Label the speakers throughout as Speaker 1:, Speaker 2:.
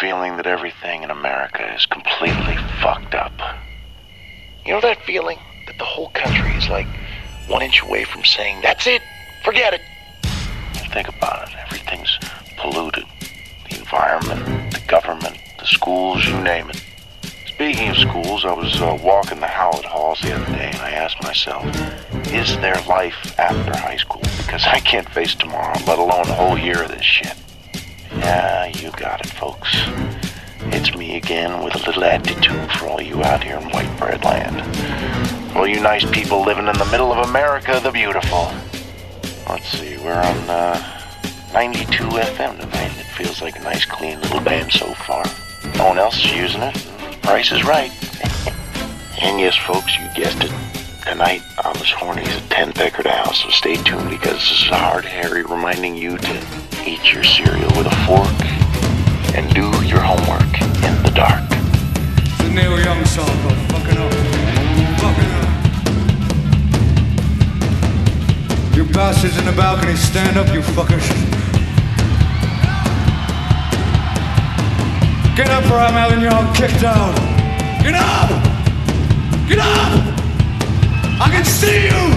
Speaker 1: feeling that everything in America is completely fucked up. You know that feeling that the whole country is like one inch away from saying, that's it, forget it. Think about it. Everything's polluted. The environment, the government, the schools, you name it. Speaking of schools, I was uh, walking the Howlett Halls the other day and I asked myself, is there life after high school? Because I can't face tomorrow, let alone a whole year of this shit. Yeah, you got it, folks. It's me again with a little attitude for all you out here in white bread land. All you nice people living in the middle of America, the beautiful. Let's see, we're on uh, 92 FM tonight. It feels like a nice, clean little band so far. No one else is using it. Price is right. and yes, folks, you guessed it. Tonight on this Hornies at 10 Peckard House, so stay tuned because this is Hard Harry reminding you to eat your cereal with a fork and do your homework in the dark.
Speaker 2: The Neil Young song called Fucking Up. Fucking Up. You bastards in the balcony, stand up, you fuckers. Get up or I'm having you all kicked out. Get up! Get up! I can see you!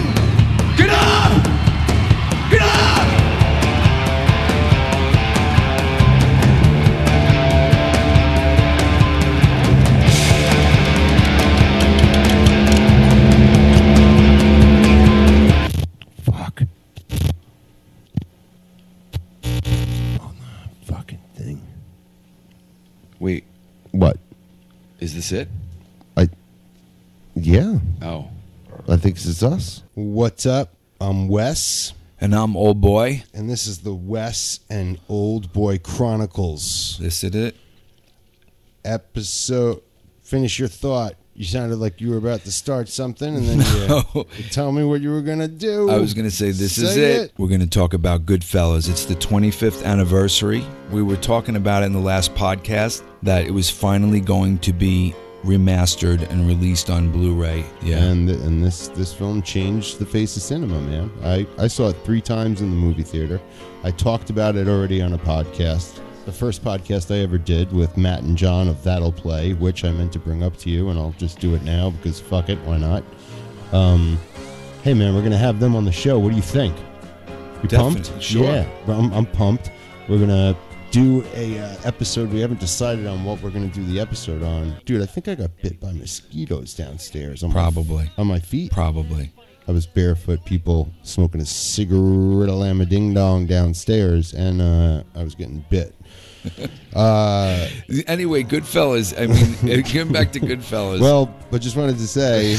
Speaker 2: Get up! Get up!
Speaker 3: Fuck. On the fucking thing.
Speaker 4: Wait,
Speaker 3: What?
Speaker 4: is this it?
Speaker 3: I. Yeah,
Speaker 4: Oh.
Speaker 3: I think it's us. What's up? I'm Wes,
Speaker 4: And I'm old boy.
Speaker 3: and this is the Wes and Old Boy Chronicles
Speaker 4: This is it.
Speaker 3: episode. Finish your thought. You sounded like you were about to start something, and then you,
Speaker 4: No.
Speaker 3: you tell me what you were gonna do.
Speaker 4: I was going to say, this is
Speaker 3: Say
Speaker 4: it. We're going to talk about Goodfellas. It's the 25th anniversary. We were talking about it in the last podcast that it was finally going to be remastered and released on Blu ray. Yeah.
Speaker 3: And and this this film changed the face of cinema, man. I I saw it three times in the movie theater. I talked about it already on a podcast. The first podcast I ever did with Matt and John of That'll Play, which I meant to bring up to you, and I'll just do it now because fuck it, why not? Um, hey man, we're gonna have them on the show. What do you think? You
Speaker 4: Definitely,
Speaker 3: pumped?
Speaker 4: sure.
Speaker 3: Yeah, I'm, I'm pumped. We're gonna do a uh, episode. We haven't decided on what we're gonna do the episode on, dude. I think I got bit by mosquitoes downstairs. on my
Speaker 4: Probably.
Speaker 3: on my feet.
Speaker 4: Probably.
Speaker 3: I was barefoot, people smoking a cigarette, lamb a ding dong downstairs, and uh, I was getting bit. Uh,
Speaker 4: Anyway, Goodfellas. I mean, getting back to Goodfellas.
Speaker 3: well, but just wanted to say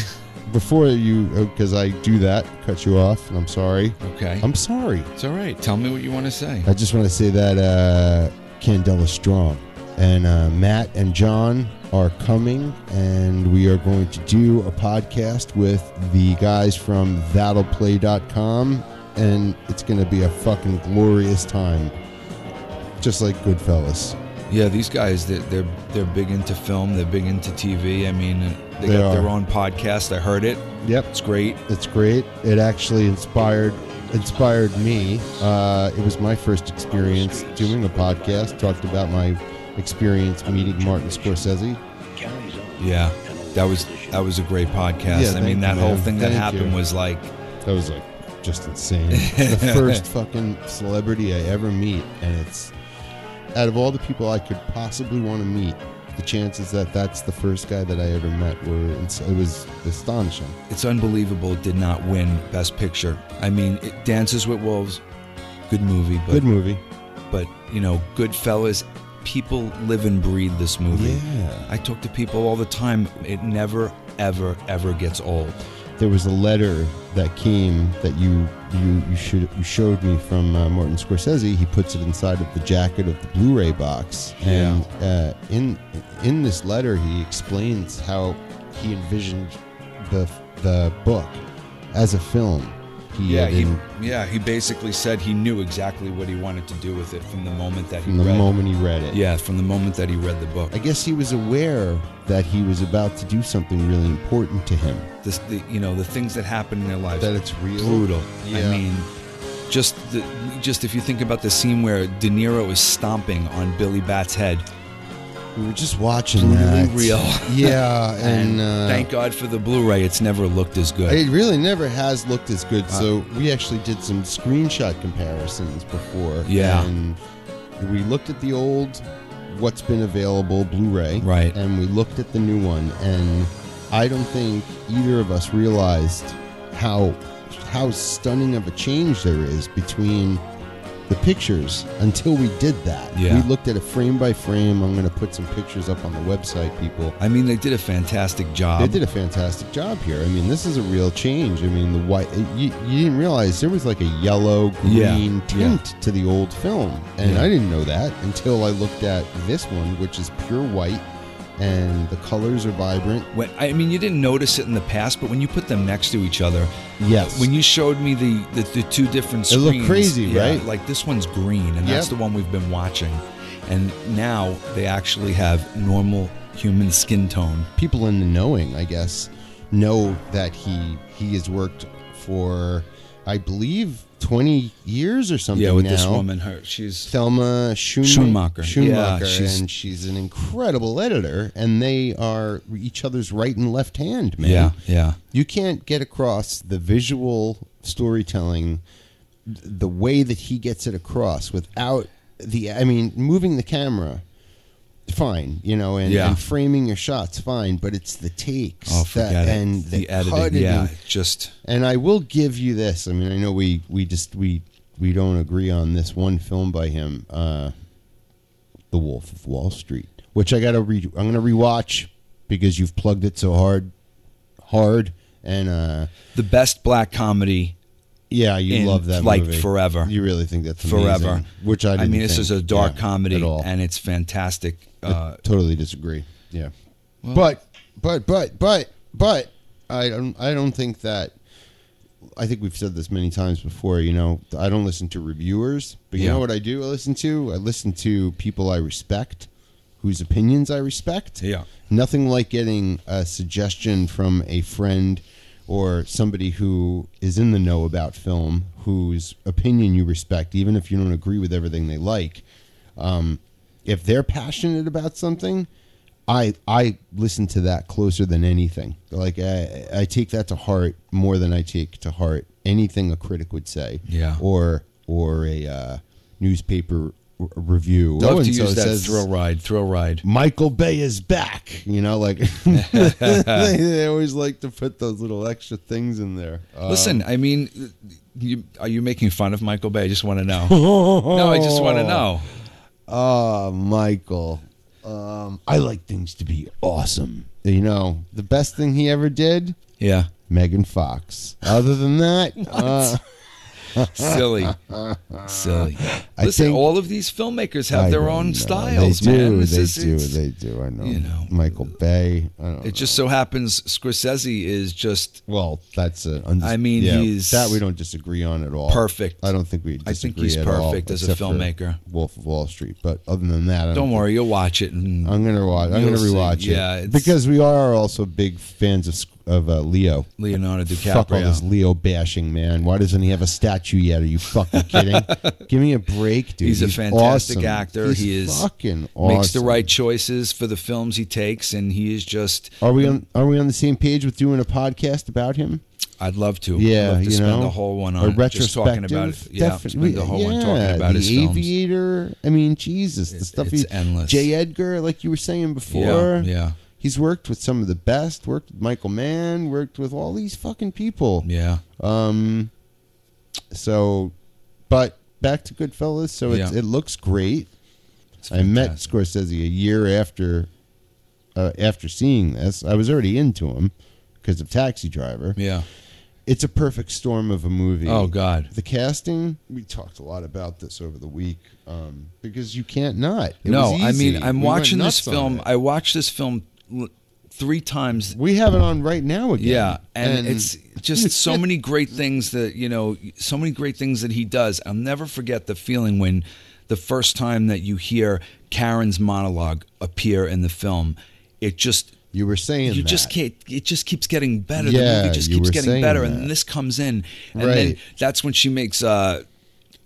Speaker 3: before you, because I do that, cut you off, and I'm sorry.
Speaker 4: okay.
Speaker 3: I'm sorry.
Speaker 4: it's all right. Tell me what you want to say.
Speaker 3: I just want to say that uh, Candela Strong and uh, Matt and John are coming, and we are going to do a podcast with the guys from that'llplay.com, and it's going to be a fucking glorious time. Just like Goodfellas.
Speaker 4: Yeah, these guys they're they're, they're big into film. They're big into TV. I mean, they,
Speaker 3: They
Speaker 4: got
Speaker 3: are.
Speaker 4: their own podcast. I heard it.
Speaker 3: Yep.
Speaker 4: It's great.
Speaker 3: It's great. It actually inspired inspired me. Uh, it was my first experience doing a podcast. Talked about my experience meeting Martin Scorsese.
Speaker 4: Yeah, that was that was a great
Speaker 3: Yeah,
Speaker 4: podcast. I
Speaker 3: thank you,
Speaker 4: mean, that whole
Speaker 3: man.
Speaker 4: thing that
Speaker 3: Thank
Speaker 4: happened
Speaker 3: you.
Speaker 4: was like,
Speaker 3: That was like just insane. the first fucking celebrity I ever meet, and it's out of all the people I could possibly want to meet, the chances that that's the first guy that I ever met were ins- it was astonishing.
Speaker 4: it's unbelievable. It did not win Best Picture. I mean, it, Dances with Wolves, good movie, but
Speaker 3: Good movie.
Speaker 4: but you know, Goodfellas. People live and breathe this movie.
Speaker 3: Yeah.
Speaker 4: I talk to people all the time. It never, ever, ever gets old.
Speaker 3: There was a letter that came that you you you, should, you showed me from uh, Martin Scorsese. He puts it inside of the jacket of the Blu-ray box, and uh, in in this letter he explains how he envisioned the the book as a film. He
Speaker 4: Yeah,
Speaker 3: had
Speaker 4: he,
Speaker 3: in-
Speaker 4: yeah, he basically said he knew exactly what he wanted to do with it from the moment that he
Speaker 3: from the
Speaker 4: read.
Speaker 3: moment he read it.
Speaker 4: Yeah, from the moment that he read the book.
Speaker 3: I guess he was aware that he was about to do something really important to him.
Speaker 4: This, the, you know, the things that happen in their lives.
Speaker 3: That it's real.
Speaker 4: brutal.
Speaker 3: Yeah.
Speaker 4: I mean, just the, just if you think about the scene where De Niro is stomping on Billy Bat's head,
Speaker 3: We were just watching
Speaker 4: Brutally
Speaker 3: that.
Speaker 4: real.
Speaker 3: Yeah, and, uh,
Speaker 4: thank God for the Blu-ray. It's never looked as good. Uh,
Speaker 3: it really never has looked as good. so we actually did some screenshot comparisons before.
Speaker 4: Yeah.
Speaker 3: and we looked at the old what's been available Blu-ray.
Speaker 4: Right.
Speaker 3: and we looked at the new one, and I don't think either of us realized how how stunning of a change there is between the pictures until we did that.
Speaker 4: Yeah.
Speaker 3: We looked at it frame by frame. I'm going to put some pictures up on the website, people.
Speaker 4: I mean, they did a fantastic job.
Speaker 3: They did a fantastic job here. I mean, this is a real change. I mean, the white you, you didn't realize there was like a yellow
Speaker 4: Yeah,
Speaker 3: green tint to the old film, and
Speaker 4: Yeah.
Speaker 3: I didn't know that until I looked at this one, which is pure white, and the colors are vibrant.
Speaker 4: When, I mean, you didn't notice it in the past, but when you put them next to each other,
Speaker 3: Yes,
Speaker 4: when you showed me the the, the two different
Speaker 3: It
Speaker 4: screens,
Speaker 3: looked crazy,
Speaker 4: yeah,
Speaker 3: right?
Speaker 4: Like this one's green, and that's
Speaker 3: Yep.
Speaker 4: the one we've been watching, and now they actually have normal human skin tone.
Speaker 3: people in the knowing, I guess, know that he he has worked for, I believe, twenty years or something.
Speaker 4: yeah, with
Speaker 3: now.
Speaker 4: this woman, her she's
Speaker 3: Thelma Schum-
Speaker 4: Schumacher.
Speaker 3: Schumacher,
Speaker 4: Yeah, she's-
Speaker 3: and she's an incredible editor, and they are each other's right and left hand, man.
Speaker 4: yeah, yeah,
Speaker 3: You can't get across the visual storytelling, th- the way that he gets it across without the, I mean, moving the camera. Fine, you know, and,
Speaker 4: Yeah.
Speaker 3: and framing your shots, fine, but it's the takes
Speaker 4: Oh, forget
Speaker 3: that,
Speaker 4: it.
Speaker 3: and the,
Speaker 4: the editing,
Speaker 3: cutting
Speaker 4: yeah, just
Speaker 3: and I will give you this. I mean, I know we we just we we don't agree on this one film by him, uh, The Wolf of Wall Street, which I got to re. I'm going to rewatch because you've plugged it so hard, hard, and uh,
Speaker 4: the best black comedy
Speaker 3: yeah, you
Speaker 4: In,
Speaker 3: love that
Speaker 4: like,
Speaker 3: movie.
Speaker 4: forever.
Speaker 3: You really think that's amazing,
Speaker 4: forever.
Speaker 3: Which I didn't
Speaker 4: mean, this
Speaker 3: think,
Speaker 4: is a dark
Speaker 3: yeah,
Speaker 4: comedy,
Speaker 3: at all.
Speaker 4: and it's fantastic. Uh,
Speaker 3: totally disagree. Yeah, but but but but but I don't I don't think that. I think we've said this many times before. You know, I don't listen to reviewers, but you
Speaker 4: Yeah.
Speaker 3: know what I do listen to? I listen to people I respect, whose opinions I respect.
Speaker 4: Yeah.
Speaker 3: Nothing like getting a suggestion from a friend or somebody who is in the know about film, whose opinion you respect, even if you don't agree with everything they like if they're passionate about something, I I listen to that closer than anything. Like I, I take that to heart more than I take to heart anything a critic would say.
Speaker 4: Yeah.
Speaker 3: Or or a uh, newspaper r- review.
Speaker 4: love to
Speaker 3: So-and-so
Speaker 4: use that
Speaker 3: says,
Speaker 4: thrill ride, thrill ride.
Speaker 3: Michael Bay is back. You know, like they, they always like to put those little extra things in there. Uh,
Speaker 4: Listen, I mean, you, are you making fun of Michael Bay? I just want to know. no, I just want to know.
Speaker 3: Oh, Michael. Um, I like things to be awesome. You know, the best thing he ever did,
Speaker 4: Yeah,
Speaker 3: Megan Fox. Other than that, uh,
Speaker 4: silly, silly.
Speaker 3: I
Speaker 4: Listen,
Speaker 3: think-
Speaker 4: all of these filmmakers have
Speaker 3: I
Speaker 4: their
Speaker 3: don't
Speaker 4: own
Speaker 3: know.
Speaker 4: styles,
Speaker 3: They do.
Speaker 4: man. This
Speaker 3: they
Speaker 4: is-
Speaker 3: do.
Speaker 4: it's-
Speaker 3: They do. I know.
Speaker 4: you know.
Speaker 3: Michael Bay. I don't.
Speaker 4: it just so happens Scorsese is just
Speaker 3: well, that's an. Undis-
Speaker 4: I mean,
Speaker 3: yeah,
Speaker 4: he's
Speaker 3: that we don't disagree on at all.
Speaker 4: perfect.
Speaker 3: I don't think we.
Speaker 4: I think
Speaker 3: disagree
Speaker 4: he's
Speaker 3: at all,
Speaker 4: perfect as a
Speaker 3: except for
Speaker 4: filmmaker.
Speaker 3: Wolf of Wall Street, but other than that, I don't,
Speaker 4: Don't
Speaker 3: think-
Speaker 4: worry, you'll watch it. And
Speaker 3: I'm gonna watch. I'm
Speaker 4: You'll
Speaker 3: gonna
Speaker 4: see.
Speaker 3: rewatch it.
Speaker 4: Yeah, it's-
Speaker 3: because we are also big fans of Sc- of uh, Leo.
Speaker 4: Leonardo DiCaprio.
Speaker 3: Fuck all this Leo bashing, man. Why doesn't he have a statue yet? Are you fucking kidding? Give me a break, dude.
Speaker 4: He's a fantastic
Speaker 3: awesome.
Speaker 4: actor.
Speaker 3: He's
Speaker 4: He is
Speaker 3: fucking awesome.
Speaker 4: Makes the right choices for the films he takes, and he is just.
Speaker 3: Are we on? Are we on the same page with doing a podcast about him?
Speaker 4: I'd love to.
Speaker 3: Yeah,
Speaker 4: I'd love to
Speaker 3: you
Speaker 4: spend
Speaker 3: know,
Speaker 4: the whole one
Speaker 3: a
Speaker 4: on it, just talking about it.
Speaker 3: retrospective,
Speaker 4: Yeah,
Speaker 3: definitely.
Speaker 4: spend the whole one talking
Speaker 3: Yeah,
Speaker 4: about
Speaker 3: the E
Speaker 4: his films.
Speaker 3: Aviator. I mean, Jesus, the stuff
Speaker 4: it's
Speaker 3: he's
Speaker 4: endless.
Speaker 3: J. Edgar, like you were saying before.
Speaker 4: yeah.
Speaker 3: He's worked with some of the best. Worked with Michael Mann. Worked with all these fucking people.
Speaker 4: Yeah,
Speaker 3: Um, so, but back to Goodfellas. So it's,
Speaker 4: Yeah.
Speaker 3: it looks great.
Speaker 4: It's
Speaker 3: I met
Speaker 4: fantastic.
Speaker 3: Scorsese a year after uh, after seeing this. I was already into him because of Taxi Driver.
Speaker 4: Yeah.
Speaker 3: It's a perfect storm of a movie.
Speaker 4: Oh God.
Speaker 3: The casting, we talked a lot about this over the week um, because you can't not. It
Speaker 4: no,
Speaker 3: was
Speaker 4: I mean
Speaker 3: easy.
Speaker 4: I'm
Speaker 3: We went
Speaker 4: watching this
Speaker 3: nuts on
Speaker 4: film.
Speaker 3: it.
Speaker 4: I watched this film l- three times.
Speaker 3: we have it on right now again.
Speaker 4: Yeah, and, it's just so many great things that you know, so many great things that he does. I'll never forget the feeling when the first time that you hear Karen's monologue appear in the film. It just
Speaker 3: you were saying
Speaker 4: you just
Speaker 3: that.
Speaker 4: can't it just keeps getting better the
Speaker 3: Yeah,
Speaker 4: movie just
Speaker 3: you
Speaker 4: keeps
Speaker 3: were
Speaker 4: getting
Speaker 3: saying
Speaker 4: better
Speaker 3: that.
Speaker 4: and this comes in and then
Speaker 3: Right.
Speaker 4: that's when she makes uh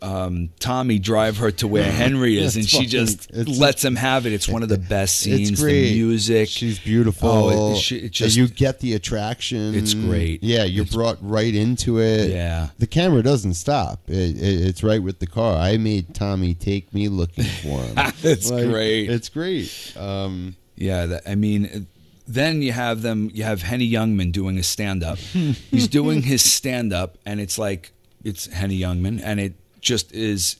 Speaker 4: um, Tommy drive her to where Henry
Speaker 3: It's
Speaker 4: is, and she
Speaker 3: fucking-
Speaker 4: just
Speaker 3: it's-
Speaker 4: lets him have it. It's one of the best scenes.
Speaker 3: it's great.
Speaker 4: The music.
Speaker 3: She's beautiful.
Speaker 4: Oh, it- she- it just-
Speaker 3: you get the attraction.
Speaker 4: It's great.
Speaker 3: Yeah, you're brought right into it.
Speaker 4: Yeah.
Speaker 3: The camera doesn't stop. It, it, it's right with the car. I made Tommy take me looking for him.
Speaker 4: It's
Speaker 3: Like,
Speaker 4: great.
Speaker 3: It's great. Um,
Speaker 4: Yeah, that, I mean, uh, then you have them. You have Henny Youngman doing his stand up. He's doing his stand up, and it's like it's Henny Youngman, and it just is.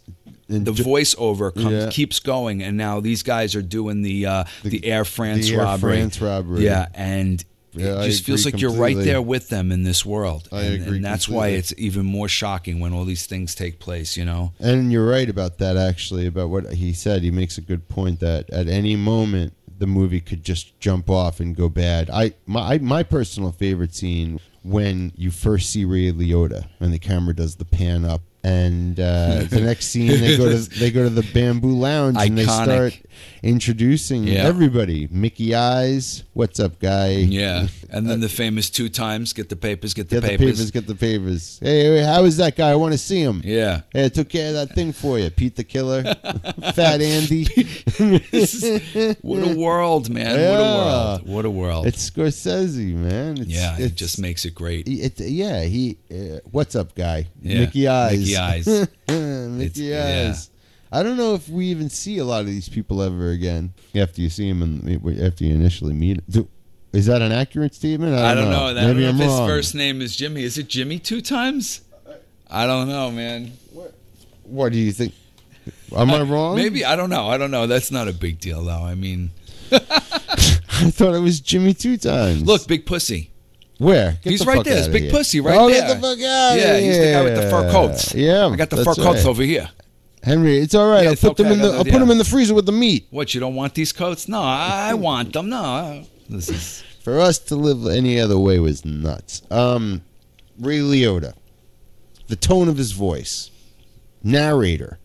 Speaker 3: And
Speaker 4: The
Speaker 3: ju-
Speaker 4: voiceover comes,
Speaker 3: Yeah.
Speaker 4: keeps going, and now these guys are doing the uh, the, Air France
Speaker 3: Air
Speaker 4: robbery.
Speaker 3: France robbery.
Speaker 4: Yeah, and
Speaker 3: Yeah, I
Speaker 4: it just feels
Speaker 3: agree
Speaker 4: like you're right
Speaker 3: completely.
Speaker 4: there with them in this world.
Speaker 3: I
Speaker 4: and,
Speaker 3: agree
Speaker 4: and that's why
Speaker 3: completely.
Speaker 4: it's even more shocking when all these things take place. You know,
Speaker 3: and you're right about that, actually, about what he said. He makes a good point that at any moment, the movie could just jump off and go bad. I my I, my personal favorite scene when you first see Ray Liotta and the camera does the pan up, and uh, the next scene they go to they go to the bamboo lounge and they
Speaker 4: Iconic.
Speaker 3: start introducing
Speaker 4: Yeah.
Speaker 3: everybody. Mickey Eyes, what's up, guy?
Speaker 4: yeah. And then the famous two times: get the papers, get the,
Speaker 3: Get the
Speaker 4: papers.
Speaker 3: papers, get the papers. Hey, hey, how is that guy? I want to see him.
Speaker 4: Yeah.
Speaker 3: Hey, I took care of that thing for you, Pete the Killer, Fat Andy.
Speaker 4: What a world, man!
Speaker 3: Yeah.
Speaker 4: What a world! What a world!
Speaker 3: It's Scorsese, man. It's,
Speaker 4: yeah,
Speaker 3: it's,
Speaker 4: it just makes it great.
Speaker 3: It, yeah, he. Uh, what's up, guy?
Speaker 4: Yeah,
Speaker 3: Mickey Eyes.
Speaker 4: Mickey Eyes. It's-
Speaker 3: Mickey
Speaker 4: yeah.
Speaker 3: Eyes. I don't know if we even see a lot of these people ever again after you see them and after you initially meet. Do, is that an accurate statement? I
Speaker 4: I
Speaker 3: don't,
Speaker 4: don't know. I don't
Speaker 3: Maybe
Speaker 4: know if
Speaker 3: I'm
Speaker 4: his
Speaker 3: wrong.
Speaker 4: first name is Jimmy. Is it Jimmy two times? I don't know, man.
Speaker 3: What do you think? Am I wrong?
Speaker 4: Maybe I don't know. I don't know. That's not a big deal, though. I mean,
Speaker 3: I thought it was Jimmy two times.
Speaker 4: look, Big Pussy.
Speaker 3: Where? Get
Speaker 4: He's
Speaker 3: the
Speaker 4: right
Speaker 3: fuck
Speaker 4: there. It's
Speaker 3: outta
Speaker 4: Big
Speaker 3: here.
Speaker 4: Pussy right
Speaker 3: oh,
Speaker 4: there.
Speaker 3: get the fuck out
Speaker 4: yeah,
Speaker 3: here.
Speaker 4: he's the guy with the fur coats.
Speaker 3: Yeah,
Speaker 4: I got the fur
Speaker 3: that's
Speaker 4: coats
Speaker 3: right.
Speaker 4: over here.
Speaker 3: Henry, it's all right.
Speaker 4: Yeah,
Speaker 3: I'll
Speaker 4: it's
Speaker 3: put them
Speaker 4: okay.
Speaker 3: in
Speaker 4: I
Speaker 3: the.
Speaker 4: got
Speaker 3: I'll
Speaker 4: the-
Speaker 3: put
Speaker 4: yeah.
Speaker 3: them in the freezer with the meat
Speaker 4: What? You don't want these coats? No, I want them. No, this is
Speaker 3: for us to live any other way was nuts. Um, Ray Liotta, the tone of his voice, narrator,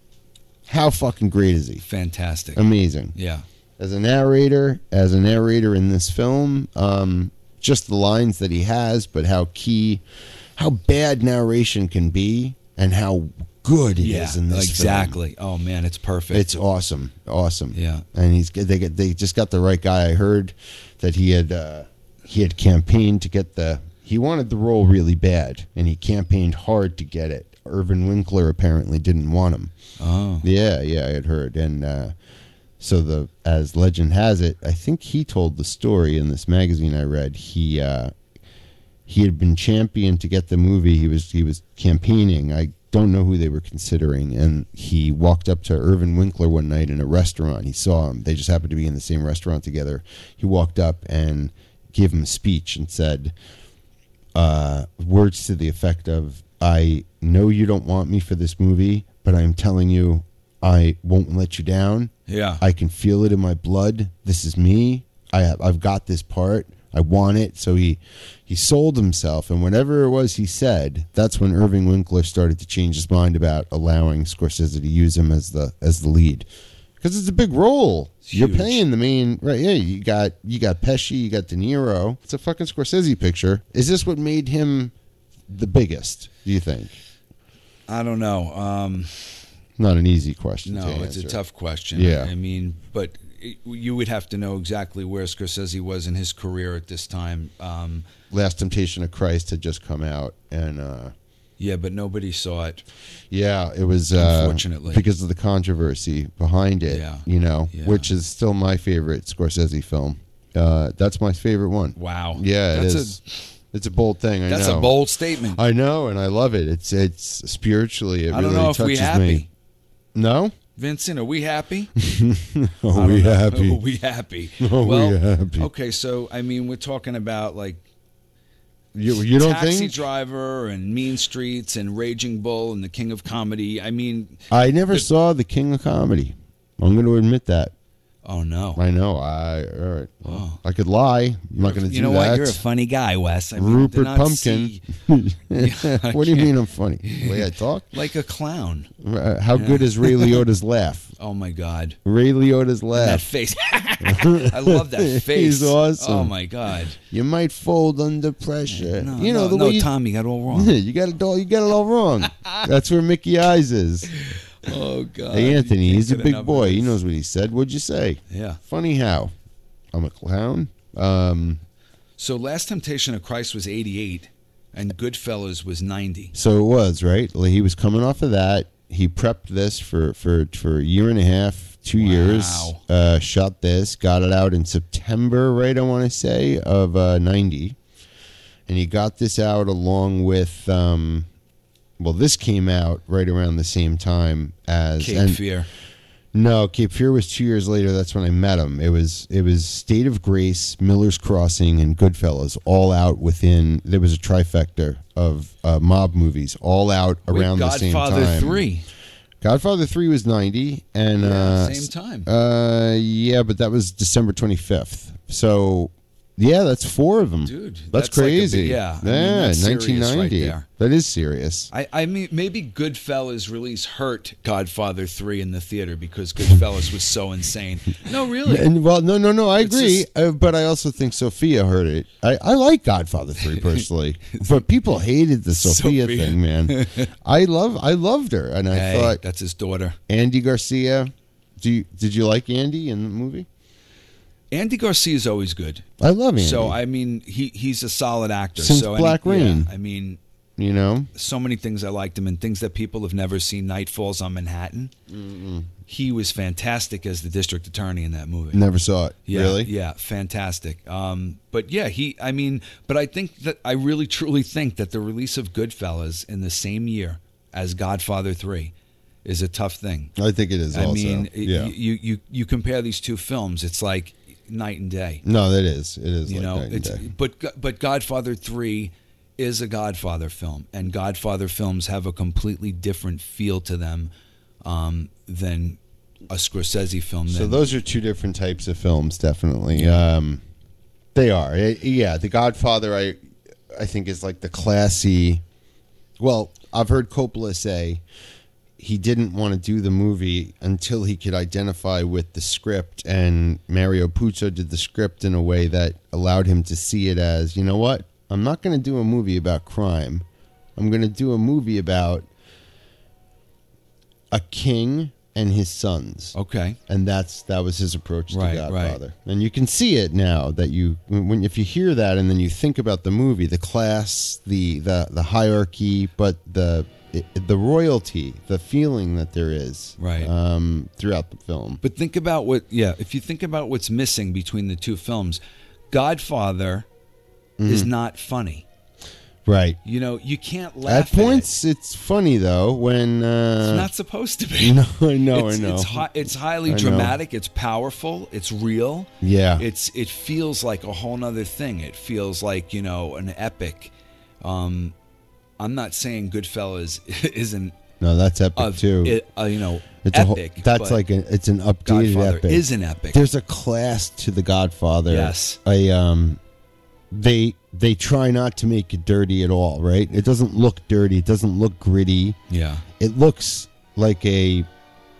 Speaker 3: how fucking great is he?
Speaker 4: fantastic.
Speaker 3: Amazing.
Speaker 4: Yeah,
Speaker 3: as a narrator, as a narrator in this film, um, just the lines that he has, but how key, how bad narration can be, and how good it is
Speaker 4: yeah,
Speaker 3: in this film.
Speaker 4: exactly. Oh man, it's perfect.
Speaker 3: It's awesome, awesome.
Speaker 4: Yeah.
Speaker 3: and he's they get they just got the right guy. I heard that he had uh, he had campaigned to get the he wanted the role really bad, and he campaigned hard to get it. Irvin Winkler apparently didn't want him.
Speaker 4: oh,
Speaker 3: Yeah, yeah, I had heard, and uh, so the as legend has it, I think he told the story in this magazine I read. He uh, he had been championed to get the movie. He was he was campaigning. I don't know who they were considering, and he walked up to Irvin Winkler one night in a restaurant. He saw him. They just happened to be in the same restaurant together. He walked up and gave him a speech and said uh, words to the effect of I know you don't want me for this movie, but I'm telling you, I won't let you down.
Speaker 4: yeah.
Speaker 3: I can feel it in my blood. This is me. I I've got this part. I want it. So he he sold himself, and whatever it was he said, that's when Irving Winkler started to change his mind about allowing Scorsese to use him as the as the lead. Because it's a big role. You're
Speaker 4: huge.
Speaker 3: paying the main right. Yeah, you got you got Pesci, you got De Niro. It's a fucking Scorsese picture. Is this what made him the biggest? Do you think?
Speaker 4: I don't know. Um,
Speaker 3: Not an easy question.
Speaker 4: no,
Speaker 3: to
Speaker 4: it's a
Speaker 3: answer.
Speaker 4: tough question.
Speaker 3: Yeah.
Speaker 4: I mean, but it, you would have to know exactly where Scorsese was in his career at this time. Um,
Speaker 3: Last Temptation of Christ had just come out, and uh,
Speaker 4: yeah, but nobody saw it.
Speaker 3: Yeah, it was uh,
Speaker 4: Unfortunately.
Speaker 3: because of the controversy behind it.
Speaker 4: Yeah.
Speaker 3: you know,
Speaker 4: Yeah.
Speaker 3: which is still my favorite Scorsese film. Uh, that's my favorite one.
Speaker 4: Wow.
Speaker 3: Yeah,
Speaker 4: that's
Speaker 3: it is. it's a bold thing. I
Speaker 4: a that's
Speaker 3: know.
Speaker 4: a bold statement. I,
Speaker 3: I know, and I love it. It's it's spiritually. It
Speaker 4: don't
Speaker 3: really
Speaker 4: know if we
Speaker 3: touches
Speaker 4: happy.
Speaker 3: me. No,
Speaker 4: Vincent, are we happy? I
Speaker 3: are
Speaker 4: don't
Speaker 3: we
Speaker 4: know.
Speaker 3: happy?
Speaker 4: Are we happy?
Speaker 3: Are we
Speaker 4: well,
Speaker 3: happy?
Speaker 4: okay. So I mean, we're talking about like
Speaker 3: you, you don't
Speaker 4: Taxi
Speaker 3: think?
Speaker 4: Driver and Mean Streets and Raging Bull and The King of Comedy. I mean,
Speaker 3: I never saw the King of Comedy. I'm going to admit that.
Speaker 4: oh no.
Speaker 3: I know. I all right. Well, I could lie. I'm not going to do
Speaker 4: You know
Speaker 3: that.
Speaker 4: what? You're a funny guy, Wes. I mean, I did
Speaker 3: Rupert
Speaker 4: not
Speaker 3: Pumpkin.
Speaker 4: see- Yeah, I
Speaker 3: what do you
Speaker 4: can't-
Speaker 3: mean I'm funny? The way I talk?
Speaker 4: Like a clown.
Speaker 3: Uh, How good is Ray Liotta's laugh?
Speaker 4: Oh my God.
Speaker 3: Ray Liotta's
Speaker 4: That
Speaker 3: laugh.
Speaker 4: face. I love that face.
Speaker 3: He's awesome.
Speaker 4: Oh my God.
Speaker 3: You might fold under pressure.
Speaker 4: No,
Speaker 3: you know
Speaker 4: no,
Speaker 3: the
Speaker 4: no,
Speaker 3: way you,
Speaker 4: Tom, you got it all wrong.
Speaker 3: you got it all. You got it all wrong. That's where Mickey Eyes is.
Speaker 4: oh God.
Speaker 3: Hey Anthony,
Speaker 4: You
Speaker 3: he's a
Speaker 4: can't get
Speaker 3: big
Speaker 4: enough
Speaker 3: boy.
Speaker 4: of
Speaker 3: He
Speaker 4: this.
Speaker 3: knows what he said. What'd you say?
Speaker 4: Yeah.
Speaker 3: Funny how? I'm a clown. Um.
Speaker 4: So Last Temptation of Christ was 88 and Goodfellas was 90.
Speaker 3: So it was right. Like, He was coming off of that. He prepped this for for for a year and a half, two years.
Speaker 4: Wow.
Speaker 3: Uh, shot this, got it out in September, right? I want to say of uh, ninety, and he got this out along with. Um, well, this came out right around the same time as
Speaker 4: Cape
Speaker 3: and-
Speaker 4: Fear.
Speaker 3: No, Cape Fear was two years later. That's when I met him. It was it was State of Grace, Miller's Crossing, and Goodfellas all out within. There was a trifecta of uh, mob movies all out
Speaker 4: With
Speaker 3: around the same time.
Speaker 4: Godfather 3.
Speaker 3: Godfather three was ninety, and uh,
Speaker 4: same time.
Speaker 3: Uh, yeah, but that was December twenty fifth. So yeah, that's four of them,
Speaker 4: Dude,
Speaker 3: That's,
Speaker 4: that's like a big-
Speaker 3: crazy.
Speaker 4: yeah, I mean,
Speaker 3: yeah,
Speaker 4: that's serious
Speaker 3: nineteen
Speaker 4: right
Speaker 3: ninety.
Speaker 4: there.
Speaker 3: That is serious.
Speaker 4: I, I mean, maybe Goodfellas release hurt Godfather 3 in the theater because Goodfellas was so insane. No, really.
Speaker 3: And well, no, no, no, I agree,
Speaker 4: just-
Speaker 3: uh, but I also think Sophia heard it. I, I like Godfather Three personally, but people hated the Sophia,
Speaker 4: Sophia.
Speaker 3: thing, man. I love, I loved her, and I
Speaker 4: Hey,
Speaker 3: thought
Speaker 4: that's his daughter.
Speaker 3: Andy Garcia. Do you, did you like Andy in the movie?
Speaker 4: Andy Garcia is always good.
Speaker 3: I love Andy.
Speaker 4: So, I mean, he, he's a solid actor.
Speaker 3: Since
Speaker 4: so
Speaker 3: Black
Speaker 4: any,
Speaker 3: Rain.
Speaker 4: Yeah, I mean,
Speaker 3: you know,
Speaker 4: so many things I liked him and things that people have never seen. Night Falls on Manhattan. He was fantastic as the district attorney in that movie.
Speaker 3: never saw it.
Speaker 4: Yeah,
Speaker 3: really?
Speaker 4: Yeah, fantastic. Um, but yeah, he. I mean, but I think that I really truly think that the release of Goodfellas in the same year as Godfather Three is a tough thing.
Speaker 3: I think it is.
Speaker 4: I
Speaker 3: also.
Speaker 4: mean, it-
Speaker 3: yeah.
Speaker 4: you you you compare these two films, it's like night and day.
Speaker 3: no, that is. It is.
Speaker 4: You
Speaker 3: like
Speaker 4: know,
Speaker 3: night and
Speaker 4: it's
Speaker 3: day.
Speaker 4: but but Godfather Three is a Godfather film, and Godfather films have a completely different feel to them um, than a Scorsese film.
Speaker 3: So
Speaker 4: than-
Speaker 3: those are two different types of films, definitely. Um, they are, Uh, yeah. The Godfather, I, I think, is like the classy. Well, I've heard Coppola say he didn't want to do the movie until he could identify with the script, and Mario Puzo did the script in a way that allowed him to see it as, you know what? I'm not going to do a movie about crime. I'm going to do a movie about a king and his sons
Speaker 4: okay.
Speaker 3: and that's that was his approach to
Speaker 4: Right,
Speaker 3: Godfather. And you can see it now that you when if you hear that and then you think about the movie, the class, the the the hierarchy, but the the royalty, the feeling that there is
Speaker 4: Right.
Speaker 3: um, throughout the film.
Speaker 4: But think about what, yeah, if you think about what's missing between the two films, Godfather is not funny.
Speaker 3: Right.
Speaker 4: You know, you can't
Speaker 3: Mm-hmm. At
Speaker 4: laugh. At
Speaker 3: points, it's funny though when
Speaker 4: it.
Speaker 3: uh,
Speaker 4: it's not supposed to be.
Speaker 3: I know, I know,
Speaker 4: it's,
Speaker 3: I know.
Speaker 4: It's, hi- it's highly
Speaker 3: I know.
Speaker 4: dramatic. It's powerful. It's real.
Speaker 3: Yeah.
Speaker 4: It's it feels like a whole nother thing. It feels like you know an epic. Um, I'm not saying Goodfellas isn't
Speaker 3: no, that's epic
Speaker 4: a,
Speaker 3: too.
Speaker 4: a- you know
Speaker 3: it's
Speaker 4: epic.
Speaker 3: a whole, that's
Speaker 4: but
Speaker 3: like an, it's an updated
Speaker 4: Godfather
Speaker 3: epic.
Speaker 4: is an epic.
Speaker 3: there's a class to the Godfather.
Speaker 4: Yes.
Speaker 3: I um they they try not to make it dirty at all, right? It doesn't look dirty, it doesn't look gritty.
Speaker 4: yeah.
Speaker 3: It looks like a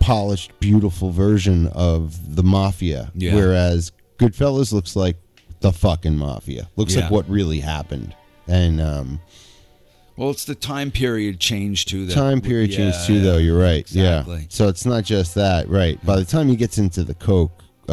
Speaker 3: polished, beautiful version of the mafia.
Speaker 4: Yeah.
Speaker 3: Whereas Goodfellas looks like the fucking mafia. Looks
Speaker 4: Yeah.
Speaker 3: like what really happened. And um
Speaker 4: Well, it's the time period change too. That
Speaker 3: time period
Speaker 4: yeah,
Speaker 3: change too though you're right yeah
Speaker 4: exactly.
Speaker 3: so it's not just that right by the time he gets into the coke uh,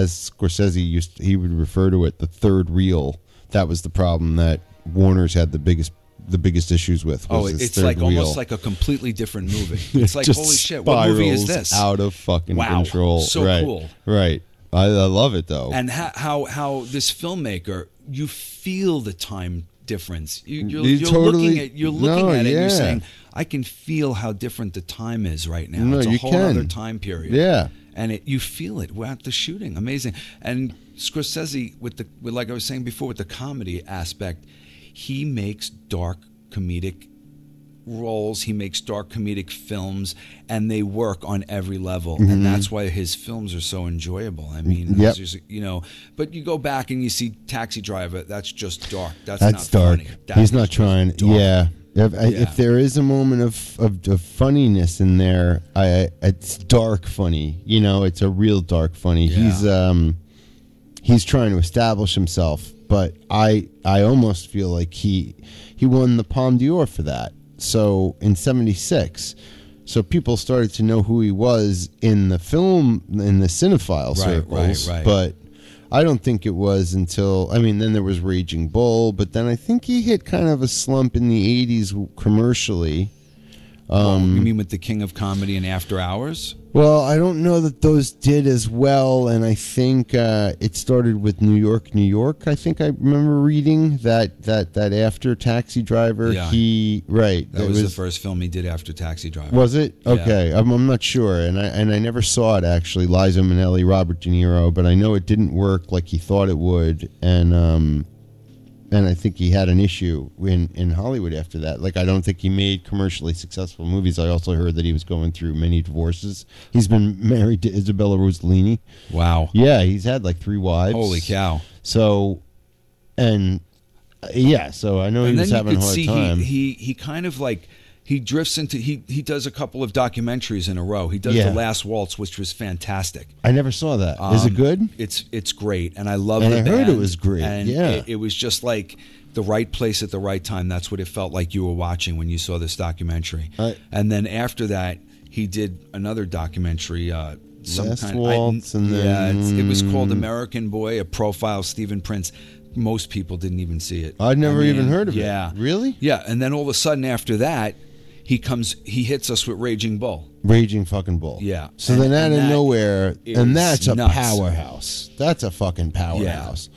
Speaker 3: as scorsese used he would refer to it the third reel that was the problem that warner's had the biggest the biggest issues with
Speaker 4: Oh,
Speaker 3: was
Speaker 4: it-
Speaker 3: his
Speaker 4: it's
Speaker 3: third
Speaker 4: like
Speaker 3: reel.
Speaker 4: almost like a completely different movie. It's like
Speaker 3: Just
Speaker 4: holy shit, what movie is
Speaker 3: spirals
Speaker 4: this?
Speaker 3: out of fucking
Speaker 4: Wow,
Speaker 3: control
Speaker 4: so
Speaker 3: right
Speaker 4: cool.
Speaker 3: right I, I love it though
Speaker 4: And how, how how this filmmaker, you feel the time difference. You, you're,
Speaker 3: You
Speaker 4: you're
Speaker 3: totally-
Speaker 4: looking at you're looking
Speaker 3: no,
Speaker 4: at it. and
Speaker 3: yeah.
Speaker 4: You're saying, I can feel how different the time is right now.
Speaker 3: No,
Speaker 4: it's a
Speaker 3: you
Speaker 4: whole
Speaker 3: can.
Speaker 4: other time period.
Speaker 3: Yeah.
Speaker 4: and it, you feel it at the shooting. Amazing. And Scorsese, with the with, like I was saying before, with the comedy aspect, he makes dark comedic roles. He makes dark comedic films, and they work on every level, and that's why his films are so enjoyable. I mean,
Speaker 3: Mm-hmm. Yep.
Speaker 4: there's- you know. But you go back and you see Taxi Driver. That's just dark. That's,
Speaker 3: that's
Speaker 4: not
Speaker 3: dark
Speaker 4: Funny.
Speaker 3: he's
Speaker 4: That's
Speaker 3: not
Speaker 4: just
Speaker 3: trying
Speaker 4: dark.
Speaker 3: yeah If, I
Speaker 4: Yeah.
Speaker 3: if there is a moment of, of, of funniness in there, I it's dark funny. You know, it's a real dark funny.
Speaker 4: Yeah.
Speaker 3: He's um, he's trying to establish himself, but I I almost feel like he he won the Palme d'Or for that. So in '76, so people started to know who he was in the film in the cinephile
Speaker 4: Right, right,
Speaker 3: circles,
Speaker 4: right.
Speaker 3: but. I don't think it was until I mean then there was Raging Bull, but then I think he hit kind of a slump in the '80s commercially. um,
Speaker 4: you mean with the King of Comedy and After Hours?
Speaker 3: Well, I don't know that those did as well, and I think uh, it started with New York, New York. I think I remember reading that that that after Taxi Driver,
Speaker 4: Yeah.
Speaker 3: he right
Speaker 4: That was, the first film he did after Taxi Driver.
Speaker 3: Was it okay? I'm, I'm not sure, and I and I never saw it actually. Liza Minnelli, Robert De Niro, but I know it didn't work like he thought it would, and um, and I think he had an issue in in Hollywood after that. Like I don't think he made commercially successful movies. I also heard that he was going through many divorces. He's been married to Isabella Rossellini.
Speaker 4: wow.
Speaker 3: Yeah, he's had like three wives.
Speaker 4: Holy cow.
Speaker 3: So, and uh, yeah, so I know he
Speaker 4: and
Speaker 3: was
Speaker 4: then you
Speaker 3: having a
Speaker 4: could
Speaker 3: hard
Speaker 4: see
Speaker 3: time.
Speaker 4: He, he he kind of like he drifts into he he does a couple of documentaries in a row. He does
Speaker 3: Yeah.
Speaker 4: the Last Waltz, which was fantastic.
Speaker 3: I never saw that. Is it
Speaker 4: Um,
Speaker 3: good?
Speaker 4: It's it's great, and I love
Speaker 3: And
Speaker 4: the
Speaker 3: I heard it
Speaker 4: band,
Speaker 3: was great,
Speaker 4: And
Speaker 3: yeah.
Speaker 4: it, it was just like the right place at the right time. That's what it felt like you were watching when you saw this documentary.
Speaker 3: I-
Speaker 4: and then after that, he did another documentary. Uh, some
Speaker 3: Last
Speaker 4: kind
Speaker 3: Waltz and
Speaker 4: yeah, it's, it was called
Speaker 3: then- mm.
Speaker 4: American Boy, a profile of Stephen Prince. Most people didn't even see it.
Speaker 3: I'd never even heard of it.
Speaker 4: yeah.
Speaker 3: Really?
Speaker 4: Yeah, and then all of a sudden after that, he comes. He hits us with Raging Bull.
Speaker 3: Raging fucking bull.
Speaker 4: Yeah.
Speaker 3: So
Speaker 4: And-
Speaker 3: then out
Speaker 4: and
Speaker 3: of
Speaker 4: that
Speaker 3: nowhere,
Speaker 4: is
Speaker 3: and that's a
Speaker 4: nuts.
Speaker 3: powerhouse. That's a fucking powerhouse.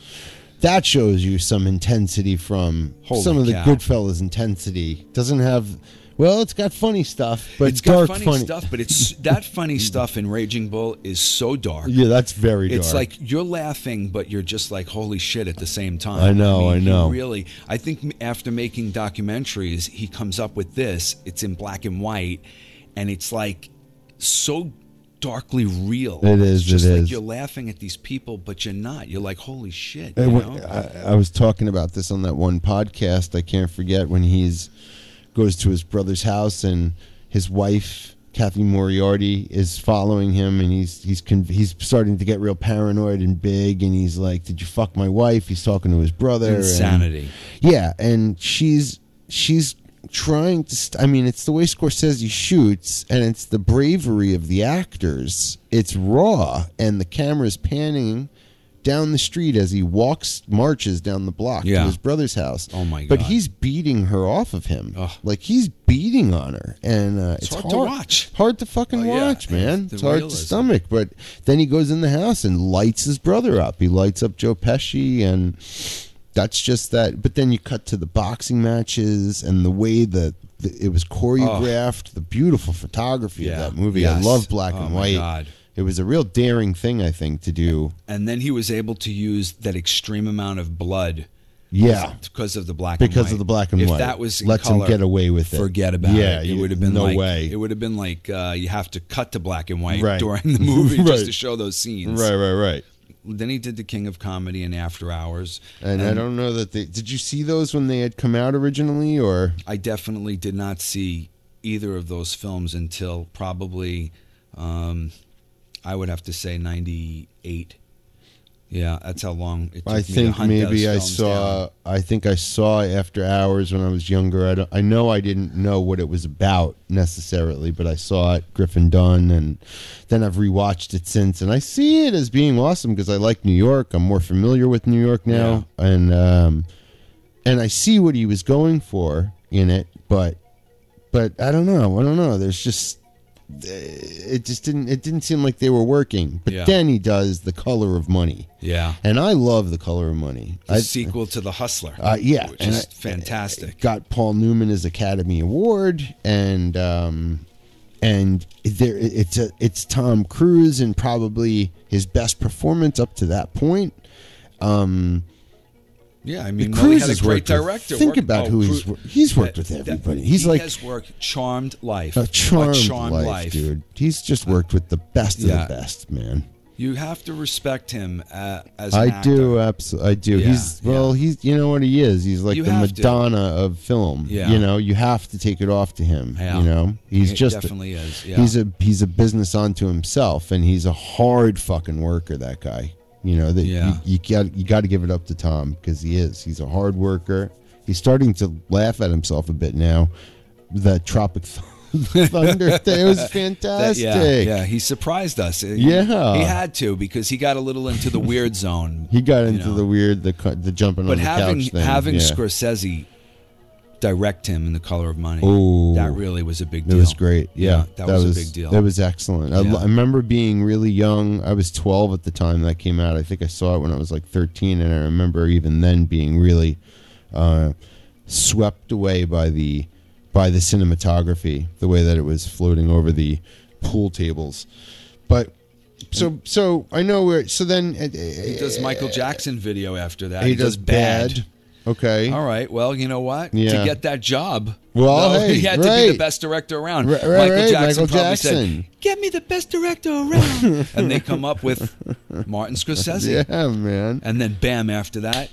Speaker 3: That shows you some intensity from
Speaker 4: Holy
Speaker 3: some of the
Speaker 4: cow.
Speaker 3: Goodfellas intensity. Doesn't have, well, it's got funny stuff, but
Speaker 4: it's
Speaker 3: dark
Speaker 4: got funny,
Speaker 3: funny
Speaker 4: stuff, but it's that funny stuff in Raging Bull is so dark.
Speaker 3: Yeah, that's very dark.
Speaker 4: It's like you're laughing, but you're just like holy shit at the same time.
Speaker 3: I know, I
Speaker 4: he
Speaker 3: know.
Speaker 4: Really, I think m- after making documentaries, he comes up with this. It's in black and white, and it's like so darkly real.
Speaker 3: It is,
Speaker 4: It's just
Speaker 3: it
Speaker 4: like
Speaker 3: is.
Speaker 4: you're laughing at these people, but you're not. You're like holy shit.
Speaker 3: I,
Speaker 4: you
Speaker 3: wa-
Speaker 4: know?
Speaker 3: I, I was talking about this on that one podcast. I can't forget when he's goes to his brother's house and his wife Kathy Moriarty is following him, and he's he's con- he's starting to get real paranoid and big, and he's like, "Did you fuck my wife?" He's talking to his brother. and-
Speaker 4: Insanity.
Speaker 3: yeah, and she's she's trying to. St- I mean, it's the way Scorsese shoots, and it's the bravery of the actors. It's raw, and the camera's panning down the street as he walks, marches down the block to
Speaker 4: Yeah.
Speaker 3: his brother's house.
Speaker 4: Oh, my
Speaker 3: But
Speaker 4: God.
Speaker 3: he's beating her off of him,
Speaker 4: Ugh.
Speaker 3: like he's beating on her, and uh, it's,
Speaker 4: hard to watch.
Speaker 3: Hard to fucking
Speaker 4: Oh, yeah,
Speaker 3: watch,
Speaker 4: and
Speaker 3: man.
Speaker 4: the
Speaker 3: It's hard to
Speaker 4: realism.
Speaker 3: stomach. But then he goes in the house and lights his brother up. He lights up Joe Pesci and that's just that. But then you cut to the boxing matches and the way that the, it was choreographed, the beautiful photography
Speaker 4: Yeah.
Speaker 3: of that movie. I
Speaker 4: Yes.
Speaker 3: love black
Speaker 4: Oh
Speaker 3: and
Speaker 4: my
Speaker 3: white.
Speaker 4: God.
Speaker 3: It was a real daring thing, I think, to do.
Speaker 4: and then he was able to use that extreme amount of blood.
Speaker 3: Yeah.
Speaker 4: because of the black and
Speaker 3: Because
Speaker 4: white.
Speaker 3: of the black and
Speaker 4: if
Speaker 3: white.
Speaker 4: If that was in
Speaker 3: Lets 'em
Speaker 4: color,
Speaker 3: get away with it.
Speaker 4: Forget about
Speaker 3: Yeah,
Speaker 4: it.
Speaker 3: you-
Speaker 4: it would have been
Speaker 3: no
Speaker 4: like,
Speaker 3: way.
Speaker 4: It would have been like uh, you have to cut to black and white
Speaker 3: Right.
Speaker 4: during the movie
Speaker 3: Right.
Speaker 4: just to show those scenes.
Speaker 3: Right, right, right.
Speaker 4: Then he did the King of Comedy and After Hours.
Speaker 3: And, I don't know that they did you see those when they had come out originally or
Speaker 4: I definitely did not see either of those films until probably, um, I would have to say '98. Yeah, that's how long it took
Speaker 3: I
Speaker 4: me to
Speaker 3: think
Speaker 4: hunt those
Speaker 3: maybe I
Speaker 4: films
Speaker 3: saw.
Speaker 4: down.
Speaker 3: I think I saw After Hours when I was younger. I don't. I know I didn't know what it was about necessarily, but I saw it. Griffin Dunn, and then I've rewatched it since, and I see it as being awesome because I like New York. I'm more familiar with New York now, and um, and I see what he was going for in it, but but I don't know. I don't know. There's just eh, it just didn't it didn't seem like they were working. But
Speaker 4: Yeah.
Speaker 3: then he does the color of money.
Speaker 4: Yeah,
Speaker 3: And I love the color of money.
Speaker 4: the
Speaker 3: I,
Speaker 4: sequel to The Hustler.
Speaker 3: uh, yeah,
Speaker 4: which
Speaker 3: and
Speaker 4: is
Speaker 3: I-
Speaker 4: fantastic.
Speaker 3: got Paul Newman his Academy Award, and um, and there it's a, it's Tom Cruise and probably his best performance up to that point.
Speaker 4: Yeah, I mean, Cruise
Speaker 3: Cruise
Speaker 4: had a
Speaker 3: has
Speaker 4: great
Speaker 3: worked with-
Speaker 4: director.
Speaker 3: think
Speaker 4: working-
Speaker 3: about
Speaker 4: oh,
Speaker 3: who he's
Speaker 4: Cru-
Speaker 3: wor- he's worked
Speaker 4: that-
Speaker 3: with
Speaker 4: that-
Speaker 3: everybody. He's
Speaker 4: he
Speaker 3: like-
Speaker 4: has worked charmed life,
Speaker 3: A charmed,
Speaker 4: charmed
Speaker 3: life, dude. He's just worked with the best of
Speaker 4: Yeah.
Speaker 3: the best, man.
Speaker 4: You have to respect him uh, as an
Speaker 3: I
Speaker 4: actor.
Speaker 3: do, absolutely. I do.
Speaker 4: Yeah,
Speaker 3: he's well. He's you know what he is. He's like
Speaker 4: You
Speaker 3: the
Speaker 4: have to.
Speaker 3: Madonna of film.
Speaker 4: Yeah.
Speaker 3: You know, you have to take it off to him.
Speaker 4: Yeah.
Speaker 3: You know, he's
Speaker 4: He
Speaker 3: just
Speaker 4: definitely is, yeah.
Speaker 3: He's a he's a business unto himself, and he's a hard fucking worker. That guy. You know that
Speaker 4: Yeah.
Speaker 3: you, you got you got to give it up to Tom because he is. He's a hard worker. He's starting to laugh at himself a bit now. The Tropic Thunder thing was
Speaker 4: That-
Speaker 3: fantastic.
Speaker 4: yeah, yeah, he surprised us. He-
Speaker 3: Yeah.
Speaker 4: he had to because he got a little into the weird zone.
Speaker 3: He got into
Speaker 4: know.
Speaker 3: the weird the cu- the jumping on
Speaker 4: but
Speaker 3: the
Speaker 4: having
Speaker 3: couch thing.
Speaker 4: having
Speaker 3: yeah.
Speaker 4: Scorsese direct him in The Color of Money,
Speaker 3: Ooh.
Speaker 4: that really was a big
Speaker 3: It
Speaker 4: deal.
Speaker 3: was great. Yeah,
Speaker 4: that, was, a big deal.
Speaker 3: That was excellent. I,
Speaker 4: Yeah.
Speaker 3: lo- I remember being really young. I was 12 at the time that came out. I think I saw it when I was like 13, and I remember even then being really uh, swept away by the by the cinematography, the way that it was floating over the pool tables. But so so I know where. So then uh,
Speaker 4: he does Michael Jackson video after that.
Speaker 3: he does bad. Okay.
Speaker 4: All right. Well, you know what?
Speaker 3: Yeah.
Speaker 4: To get that job,
Speaker 3: Well,
Speaker 4: though, he
Speaker 3: hey,
Speaker 4: had to be
Speaker 3: right.
Speaker 4: the best director around.
Speaker 3: Right, right,
Speaker 4: Michael
Speaker 3: right,
Speaker 4: Jackson
Speaker 3: Michael
Speaker 4: probably
Speaker 3: Jackson.
Speaker 4: said, "Get me the best director around," and they come up with Martin Scorsese,
Speaker 3: Yeah, man.
Speaker 4: and then bam! After that,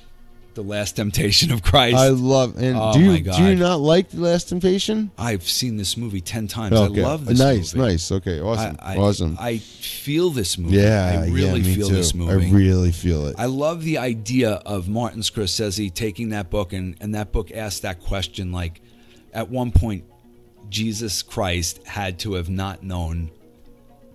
Speaker 4: The Last Temptation of Christ.
Speaker 3: I love and
Speaker 4: Oh
Speaker 3: do
Speaker 4: my
Speaker 3: you
Speaker 4: God.
Speaker 3: do you not like the Last Temptation?
Speaker 4: I've seen this movie ten times. I love this
Speaker 3: nice,
Speaker 4: movie.
Speaker 3: nice. Okay, awesome,
Speaker 4: I, I,
Speaker 3: awesome.
Speaker 4: I feel this movie.
Speaker 3: yeah,
Speaker 4: I really
Speaker 3: yeah, me
Speaker 4: feel
Speaker 3: too.
Speaker 4: this movie.
Speaker 3: I really feel it.
Speaker 4: I love the idea of Martin Scorsese taking that book and, and that book asked that question like, at one point, Jesus Christ had to have not known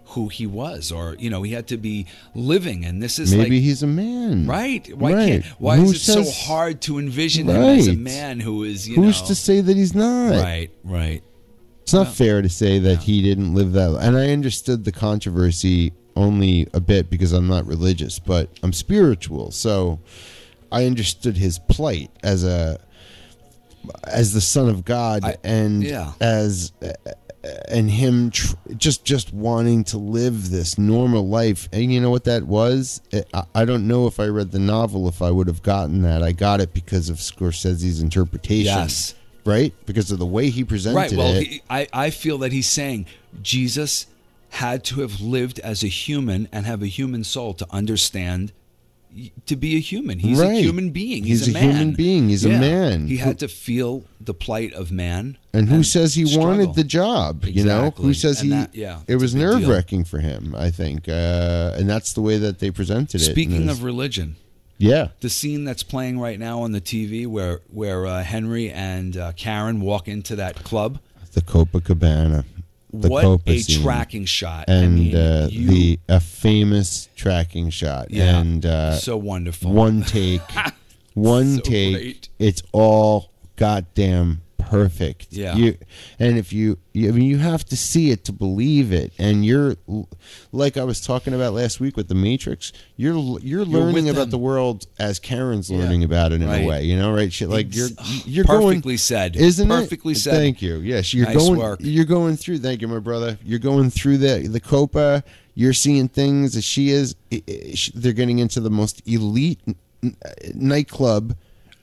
Speaker 4: who he was, or you know, he had to be living, and this is
Speaker 3: Maybe
Speaker 4: like,
Speaker 3: he's a man,
Speaker 4: right. Why
Speaker 3: Right.
Speaker 4: can't? Why
Speaker 3: Who
Speaker 4: is it so
Speaker 3: says-
Speaker 4: hard to envision him as a
Speaker 3: Right.
Speaker 4: man who is you
Speaker 3: Who's
Speaker 4: know?
Speaker 3: to say that he's not?
Speaker 4: right, right,
Speaker 3: It's not fair to say that he didn't live that. And I understood the controversy only a bit because I'm not religious, but I'm spiritual, so I understood his plight as a as the son of God and
Speaker 4: yeah.
Speaker 3: as and him tr- just just wanting to live this normal life and you know what that was I, I don't know if i read the novel if i would have gotten that i got it because of scorsese's interpretation
Speaker 4: Yes.
Speaker 3: right because of the way he presented
Speaker 4: right. Well,
Speaker 3: it
Speaker 4: he, I I feel that he's saying Jesus had to have lived as a human and have a human soul to understand y- to be a human. He's
Speaker 3: Right.
Speaker 4: a human being. He's,
Speaker 3: He's a
Speaker 4: man.
Speaker 3: human being. He's a man.
Speaker 4: He had to feel the plight of man.
Speaker 3: and who says he wanted
Speaker 4: struggle.
Speaker 3: the job you know who
Speaker 4: Exactly.
Speaker 3: says
Speaker 4: And
Speaker 3: he
Speaker 4: that- yeah,
Speaker 3: it
Speaker 4: it's a
Speaker 3: was
Speaker 4: big deal.
Speaker 3: nerve-wracking for him i think uh, and that's the way that they presented it and
Speaker 4: Speaking
Speaker 3: it's-
Speaker 4: of religion,
Speaker 3: yeah
Speaker 4: the scene that's playing right now on the TV where where uh, Henry and uh, Karen walk into that club.
Speaker 3: the copacabana the
Speaker 4: what
Speaker 3: Copa
Speaker 4: a
Speaker 3: scene.
Speaker 4: tracking shot! I
Speaker 3: and
Speaker 4: mean,
Speaker 3: uh,
Speaker 4: you-
Speaker 3: the a famous tracking shot
Speaker 4: Yeah.
Speaker 3: and uh,
Speaker 4: so wonderful.
Speaker 3: one take one
Speaker 4: So
Speaker 3: take
Speaker 4: great.
Speaker 3: it's all goddamn perfect
Speaker 4: Yeah.
Speaker 3: you and if you you- i mean you have to see it to believe it and you're like i was talking about last week with the matrix you're you're learning
Speaker 4: with
Speaker 3: about
Speaker 4: them.
Speaker 3: the world as karen's learning about it in
Speaker 4: Right.
Speaker 3: a way you know right shit like you're
Speaker 4: Ex-
Speaker 3: you're
Speaker 4: perfectly
Speaker 3: going,
Speaker 4: said.
Speaker 3: isn't it?
Speaker 4: Perfectly said.
Speaker 3: thank you yes you're
Speaker 4: Nice
Speaker 3: going
Speaker 4: work.
Speaker 3: you're going through thank you my brother you're going through the the copa you're seeing things that she is i- i- sh- they're getting into the most elite n- n- uh, nightclub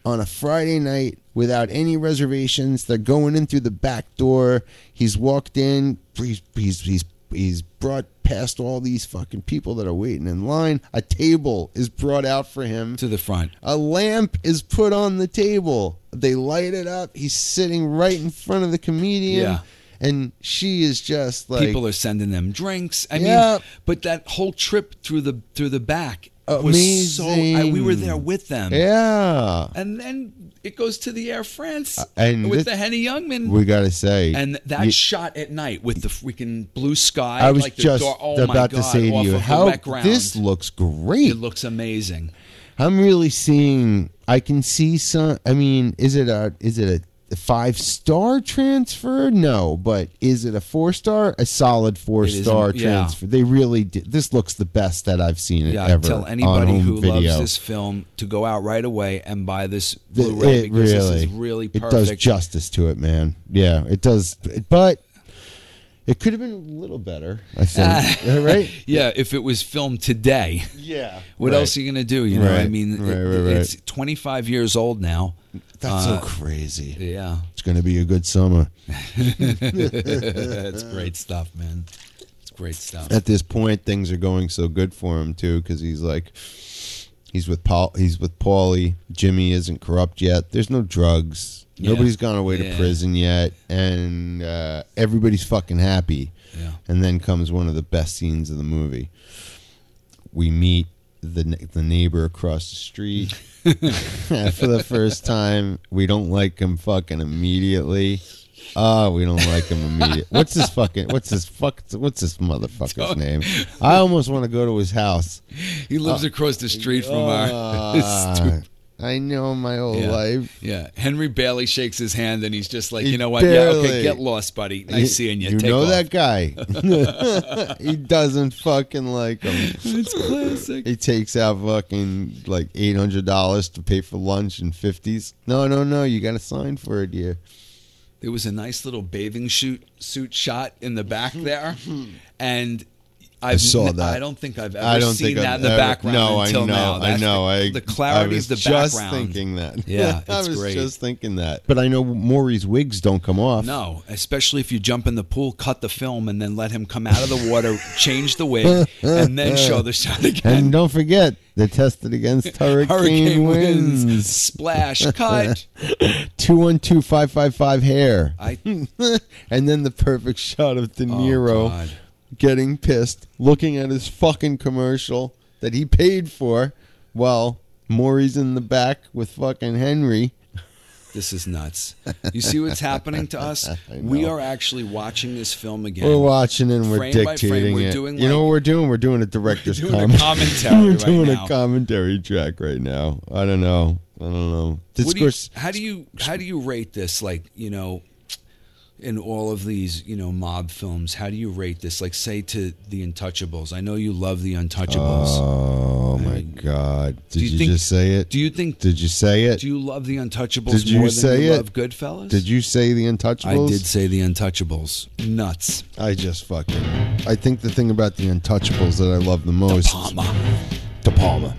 Speaker 3: on a friday night without any reservations they're going in through the back door he's walked in he's he's he's He's brought past all these fucking people that are waiting in line. A table is brought out for him.
Speaker 4: to the front.
Speaker 3: A lamp is put on the table. They light it up. He's sitting right in front of the comedian.
Speaker 4: Yeah.
Speaker 3: And she is just like
Speaker 4: people are sending them drinks. I
Speaker 3: Yeah.
Speaker 4: mean, but that whole trip through the through the back was so. I,
Speaker 3: Amazing.
Speaker 4: we were there with them,
Speaker 3: Yeah.
Speaker 4: and then it goes to the Air France
Speaker 3: Uh, and
Speaker 4: with
Speaker 3: this-
Speaker 4: the Henny Youngman,
Speaker 3: We gotta say
Speaker 4: and that
Speaker 3: you-
Speaker 4: shot at night with the freaking blue sky.
Speaker 3: I was
Speaker 4: like the
Speaker 3: just
Speaker 4: door, oh my
Speaker 3: about to
Speaker 4: God,
Speaker 3: say to
Speaker 4: off
Speaker 3: you
Speaker 4: of
Speaker 3: how
Speaker 4: the wet ground.
Speaker 3: this looks great.
Speaker 4: it looks amazing.
Speaker 3: I'm really seeing I can see some I mean, is it a is it a five star transfer? No, but is it a four star? A solid four star
Speaker 4: yeah.
Speaker 3: transfer. They really did this looks the best that I've seen it
Speaker 4: Yeah,
Speaker 3: ever.
Speaker 4: tell
Speaker 3: on
Speaker 4: anybody
Speaker 3: home
Speaker 4: who loves
Speaker 3: video.
Speaker 4: this film to go out right away and buy this
Speaker 3: Th-
Speaker 4: Blu-ray because this is really
Speaker 3: it
Speaker 4: perfect.
Speaker 3: does justice to it, man. Yeah, it does. But it could have been a little better, I think. Uh, right?
Speaker 4: yeah, if it was filmed today.
Speaker 3: Yeah.
Speaker 4: What else are you gonna do? You know, I
Speaker 3: Right.
Speaker 4: mean, it-
Speaker 3: Right, right, right.
Speaker 4: it's 25 years old now.
Speaker 3: That's
Speaker 4: Uh,
Speaker 3: so crazy.
Speaker 4: Yeah,
Speaker 3: It's going to be a good summer.
Speaker 4: that's great stuff, man. great stuff.
Speaker 3: at this point things are going so good for him too because he's like he's with Paul he's with Paulie Jimmy isn't corrupt yet there's no drugs
Speaker 4: Yeah.
Speaker 3: nobody's gone away to
Speaker 4: Yeah.
Speaker 3: prison yet and uh, everybody's fucking happy
Speaker 4: Yeah.
Speaker 3: and then comes one of the best scenes of the movie we meet the ne- the neighbor across the street for the first time we don't like him fucking immediately Oh, we don't like him immediately. What's this fucking? What's this fuck? What's this motherfucker's name? I almost want to go to his house.
Speaker 4: He lives across the street from our.
Speaker 3: Uh, Ah, I know my whole
Speaker 4: Yeah.
Speaker 3: life.
Speaker 4: Yeah, Henry Bailey shakes his hand and he's just like,
Speaker 3: He
Speaker 4: you know what? Yeah,
Speaker 3: barely-
Speaker 4: okay, get lost, buddy. Nice seeing you.
Speaker 3: You
Speaker 4: Take
Speaker 3: know
Speaker 4: off.
Speaker 3: that guy. he doesn't fucking like him.
Speaker 4: It's classic.
Speaker 3: He takes out fucking like eight hundred dollars to pay for lunch and fifties. No, no, no. You got to sign for it here.
Speaker 4: There was a nice little bathing shoot, suit shot in the back there, and I've,
Speaker 3: saw
Speaker 4: n-
Speaker 3: that.
Speaker 4: I don't think I've ever
Speaker 3: I don't
Speaker 4: seen
Speaker 3: think
Speaker 4: that
Speaker 3: I've
Speaker 4: in the
Speaker 3: ever-
Speaker 4: background
Speaker 3: No,
Speaker 4: until
Speaker 3: I know.
Speaker 4: now.
Speaker 3: I
Speaker 4: That's
Speaker 3: know.
Speaker 4: the-
Speaker 3: I
Speaker 4: the clarity
Speaker 3: I was
Speaker 4: of the
Speaker 3: just
Speaker 4: background.
Speaker 3: thinking that.
Speaker 4: Yeah,
Speaker 3: I
Speaker 4: it's
Speaker 3: was
Speaker 4: great.
Speaker 3: just thinking that. But I know Maury's wigs don't come off.
Speaker 4: No, especially if you jump in the pool, cut the film, and then let him come out of the water, change the wig, and then show the shot again.
Speaker 3: And don't forget, they tested against Hurricane,
Speaker 4: Hurricane
Speaker 3: Winds.
Speaker 4: winds, splash, cut.
Speaker 3: 212-555 hair.
Speaker 4: I
Speaker 3: and then the perfect shot of De Niro
Speaker 4: Oh, God.
Speaker 3: getting pissed, looking at his fucking commercial that he paid for while Maury's in the back with fucking Henry.
Speaker 4: This is nuts. You see what's happening to us? We are actually watching this film again.
Speaker 3: We're watching and we're
Speaker 4: Frame by frame,
Speaker 3: dictating
Speaker 4: we're
Speaker 3: it.
Speaker 4: doing
Speaker 3: you know
Speaker 4: like-
Speaker 3: what we're doing? We're doing a director's
Speaker 4: doing a
Speaker 3: comment.
Speaker 4: commentary
Speaker 3: we're
Speaker 4: right
Speaker 3: doing
Speaker 4: now.
Speaker 3: a commentary track right now. I don't know. I don't know.
Speaker 4: What do you-
Speaker 3: Discourse.
Speaker 4: how do you how do you rate this? Like you know, in all of these you know mob films, how do you rate this? Like say to the Untouchables. I know you love the Untouchables.
Speaker 3: Oh my God! Did
Speaker 4: you
Speaker 3: you,
Speaker 4: think-
Speaker 3: just say it?
Speaker 4: do you think?
Speaker 3: Did you say it?
Speaker 4: do you love the Untouchables
Speaker 3: Did you
Speaker 4: more than
Speaker 3: say
Speaker 4: you
Speaker 3: it?
Speaker 4: love Goodfellas?
Speaker 3: Did you say the
Speaker 4: I
Speaker 3: Untouchables?
Speaker 4: did say the Untouchables. Nuts.
Speaker 3: I just fucking. I think the thing about the Untouchables that I love the most. is
Speaker 4: Palma.
Speaker 3: De Palma,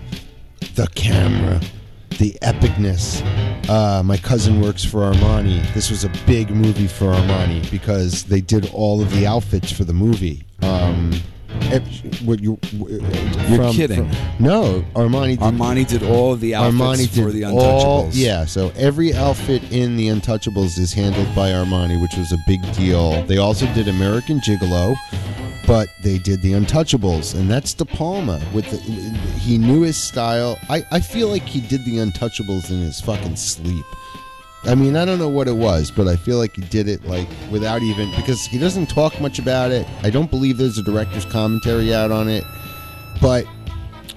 Speaker 3: the camera, the epicness. Uh, my cousin works for Armani. This was a big movie for Armani because they did all of the outfits for the movie. Um, ep- what you? uh,
Speaker 4: You're
Speaker 3: from-
Speaker 4: kidding.
Speaker 3: from- no, Armani. Did,
Speaker 4: Armani did all of the outfits
Speaker 3: Armani did
Speaker 4: for the Untouchables.
Speaker 3: all. Yeah, so every outfit in the Untouchables is handled by Armani, which was a big deal. They also did American Gigolo, but they did the Untouchables, and that's De Palma with the, he knew his style. I I feel like he did the Untouchables in his fucking sleep. I mean, I don't know what it was, but I feel like he did it like without even because he doesn't talk much about it. I don't believe there's a director's commentary out on it, but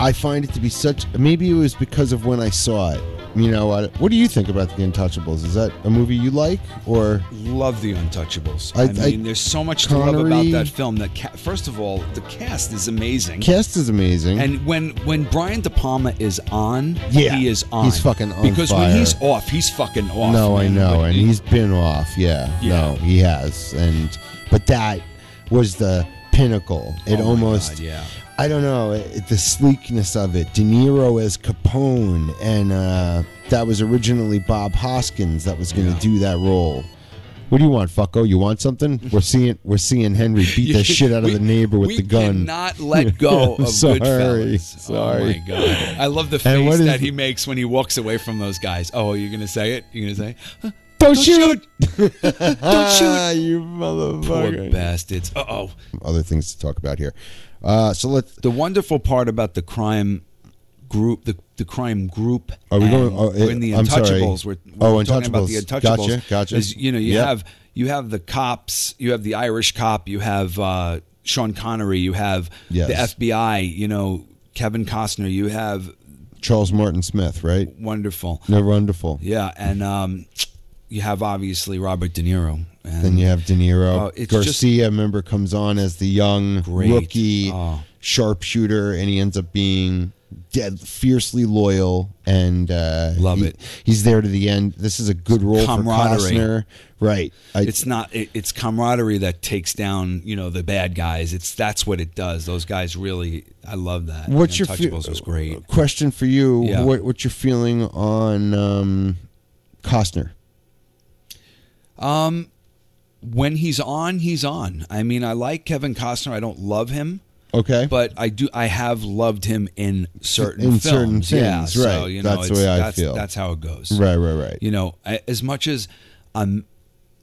Speaker 3: I find it to be such. Maybe it was because of when I saw it. You know, I, what do you think about The Untouchables? Is that a movie you like, or
Speaker 4: love the Untouchables.
Speaker 3: I-
Speaker 4: I,
Speaker 3: I-
Speaker 4: mean, there's so much to love
Speaker 3: Connery-
Speaker 4: about that film. That ca- first of all, the cast is amazing.
Speaker 3: cast is amazing?
Speaker 4: and when when Brian De Palma is on,
Speaker 3: Mm-hmm. Yeah.
Speaker 4: he is on.
Speaker 3: He's fucking on
Speaker 4: Because when
Speaker 3: fire.
Speaker 4: he's off, he's fucking off.
Speaker 3: no, I
Speaker 4: man.
Speaker 3: know, and
Speaker 4: Like,
Speaker 3: he's been off. Yeah, no,
Speaker 4: Yeah.
Speaker 3: he has, and but that was the pinnacle. It
Speaker 4: oh my
Speaker 3: almost
Speaker 4: God, yeah.
Speaker 3: I don't know it, the sleekness of it. De Niro as Capone, and uh, that was originally Bob Hoskins that was going to
Speaker 4: Yeah.
Speaker 3: do that role. What do you want, fucko? You want something? We're seeing we're seeing Henry beat the shit out of
Speaker 4: We-
Speaker 3: the neighbor with
Speaker 4: we
Speaker 3: the gun.
Speaker 4: cannot let go
Speaker 3: I'm
Speaker 4: of
Speaker 3: sorry,
Speaker 4: Goodfellas.
Speaker 3: sorry.
Speaker 4: Oh my god! I love the
Speaker 3: And what
Speaker 4: face
Speaker 3: is
Speaker 4: that
Speaker 3: the-
Speaker 4: he makes when he walks away from those guys. Oh, you're gonna say it? You're gonna say,
Speaker 3: don't shoot!
Speaker 4: "Don't shoot,
Speaker 3: Ah, you
Speaker 4: poor
Speaker 3: motherfucker!
Speaker 4: bastards." Uh oh.
Speaker 3: Other things to talk about here. Uh, so let's.
Speaker 4: the wonderful part about the crime group, the, the crime group,
Speaker 3: Are we
Speaker 4: and
Speaker 3: going- oh, eh,
Speaker 4: in the
Speaker 3: I'm sorry.
Speaker 4: Untouchables? We're, we're
Speaker 3: Oh,
Speaker 4: talking about the
Speaker 3: Untouchables. Gotcha,
Speaker 4: Untouchables.
Speaker 3: gotcha.
Speaker 4: Is, you know, you
Speaker 3: Yep.
Speaker 4: have you have the cops, you have the Irish cop, you have uh, Sean Connery, you have
Speaker 3: Yes.
Speaker 4: the FBI, you know, Kevin Costner, you have
Speaker 3: Charles Martin Smith, right?
Speaker 4: wonderful,
Speaker 3: They're wonderful.
Speaker 4: yeah, and um, you have obviously Robert De Niro, and
Speaker 3: Then you have De Niro.
Speaker 4: Oh, it's
Speaker 3: Garcia, remember, comes on as the young
Speaker 4: Great.
Speaker 3: rookie
Speaker 4: Oh.
Speaker 3: sharpshooter, and he ends up being dead, fiercely loyal, and uh,
Speaker 4: Love
Speaker 3: he-
Speaker 4: it.
Speaker 3: He's there to the end. This is a good role for
Speaker 4: Camaraderie.
Speaker 3: Costner, right? I,
Speaker 4: it's not it, it's camaraderie that takes down you know the bad guys it's that's what it does those guys really i love that
Speaker 3: what's your fe- uh,
Speaker 4: Untouchables was great
Speaker 3: question for you?
Speaker 4: Yeah.
Speaker 3: What, what's your feeling on um, Costner?
Speaker 4: when he's on, he's on. I mean, I like Kevin Costner. I don't love him,
Speaker 3: Okay.
Speaker 4: but I do. I have loved him in certain
Speaker 3: In
Speaker 4: films.
Speaker 3: certain
Speaker 4: yeah,
Speaker 3: things,
Speaker 4: So,
Speaker 3: right.
Speaker 4: you know,
Speaker 3: That's the
Speaker 4: it's-
Speaker 3: way I
Speaker 4: that's,
Speaker 3: feel.
Speaker 4: That's how it goes.
Speaker 3: right, right, right.
Speaker 4: You know, I, as much as I'm,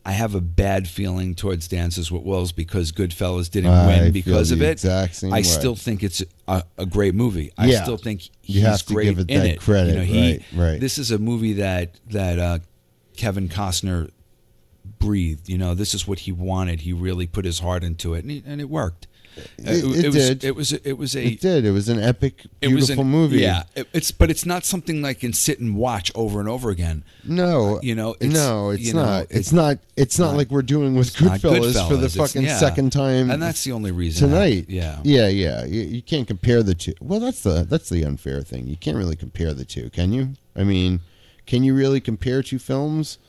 Speaker 4: I have a bad feeling towards Dances with Wolves because Goodfellas didn't
Speaker 3: I feel
Speaker 4: win because of
Speaker 3: the
Speaker 4: it.
Speaker 3: exact same
Speaker 4: I
Speaker 3: way.
Speaker 4: still think it's a, a great movie. I
Speaker 3: Yeah.
Speaker 4: still think he's
Speaker 3: You have to
Speaker 4: great
Speaker 3: give it
Speaker 4: in
Speaker 3: that
Speaker 4: it.
Speaker 3: credit,
Speaker 4: You know, he,
Speaker 3: right, right.
Speaker 4: This is a movie that that uh, Kevin Costner breathed. You know, this is what he wanted. He really put his heart into it, and, he, and it worked.
Speaker 3: it
Speaker 4: was,
Speaker 3: did.
Speaker 4: It was. It was a.
Speaker 3: It did. It was an epic,
Speaker 4: it was
Speaker 3: beautiful
Speaker 4: an-
Speaker 3: movie.
Speaker 4: Yeah, It- it's but it's not something I can sit and watch over and over again.
Speaker 3: No,
Speaker 4: you know, it's-
Speaker 3: no, it's
Speaker 4: you know,
Speaker 3: not.
Speaker 4: it's
Speaker 3: it's not. It's not
Speaker 4: not-
Speaker 3: like we're doing with Goodfellas,
Speaker 4: not
Speaker 3: for
Speaker 4: Goodfellas.
Speaker 3: the
Speaker 4: It's-
Speaker 3: fucking
Speaker 4: yeah.
Speaker 3: second time.
Speaker 4: and that's the only reason. I-
Speaker 3: tonight.
Speaker 4: yeah.
Speaker 3: yeah, yeah. You, you can't compare the two. Well, that's the that's the unfair thing. You can't really compare the two, can you? I mean, can you really compare two films?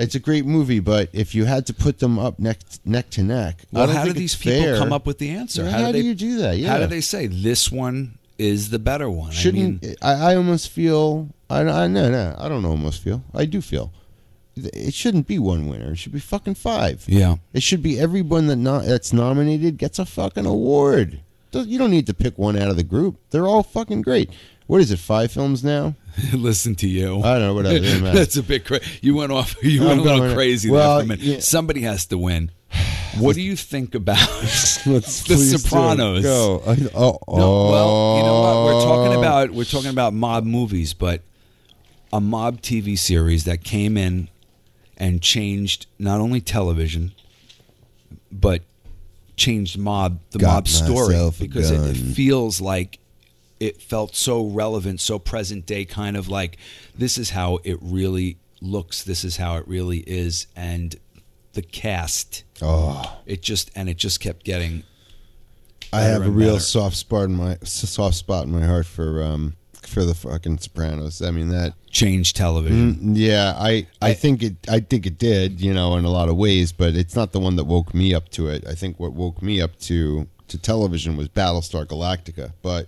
Speaker 3: It's a great movie, but if you had to put them up neck neck to neck, I
Speaker 4: Well,
Speaker 3: don't
Speaker 4: how do
Speaker 3: think
Speaker 4: these
Speaker 3: it's
Speaker 4: people
Speaker 3: fair.
Speaker 4: come up with the answer?
Speaker 3: Yeah, how do
Speaker 4: they,
Speaker 3: you do that?
Speaker 4: How
Speaker 3: Yeah.
Speaker 4: do they say this one is the better one?
Speaker 3: shouldn't
Speaker 4: I mean,
Speaker 3: I, I almost feel I, I no no I don't almost feel I do feel it shouldn't be one winner it should be fucking five
Speaker 4: yeah.
Speaker 3: it should be everyone that not that's nominated gets a fucking award Don't- you don't need to pick one out of the group they're all fucking great what is it five films now
Speaker 4: Listen to you.
Speaker 3: I don't know whatever it doesn't matter.
Speaker 4: That's a bit crazy. You went off. You
Speaker 3: I'm
Speaker 4: went a little
Speaker 3: going-
Speaker 4: crazy
Speaker 3: well,
Speaker 4: there for a minute.
Speaker 3: yeah.
Speaker 4: Somebody has to win. What do you think about
Speaker 3: Let's
Speaker 4: the
Speaker 3: please do it.
Speaker 4: Sopranos?
Speaker 3: go I, oh,
Speaker 4: No, well, you know what? We're talking
Speaker 3: oh.
Speaker 4: about we're talking about mob movies, but a mob TV series that came in and changed not only television, but changed mob the
Speaker 3: Got
Speaker 4: mob story
Speaker 3: myself a
Speaker 4: because it,
Speaker 3: gun.
Speaker 4: it feels like it felt so relevant, so present day, kind of like this is how it really looks, this is how it really is, and the cast.
Speaker 3: oh.
Speaker 4: It just and it just kept getting
Speaker 3: I have a
Speaker 4: and
Speaker 3: real
Speaker 4: better.
Speaker 3: soft spot in my s- soft spot in my heart for um for the fucking Sopranos. I mean that
Speaker 4: changed television.
Speaker 3: yeah, I I think it I think it did, you know, in a lot of ways, but it's not the one that woke me up to it. I think what woke me up to to television was Battlestar Galactica, but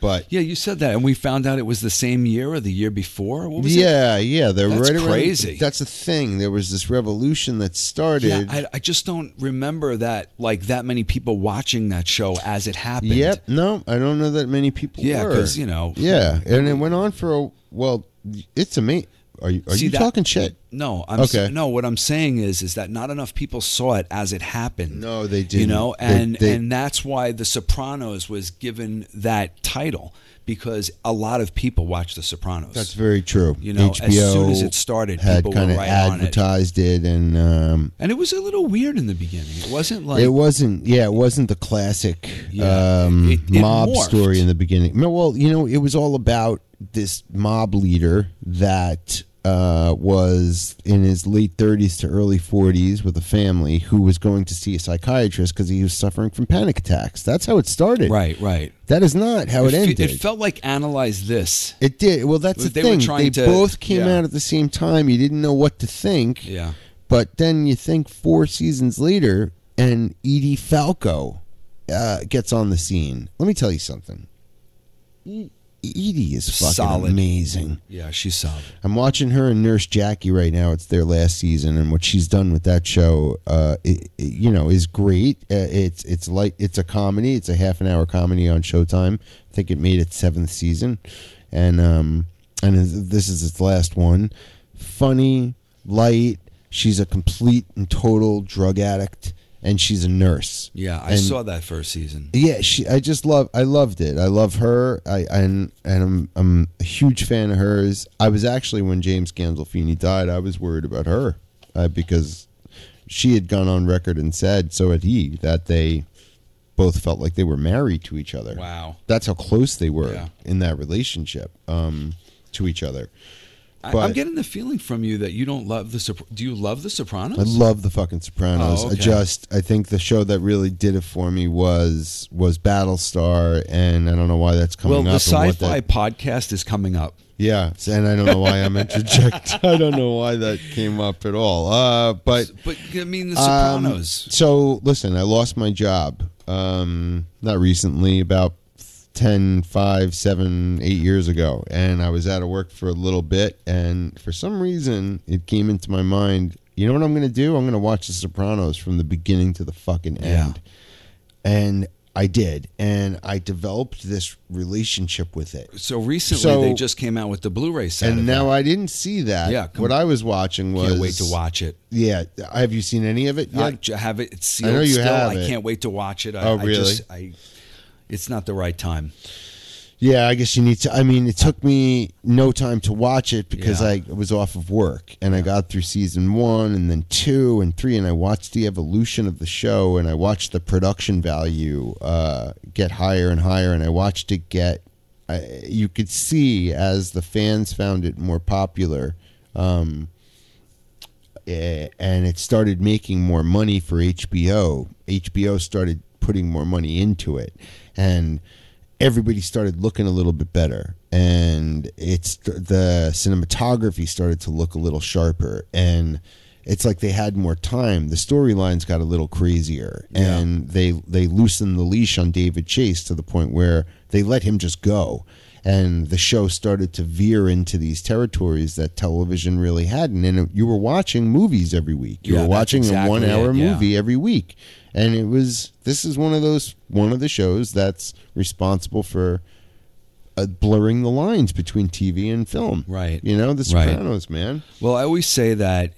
Speaker 3: but
Speaker 4: Yeah, you said that, and we found out it was the same year or the year before. What was it?
Speaker 3: yeah, yeah, they're
Speaker 4: That's
Speaker 3: right around-
Speaker 4: crazy.
Speaker 3: That's the thing. There was this revolution that started.
Speaker 4: Yeah, I, I just don't remember that like that many people watching that show as it happened.
Speaker 3: Yep. No, I don't know that many people.
Speaker 4: Yeah,
Speaker 3: were.
Speaker 4: 'cause, you know-
Speaker 3: Yeah, and it went on for a well. It's amazing. Are you are
Speaker 4: See
Speaker 3: you
Speaker 4: that-
Speaker 3: talking shit?
Speaker 4: No, I'm
Speaker 3: Okay.
Speaker 4: s- no. What I'm saying is, is that not enough people saw it as it happened.
Speaker 3: No, they
Speaker 4: You
Speaker 3: didn't.
Speaker 4: know,
Speaker 3: They-
Speaker 4: and
Speaker 3: they-
Speaker 4: and that's why The Sopranos was given that title because a lot of people watched The Sopranos.
Speaker 3: That's very true.
Speaker 4: You know, as soon as it started,
Speaker 3: had
Speaker 4: people were
Speaker 3: kinda
Speaker 4: right on it.
Speaker 3: advertised it, and um,
Speaker 4: and it was a little weird in the beginning. It wasn't like
Speaker 3: it wasn't. Yeah, it wasn't the classic
Speaker 4: Yeah,
Speaker 3: um,
Speaker 4: it- it
Speaker 3: mob
Speaker 4: morphed.
Speaker 3: story in the beginning. No, Well, you know, it was all about this mob leader that uh, was in his late 30s to early 40s with a family who was going to see a psychiatrist because he was suffering from panic attacks. That's how it started.
Speaker 4: right, right.
Speaker 3: That is not how it,
Speaker 4: fe-
Speaker 3: ended.
Speaker 4: it felt like analyze this.
Speaker 3: It did. Well, that's the
Speaker 4: They were
Speaker 3: thing.
Speaker 4: trying
Speaker 3: they
Speaker 4: to-
Speaker 3: both came
Speaker 4: yeah.
Speaker 3: out at the same time. You didn't know what to think.
Speaker 4: Yeah.
Speaker 3: But then you think four seasons later, and Edie Falco uh, gets on the scene. Let me tell you something. E- Edie is fucking
Speaker 4: Solid.
Speaker 3: amazing.
Speaker 4: Yeah, she's solid.
Speaker 3: I'm watching her and Nurse Jackie right now. It's their last season, and what she's done with that show, uh, it, it, you know, is great. Uh, it's it's like it's a comedy. It's a half an hour comedy on Showtime. I think it made its seventh season, and um, and is- this is its last one. Funny, light. She's a complete and total drug addict, and she's a nurse.
Speaker 4: Yeah, I
Speaker 3: And-
Speaker 4: saw that first season.
Speaker 3: yeah, she. I just love. I loved it. I love her. I and and I'm I'm a huge fan of hers. I was actually when James Gandolfini died, I was worried about her uh, because she had gone on record and said so had he that they both felt like they were married to each other.
Speaker 4: Wow.
Speaker 3: that's how close they were
Speaker 4: Yeah.
Speaker 3: in that relationship um, to each other.
Speaker 4: I,
Speaker 3: But-
Speaker 4: I'm getting the feeling from you that you don't love the. Sopr- Do you love the Sopranos?
Speaker 3: I love the fucking Sopranos.
Speaker 4: Oh,
Speaker 3: I
Speaker 4: okay.
Speaker 3: just I think the show that really did it for me was was Battlestar, and I don't know why that's coming
Speaker 4: well, the
Speaker 3: up. and what
Speaker 4: sci-fi
Speaker 3: that-
Speaker 4: podcast is coming up.
Speaker 3: Yeah, so- and I don't know why I'm interject. I don't know why that came up at all. Uh, but
Speaker 4: But I mean, the
Speaker 3: um,
Speaker 4: Sopranos.
Speaker 3: so listen, I lost my job. Um, not recently, about 10, 5, 7, 8 years ago, and I was out of work for a little bit, and for some reason, it came into my mind. You know what I'm going to do? I'm going to watch The Sopranos from the beginning to the fucking
Speaker 4: Yeah.
Speaker 3: end. And I did. And I developed this relationship with it.
Speaker 4: So recently,
Speaker 3: So-
Speaker 4: they just came out with the Blu-ray set.
Speaker 3: And
Speaker 4: of
Speaker 3: now
Speaker 4: that.
Speaker 3: I didn't see that.
Speaker 4: Yeah, come-
Speaker 3: What I was watching was.
Speaker 4: can't wait to watch it.
Speaker 3: Yeah. Have you seen any of it
Speaker 4: I
Speaker 3: yet?
Speaker 4: j- have it. It's sealed.
Speaker 3: know you
Speaker 4: still.
Speaker 3: have
Speaker 4: I
Speaker 3: it.
Speaker 4: can't wait to watch it. I,
Speaker 3: Oh,
Speaker 4: I
Speaker 3: really?
Speaker 4: just, I, it's not the right time.
Speaker 3: yeah, I guess you need to. I mean, it took me no time to watch it because
Speaker 4: Yeah.
Speaker 3: I was off of work and I got through season one and then two and three and I watched the evolution of the show and I watched the production value uh, get higher and higher and I watched it get. I, you could see as the fans found it more popular. Um, eh, and it started making more money for HBO. HBO started putting more money into it, and everybody started looking a little bit better. And it's the cinematography started to look a little sharper, and it's like they had more time. The storylines got a little crazier, and they they loosened the leash on David Chase to the point where they let him just go and the show started to veer into these territories that television really hadn't. And you were watching movies every week. You
Speaker 4: Yeah,
Speaker 3: were
Speaker 4: that's
Speaker 3: watching
Speaker 4: exactly
Speaker 3: a one-hour
Speaker 4: it, yeah.
Speaker 3: movie every week, and it was this is one of those one of the shows that's responsible for uh, blurring the lines between TV and film.
Speaker 4: Right.
Speaker 3: You know, The
Speaker 4: Right.
Speaker 3: Sopranos, man.
Speaker 4: Well, I always say that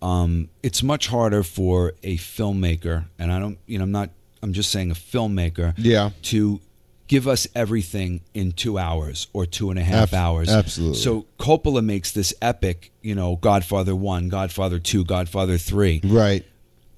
Speaker 4: um, it's much harder for a filmmaker, and I don't, you know, I'm not, I'm just saying a filmmaker,
Speaker 3: Yeah.
Speaker 4: to give us everything in two hours or two and a half
Speaker 3: Ab-
Speaker 4: hours.
Speaker 3: absolutely.
Speaker 4: So Coppola makes this epic, you know, Godfather One, Godfather Two, Godfather Three,
Speaker 3: Right.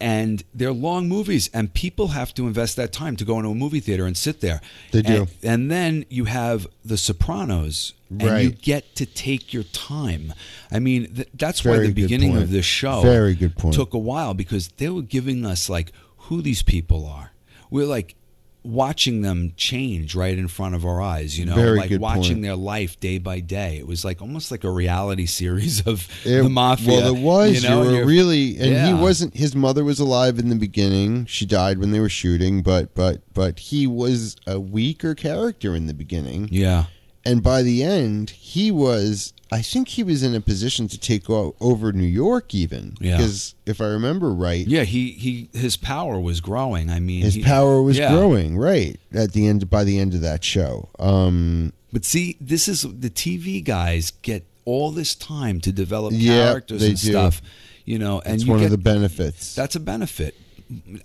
Speaker 4: and they're long movies and people have to invest that time to go into a movie theater and sit there
Speaker 3: They do.
Speaker 4: and, and then you have the sopranos and you
Speaker 3: Right.
Speaker 4: get to take your time i mean th- that's why
Speaker 3: Very
Speaker 4: the
Speaker 3: good
Speaker 4: beginning
Speaker 3: point.
Speaker 4: of this show
Speaker 3: Very good point.
Speaker 4: took a while because they were giving us like who these people are we're like watching them change right in front of our eyes you know
Speaker 3: Very
Speaker 4: like
Speaker 3: good
Speaker 4: watching
Speaker 3: point.
Speaker 4: their life day by day it was like almost like a reality series of
Speaker 3: It-
Speaker 4: the mafia
Speaker 3: Well, it was.
Speaker 4: you
Speaker 3: You,
Speaker 4: know and
Speaker 3: were
Speaker 4: you're-
Speaker 3: really, and he
Speaker 4: Yeah.
Speaker 3: wasn't. His mother was alive in the beginning. She died when they were shooting, but but but he was a weaker character in the beginning,
Speaker 4: yeah
Speaker 3: and by the end, he was. I think he was in a position to take o- over New York, even
Speaker 4: Yeah.
Speaker 3: because if I remember right,
Speaker 4: Yeah, he, he his power was growing. I mean,
Speaker 3: his
Speaker 4: he-
Speaker 3: power was
Speaker 4: yeah.
Speaker 3: growing. Right at the end, by the end of that show, um,
Speaker 4: But see, this is the TV guys get all this time to develop
Speaker 3: Yeah,
Speaker 4: characters
Speaker 3: they
Speaker 4: and
Speaker 3: do.
Speaker 4: stuff, you know, and
Speaker 3: it's
Speaker 4: you
Speaker 3: one
Speaker 4: get,
Speaker 3: of the benefits.
Speaker 4: that's a benefit.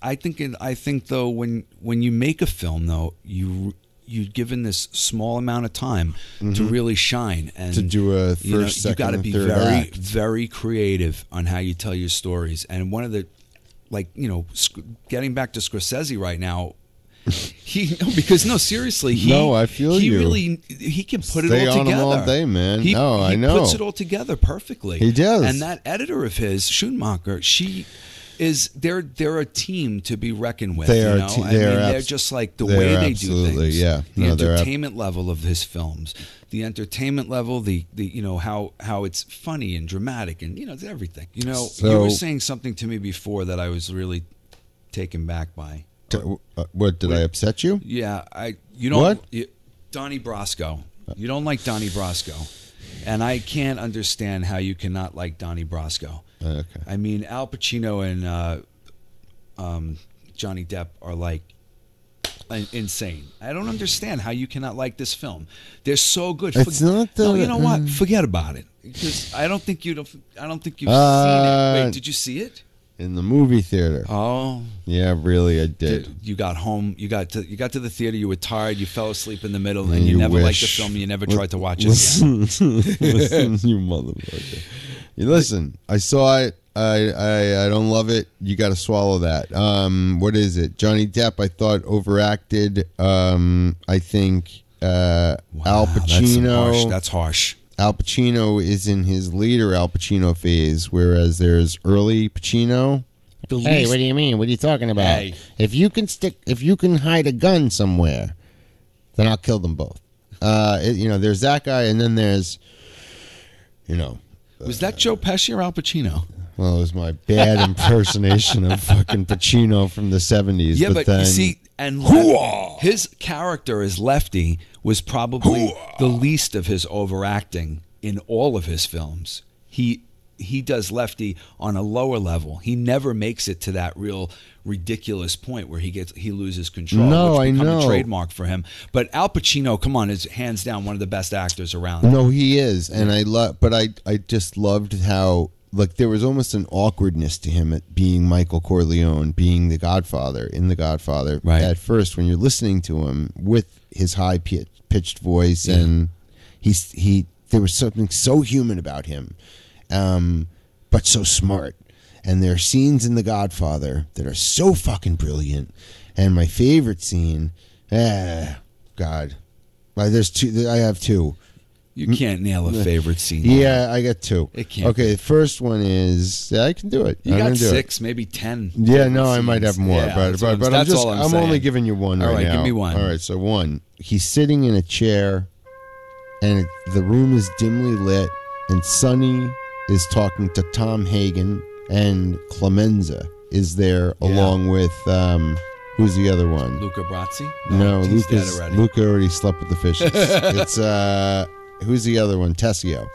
Speaker 4: I think it, I think though when when you make a film though, you you're given this small amount of time to really shine and
Speaker 3: Mm-hmm. To do a
Speaker 4: you know,
Speaker 3: first,
Speaker 4: you gotta
Speaker 3: second, and
Speaker 4: be
Speaker 3: third
Speaker 4: very
Speaker 3: act.
Speaker 4: very creative on how you tell your stories. And one of the like, you know, sc- getting back to Scorsese right now, he no, because no, seriously, he,
Speaker 3: No, I feel
Speaker 4: he
Speaker 3: you.
Speaker 4: really he can put
Speaker 3: Stay
Speaker 4: it all
Speaker 3: on him
Speaker 4: together
Speaker 3: all day, man.
Speaker 4: He,
Speaker 3: No, I
Speaker 4: he
Speaker 3: know.
Speaker 4: puts it all together perfectly.
Speaker 3: He does.
Speaker 4: and that editor of his, Schumacher, she is they're they're a team to be reckoned with.
Speaker 3: They
Speaker 4: you
Speaker 3: are a
Speaker 4: know?
Speaker 3: te-
Speaker 4: I
Speaker 3: they
Speaker 4: mean,
Speaker 3: are
Speaker 4: they're
Speaker 3: abs-
Speaker 4: just like the
Speaker 3: they
Speaker 4: way
Speaker 3: are
Speaker 4: they do
Speaker 3: absolutely,
Speaker 4: things.
Speaker 3: yeah.
Speaker 4: the
Speaker 3: No, they're ab-
Speaker 4: entertainment level of his films, the entertainment level, the the you know how how it's funny and dramatic and you know it's everything. You know, you
Speaker 3: So-
Speaker 4: were saying something to me before that I was really taken back by.
Speaker 3: T- uh, what did I upset you?
Speaker 4: Yeah, I you don't
Speaker 3: What?
Speaker 4: You, Donnie Brasco. You don't like Donnie Brasco. And I can't understand how you cannot like Donnie Brasco.
Speaker 3: Uh, Okay.
Speaker 4: I mean, Al Pacino and uh, um, Johnny Depp are like in- insane. I don't understand how you cannot like this film. They're so good.
Speaker 3: It's not
Speaker 4: No,
Speaker 3: that-
Speaker 4: you know what?
Speaker 3: mm.
Speaker 4: Forget about it. Because I don't think you don't. I don't think you've seen it.
Speaker 3: Uh,
Speaker 4: Wait, did you see it?
Speaker 3: In the movie theater.
Speaker 4: Oh,
Speaker 3: Yeah, really, I did.
Speaker 4: you got home. You got to you got to the theater. You were tired. You fell asleep in the middle, and, you,
Speaker 3: you
Speaker 4: never liked the
Speaker 3: wish.
Speaker 4: film. and You never tried to watch it again.
Speaker 3: listen, listen, you motherfucker. You listen, I saw it. I, I I don't love it. You got to swallow that. Um, what is it? Johnny Depp. I thought overacted. Um, I think uh, Al
Speaker 4: Wow, Ah, that's some harsh-
Speaker 3: Pacino.
Speaker 4: That's harsh.
Speaker 3: Al Pacino is in his later Al Pacino phase, whereas there's early Pacino.
Speaker 4: The
Speaker 3: Hey,
Speaker 4: least-
Speaker 3: what do you mean? What are you talking about?
Speaker 4: Hey.
Speaker 3: If you can stick, if you can hide a gun somewhere, then I'll kill them both. Uh, it- you know, there's that guy, and then there's, you know,
Speaker 4: was that Joe Pesci or Al Pacino?
Speaker 3: well, it was my bad impersonation of fucking Pacino from the '70s.
Speaker 4: Yeah, but,
Speaker 3: then,
Speaker 4: you see, and
Speaker 2: Hoo-ah!
Speaker 4: his character as Lefty was probably the least of his overacting in all of his films. He he does lefty on a lower level. He never makes it to that real ridiculous point where he gets he loses control.
Speaker 3: No,
Speaker 4: which
Speaker 3: I
Speaker 4: become
Speaker 3: know.
Speaker 4: a trademark for him. But Al Pacino, come on, is hands down one of the best actors around.
Speaker 3: No, he is, and I love. But I, I just loved how like there was almost an awkwardness to him at being Michael Corleone, being the Godfather in the Godfather.
Speaker 4: Right.
Speaker 3: At first, when you're listening to him with his high pi- pitched voice, and he's he, there was something so human about him, um, but so smart. And there are scenes in The Godfather that are so fucking brilliant. And my favorite scene, eh, God, Well, there's two. I have two.
Speaker 4: You can't nail a favorite scene.
Speaker 3: Yeah, I got two.
Speaker 4: It can't
Speaker 3: okay, the first one is yeah, I can do it.
Speaker 4: You
Speaker 3: I'm
Speaker 4: got
Speaker 3: gonna do it.
Speaker 4: six, maybe ten.
Speaker 3: Yeah, no, I
Speaker 4: scenes.
Speaker 3: might have more,
Speaker 4: Yeah,
Speaker 3: but
Speaker 4: that's
Speaker 3: but,
Speaker 4: what
Speaker 3: but I'm
Speaker 4: that's
Speaker 3: just
Speaker 4: all
Speaker 3: I'm,
Speaker 4: saying.
Speaker 3: only giving you one
Speaker 4: All
Speaker 3: right,
Speaker 4: right, give
Speaker 3: now.
Speaker 4: me one.
Speaker 3: All right, so one. He's sitting in a chair, and it, the room is dimly lit, and Sonny is talking to Tom Hagen, and Clemenza is there along with um, who's the other one?
Speaker 4: Luca Brazzi.
Speaker 3: No,
Speaker 4: he's dead
Speaker 3: Luca's,
Speaker 4: already.
Speaker 3: Luca already slept with the fishes. it's uh, who's the other one? Tessio.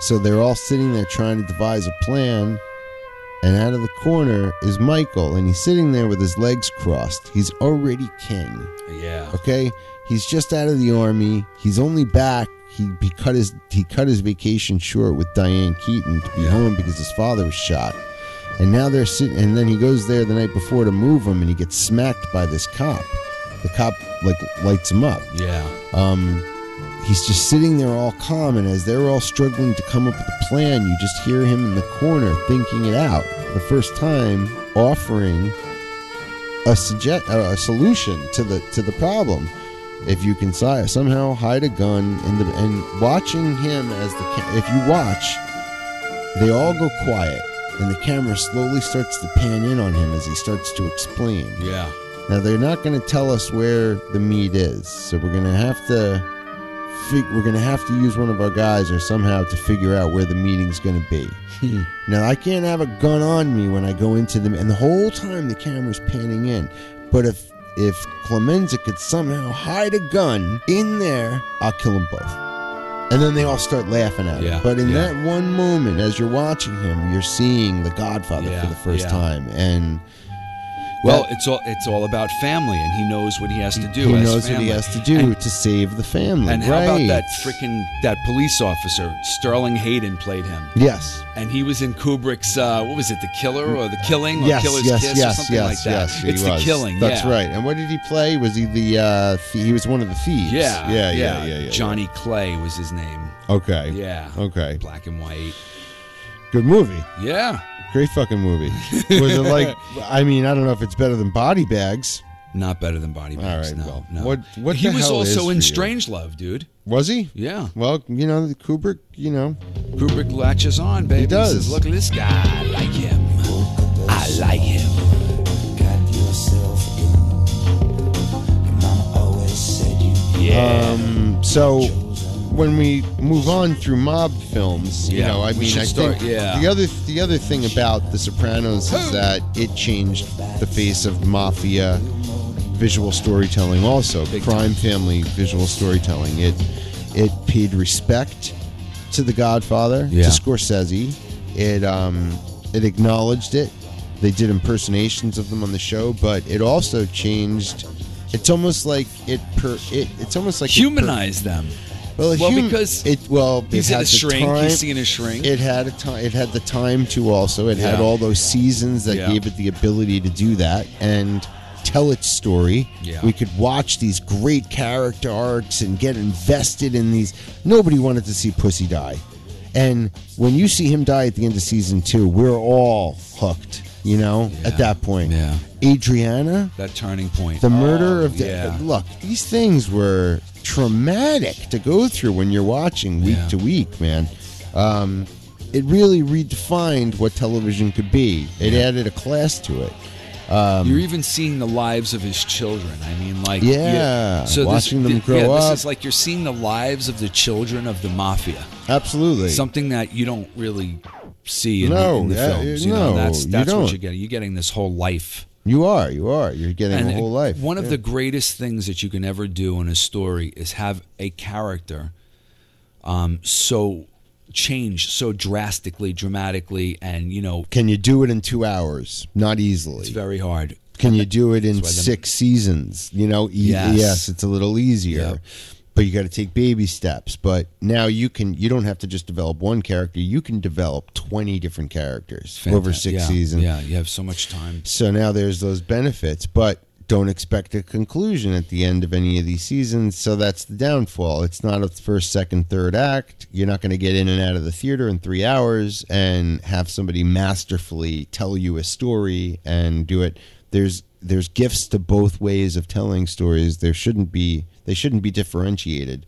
Speaker 3: So they're all sitting there trying to devise a plan, and out of the corner is Michael, and he's sitting there with his legs crossed. He's already king.
Speaker 4: yeah.
Speaker 3: Okay, he's just out of the army. He's only back. He, he cut his he cut his vacation short with Diane Keaton to be home because his father was shot. And now they're sitting. And then he goes there the night before to move him, and he gets smacked by this cop. The cop like lights him up.
Speaker 4: Yeah.
Speaker 3: Um, he's just sitting there all calm, and as they're all struggling to come up with a plan, you just hear him in the corner thinking it out. The first time offering a suggest uh, a solution to the to the problem. If you can si- somehow hide a gun in the and watching him as the ca- if you watch they all go quiet and the camera slowly starts to pan in on him as he starts to explain.
Speaker 4: Yeah.
Speaker 3: Now they're not going to tell us where the meat is, so we're going to have to fig- we're going to have to use one of our guys or somehow to figure out where the meeting's going to be.
Speaker 4: Hmm.
Speaker 3: now I can't have a gun on me when I go into them, and the whole time the camera's panning in. But if if Clemenza could somehow hide a gun in there, I'll kill them both. And then they all start laughing at
Speaker 4: Yeah,
Speaker 3: him. But in
Speaker 4: yeah.
Speaker 3: that one moment, as you're watching him, you're seeing The Godfather
Speaker 4: Yeah,
Speaker 3: for the first
Speaker 4: yeah.
Speaker 3: time, and
Speaker 4: Well,
Speaker 3: That-
Speaker 4: it's all it's all about family, and he knows what he has to do.
Speaker 3: He
Speaker 4: as
Speaker 3: knows what he
Speaker 4: family.
Speaker 3: has to do
Speaker 4: And,
Speaker 3: to save the family.
Speaker 4: and how about
Speaker 3: right.
Speaker 4: that freaking that police officer Sterling Hayden played him,
Speaker 3: Yes.
Speaker 4: and he was in Kubrick's uh, what was it, The Killer or The Killing or
Speaker 3: Yes,
Speaker 4: Killer's
Speaker 3: yes,
Speaker 4: Kiss
Speaker 3: yes,
Speaker 4: or something
Speaker 3: yes,
Speaker 4: like that.
Speaker 3: yes. he
Speaker 4: it's The
Speaker 3: was.
Speaker 4: Killing.
Speaker 3: That's
Speaker 4: yeah.
Speaker 3: right. And what did he play? Was he the uh th- he was one of the thieves?
Speaker 4: Yeah,
Speaker 3: Yeah, yeah, yeah, yeah.
Speaker 4: Johnny Clay was his name.
Speaker 3: Okay.
Speaker 4: Yeah.
Speaker 3: Okay.
Speaker 4: Black and white.
Speaker 3: Good movie.
Speaker 4: Yeah.
Speaker 3: Great fucking movie. was it like I mean, I don't know if it's better than Body Bags.
Speaker 4: Not better than Body Bags.
Speaker 3: right,
Speaker 4: no,
Speaker 3: well,
Speaker 4: no.
Speaker 3: what- what
Speaker 4: he
Speaker 3: the
Speaker 4: was
Speaker 3: hell is
Speaker 4: also
Speaker 3: for
Speaker 4: in
Speaker 3: you?
Speaker 4: Strange Love, dude.
Speaker 3: Was he?
Speaker 4: Yeah.
Speaker 3: Well, you know, Kubrick, you know.
Speaker 4: Kubrick latches on, baby.
Speaker 3: does.
Speaker 4: says, Look at this guy. I like him. I like him.
Speaker 5: got yourself in. Your mama always said you
Speaker 4: Yeah.
Speaker 3: Um so when we move on through mob films, you
Speaker 4: Yeah,
Speaker 3: know, I
Speaker 4: we
Speaker 3: mean,
Speaker 4: should
Speaker 3: I
Speaker 4: start-
Speaker 3: think
Speaker 4: yeah.
Speaker 3: the other the other thing about The Sopranos is that it changed the face of mafia visual storytelling, also
Speaker 4: Big
Speaker 3: crime family visual storytelling. It it paid respect to The Godfather,
Speaker 4: Yeah.
Speaker 3: to Scorsese. It um it acknowledged it. They did impersonations of them on the show, but it also changed. It's almost like it per it. It's almost like it per-
Speaker 4: Humanize them.
Speaker 3: well, a
Speaker 4: Well,
Speaker 3: hum-
Speaker 4: because
Speaker 3: it well,
Speaker 4: He's
Speaker 3: it
Speaker 4: in
Speaker 3: had
Speaker 4: a
Speaker 3: the
Speaker 4: shrink.
Speaker 3: Time,
Speaker 4: He's seeing a shrink.
Speaker 3: It had a time. It had the time to also. It had
Speaker 4: Yeah.
Speaker 3: all those seasons that
Speaker 4: Yeah.
Speaker 3: gave it the ability to do that and tell its story.
Speaker 4: Yeah.
Speaker 3: We could watch these great character arcs and get invested in these. Nobody wanted to see Pussy die, and when you see him die at the end of season two, we're all hooked. You know, at that point,
Speaker 4: Yeah.
Speaker 3: Adriana,
Speaker 4: that turning point.
Speaker 3: the murder of the,
Speaker 4: Oh, yeah.
Speaker 3: look these things were traumatic to go through when you're watching week
Speaker 4: Yeah.
Speaker 3: to week man um, it really redefined what television could be it added a class to it
Speaker 4: You're even seeing the lives of his children. I mean, like
Speaker 3: Yeah, watching them
Speaker 4: thi-
Speaker 3: grow
Speaker 4: yeah,
Speaker 3: up.
Speaker 4: This is like you're seeing the lives of the children of the mafia.
Speaker 3: absolutely
Speaker 4: Something that you don't really see in,
Speaker 3: No,
Speaker 4: the, in the
Speaker 3: yeah,
Speaker 4: films.
Speaker 3: uh,
Speaker 4: You
Speaker 3: no,
Speaker 4: know, that's
Speaker 3: you
Speaker 4: that's
Speaker 3: don't.
Speaker 4: what you're getting. You're getting this whole life.
Speaker 3: you are you are you're getting a
Speaker 4: And
Speaker 3: whole life
Speaker 4: One of
Speaker 3: Yeah.
Speaker 4: the greatest things that you can ever do in a story is have a character um, so change so drastically, dramatically, and you know,
Speaker 3: Can you do it in two hours? Not
Speaker 4: it's
Speaker 3: easily.
Speaker 4: very hard.
Speaker 3: Can you do it in
Speaker 4: why the-
Speaker 3: six seasons? You know, e- yes.
Speaker 4: Yes.
Speaker 3: it's a little easier,
Speaker 4: Yep.
Speaker 3: but you got to take baby steps. But now you can, you don't have to just develop one character. You can develop twenty different characters over
Speaker 4: Fanta-
Speaker 3: six
Speaker 4: yeah,
Speaker 3: seasons.
Speaker 4: Yeah, you have so much time.
Speaker 3: So now there's those benefits, but don't expect a conclusion at the end of any of these seasons. So that's the downfall. It's not a first, second, third act. You're not going to get in and out of the theater in three hours and have somebody masterfully tell you a story and do it. There's there's gifts to both ways of telling stories. There shouldn't be they shouldn't be differentiated.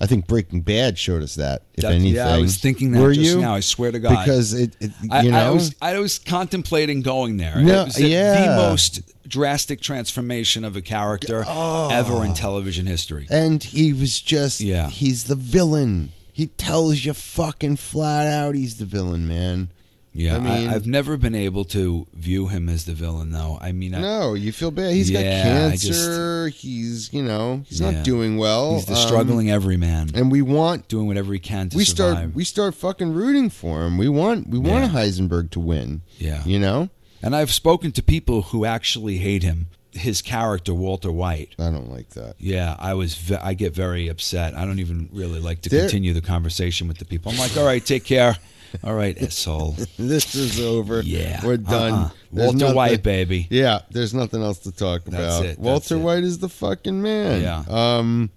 Speaker 3: I think Breaking Bad showed us that. If
Speaker 4: That- yeah, I
Speaker 3: anything,
Speaker 4: was thinking that
Speaker 3: Were
Speaker 4: just
Speaker 3: you?
Speaker 4: now, I swear to God.
Speaker 3: because it, it you
Speaker 4: I,
Speaker 3: know
Speaker 4: I was I was contemplating going there.
Speaker 3: No,
Speaker 4: it was the,
Speaker 3: yeah.
Speaker 4: the most drastic transformation of a character
Speaker 3: Oh.
Speaker 4: ever in television history.
Speaker 3: And he was just
Speaker 4: Yeah.
Speaker 3: he's the villain. He tells you fucking flat out he's the villain, man.
Speaker 4: Yeah,
Speaker 3: I
Speaker 4: I
Speaker 3: mean-
Speaker 4: have never been able to view him as the villain, though. I mean, I,
Speaker 3: No, you feel bad. He's
Speaker 4: Yeah,
Speaker 3: got
Speaker 4: I just-
Speaker 3: cancer. he's, you know, he's
Speaker 4: Yeah.
Speaker 3: not doing well.
Speaker 4: he's the
Speaker 3: Um,
Speaker 4: struggling everyman,
Speaker 3: and we want
Speaker 4: doing whatever he can to
Speaker 3: we
Speaker 4: survive.
Speaker 3: start we start fucking rooting for him. We want we want
Speaker 4: Yeah.
Speaker 3: Heisenberg to win.
Speaker 4: Yeah.
Speaker 3: You know?
Speaker 4: and I've spoken to people who actually hate him. His character, Walter White.
Speaker 3: I don't like that.
Speaker 4: Yeah, I was. Ve- I get very upset. I don't even really like to
Speaker 3: There-
Speaker 4: continue the conversation with the people. I'm like, all right, take care. All right, asshole.
Speaker 3: This is over.
Speaker 4: Yeah,
Speaker 3: We're done.
Speaker 4: uh-uh.
Speaker 3: There's
Speaker 4: Walter
Speaker 3: nothing-
Speaker 4: White, baby.
Speaker 3: Yeah, there's nothing else to talk about.
Speaker 4: it, that's
Speaker 3: Walter
Speaker 4: it.
Speaker 3: White is the fucking man.
Speaker 4: Yeah.
Speaker 3: Um,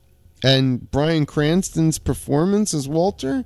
Speaker 3: and Brian Cranston's performance as Walter,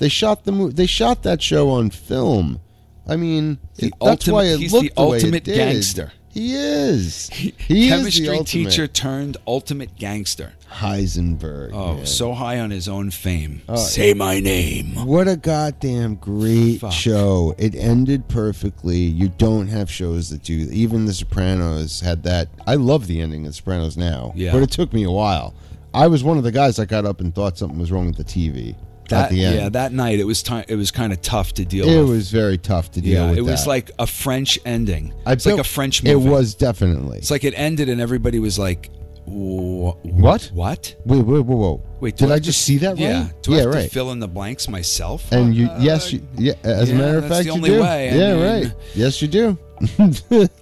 Speaker 3: they shot the mo- they shot that show on film. I mean,
Speaker 4: The
Speaker 3: it- that's why it
Speaker 4: ultimate- he's the
Speaker 3: looked the, way it
Speaker 4: ultimate
Speaker 3: did.
Speaker 4: gangster.
Speaker 3: He is. He
Speaker 4: chemistry
Speaker 3: is the ultimate.
Speaker 4: teacher turned ultimate gangster.
Speaker 3: Heisenberg.
Speaker 4: Oh,
Speaker 3: man.
Speaker 4: so high on his own fame.
Speaker 3: Oh,
Speaker 4: Say my name.
Speaker 3: What a goddamn great
Speaker 4: Fuck.
Speaker 3: show. It ended perfectly. You don't have shows that do even The Sopranos had that. I love the ending of The Sopranos now.
Speaker 4: Yeah.
Speaker 3: But it took me a while. I was one of the guys that got up and thought something was wrong with the TV
Speaker 4: That,
Speaker 3: at the end.
Speaker 4: Yeah, that night it was time. It was kind of tough to deal
Speaker 3: it
Speaker 4: with.
Speaker 3: was very tough to deal
Speaker 4: yeah,
Speaker 3: with.
Speaker 4: it was
Speaker 3: that.
Speaker 4: like a French ending.
Speaker 3: I
Speaker 4: it's like
Speaker 3: built-
Speaker 4: a French movie.
Speaker 3: It was definitely.
Speaker 4: It's like it ended and everybody was like, "Wha-
Speaker 3: What?
Speaker 4: What?
Speaker 3: wait, wait, whoa, whoa.
Speaker 4: Wait, do
Speaker 3: did I
Speaker 4: have to-
Speaker 3: just see that right?
Speaker 4: Yeah. Do I
Speaker 3: yeah,
Speaker 4: have
Speaker 3: right.
Speaker 4: to fill in the blanks myself?
Speaker 3: and you, yes, you, yeah. As a
Speaker 4: yeah,
Speaker 3: matter of
Speaker 4: that's
Speaker 3: fact,
Speaker 4: the only
Speaker 3: you do.
Speaker 4: way. I
Speaker 3: yeah,
Speaker 4: mean-
Speaker 3: right. Yes, you do.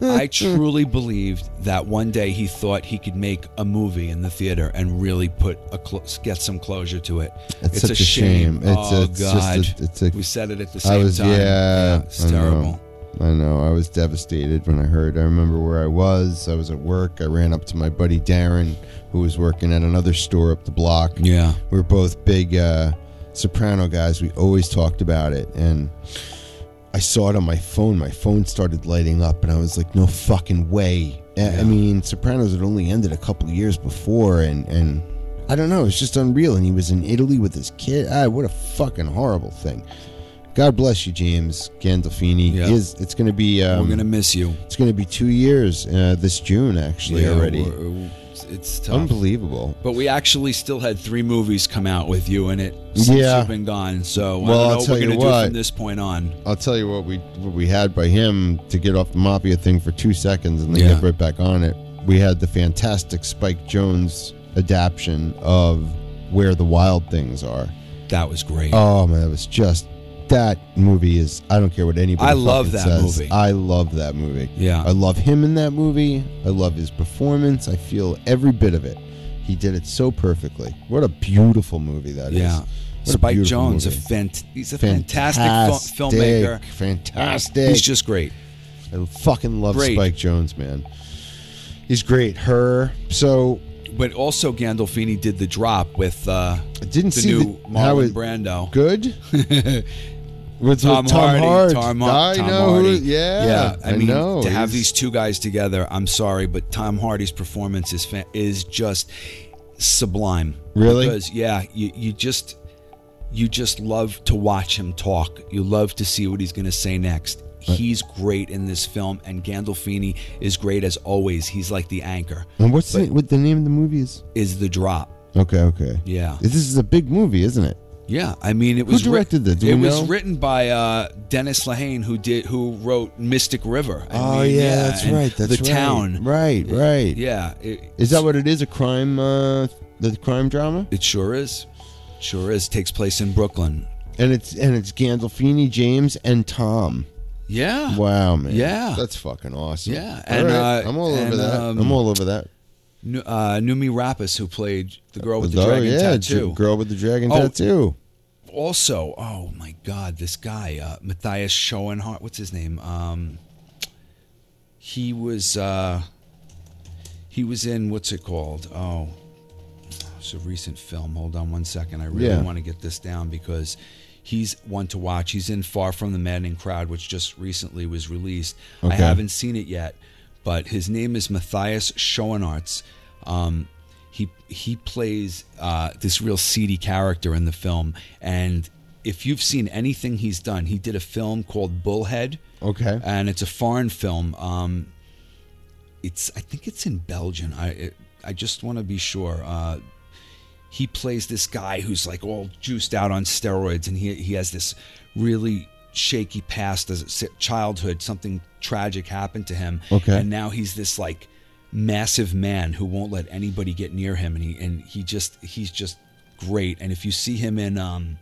Speaker 4: I truly believed that one day he thought he could make a movie in the theater and really put a cl- get some closure to it.
Speaker 3: It's
Speaker 4: it's
Speaker 3: such
Speaker 4: a
Speaker 3: a
Speaker 4: shame.
Speaker 3: shame. It's-
Speaker 4: oh
Speaker 3: it's just
Speaker 4: God,
Speaker 3: a- it's a-
Speaker 4: we said it at the
Speaker 3: I
Speaker 4: same
Speaker 3: was
Speaker 4: time.
Speaker 3: yeah,
Speaker 4: it's
Speaker 3: I know.
Speaker 4: terrible.
Speaker 3: I know. I was devastated when I heard. I remember where I was. I was at work. I ran up to my buddy Darren, who was working at another store up the block.
Speaker 4: Yeah,
Speaker 3: We were both big uh, soprano guys. We always talked about it, and I saw it on my phone. My phone started lighting up, and I was like, "No fucking way!" I- I mean, Sopranos had only ended a couple years before, and and I don't know. It's just unreal. And he was in Italy with his kid. Ah, what a fucking horrible thing. God bless you, James Gandolfini.
Speaker 4: Yeah.
Speaker 3: Is it's going to be um,
Speaker 4: we're gonna miss you.
Speaker 3: it's going to be two years uh, this June actually
Speaker 4: Yeah,
Speaker 3: already.
Speaker 4: we're- we're- it's- It's tough.
Speaker 3: Unbelievable.
Speaker 4: But we actually still had three movies come out with you in it since
Speaker 3: Yeah.
Speaker 4: you've been gone. So
Speaker 3: Well,
Speaker 4: I
Speaker 3: I'll
Speaker 4: don't know what
Speaker 3: tell
Speaker 4: we're gonna
Speaker 3: you
Speaker 4: do
Speaker 3: what.
Speaker 4: from this point on.
Speaker 3: I'll tell you what we what we had by him to get off the mafia thing for two seconds and then
Speaker 4: Yeah.
Speaker 3: get right back on it. We had the fantastic Spike Jones adaptation of Where the Wild Things Are.
Speaker 4: That was great.
Speaker 3: Oh man, that was just that movie is. I don't care what anybody.
Speaker 4: I love
Speaker 3: fucking
Speaker 4: that
Speaker 3: says.
Speaker 4: movie.
Speaker 3: I love that movie.
Speaker 4: Yeah.
Speaker 3: I love him in that movie. I love his performance. I feel every bit of it. He did it so perfectly. What a beautiful movie that is.
Speaker 4: yeah.
Speaker 3: What a
Speaker 4: Spike
Speaker 3: beautiful
Speaker 4: Jones,
Speaker 3: movie.
Speaker 4: a fant- he's a fantastic, fil- filmmaker.
Speaker 3: Fantastic.
Speaker 4: He's just great.
Speaker 3: I fucking love
Speaker 4: Great.
Speaker 3: Spike Jones, man. He's great. Her. So
Speaker 4: But also Gandolfini did the drop with uh,
Speaker 3: I didn't
Speaker 4: the
Speaker 3: see
Speaker 4: new
Speaker 3: the, how
Speaker 4: Marlon
Speaker 3: it
Speaker 4: Brando.
Speaker 3: good. With
Speaker 4: Tom,
Speaker 3: with Tom
Speaker 4: Hardy,
Speaker 3: Hard.
Speaker 4: Tom, Har-
Speaker 3: I
Speaker 4: Tom
Speaker 3: know.
Speaker 4: Hardy.
Speaker 3: Who, yeah.
Speaker 4: yeah. I, mean,
Speaker 3: know.
Speaker 4: to have
Speaker 3: He's-
Speaker 4: these two guys together, I'm sorry, but Tom Hardy's performance is fa- is just sublime.
Speaker 3: Really?
Speaker 4: Because yeah, you, you just you just love to watch him talk. You love to see what he's going to say next. He's great in this film, and Gandolfini is great as always. He's like the anchor.
Speaker 3: And what's the, what the name of the movie is?
Speaker 4: Is the drop?
Speaker 3: Okay. Okay.
Speaker 4: Yeah.
Speaker 3: This is a big movie, isn't it?
Speaker 4: Yeah, I mean, it was
Speaker 3: directed that? Do
Speaker 4: it
Speaker 3: we
Speaker 4: was
Speaker 3: know?
Speaker 4: written by uh, Dennis Lehane, who did who wrote Mystic River. I
Speaker 3: oh
Speaker 4: mean,
Speaker 3: yeah, that's
Speaker 4: and
Speaker 3: right. That's
Speaker 4: the
Speaker 3: right.
Speaker 4: town.
Speaker 3: Right. Right.
Speaker 4: Yeah, it,
Speaker 3: Is that what it is? A crime. Uh, the crime drama.
Speaker 4: it sure is. Sure is. Takes place in Brooklyn.
Speaker 3: and it's and it's Gandolfini, James, and Tom.
Speaker 4: Yeah.
Speaker 3: Wow, man.
Speaker 4: Yeah.
Speaker 3: that's fucking awesome.
Speaker 4: Yeah,
Speaker 3: All
Speaker 4: and,
Speaker 3: right,
Speaker 4: uh,
Speaker 3: I'm all over
Speaker 4: and,
Speaker 3: that.
Speaker 4: um,
Speaker 3: I'm all over that.
Speaker 4: Nu- uh, Numi Rappas, who played the girl with the
Speaker 3: Oh,
Speaker 4: dragon
Speaker 3: yeah,
Speaker 4: tattoo.
Speaker 3: Dr- girl with the dragon
Speaker 4: Oh.
Speaker 3: tattoo.
Speaker 4: Also, oh my God, this guy uh, Matthias Schoenhart. What's his name? Um, he was uh, he was in what's it called? Oh, it's a recent film. Hold on one second. I really
Speaker 3: Yeah.
Speaker 4: want to get this down because he's one to watch. He's in Far from the Maddening Crowd, which just recently was released. I
Speaker 3: Okay.
Speaker 4: haven't seen it yet, but his name is Matthias Schoenarts. Um, he he plays uh, this real seedy character in the film, and if you've seen anything he's done, he did a film called Bullhead,
Speaker 3: Okay.
Speaker 4: and it's a foreign film. Um, it's I think it's in Belgium. I it, I just want to be sure. Uh, he plays this guy who's like all juiced out on steroids, and he he has this really shaky past as a si- childhood. Something tragic happened to him,
Speaker 3: Okay.
Speaker 4: and now he's this like massive man who won't let anybody get near him, and he and he just he's just great. And if you see him in um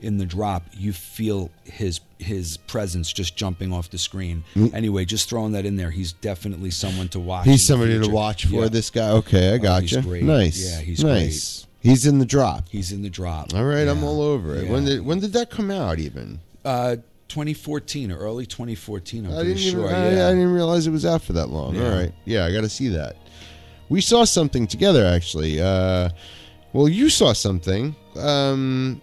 Speaker 4: in the drop, you feel his his presence just jumping off the screen. Anyway, just throwing that in there, he's definitely someone to watch. in the
Speaker 3: Mm. He's somebody to
Speaker 4: future.
Speaker 3: watch for.
Speaker 4: Yeah. Oh,
Speaker 3: This guy. Okay, I got
Speaker 4: he's
Speaker 3: you.
Speaker 4: great.
Speaker 3: Nice.
Speaker 4: Yeah, he's
Speaker 3: nice. He's in the drop.
Speaker 4: He's in the drop.
Speaker 3: All right, I'm
Speaker 4: Yeah.
Speaker 3: all over it. When
Speaker 4: Yeah.
Speaker 3: did when did that come out? Even
Speaker 4: Uh, 2014 or early 2014. I'm
Speaker 3: I
Speaker 4: pretty
Speaker 3: didn't
Speaker 4: sure.
Speaker 3: even I,
Speaker 4: yeah.
Speaker 3: I didn't realize it was out for that long. All
Speaker 4: Yeah.
Speaker 3: right, yeah, I got to see that. We saw something together actually. Uh, well, you saw something. Um,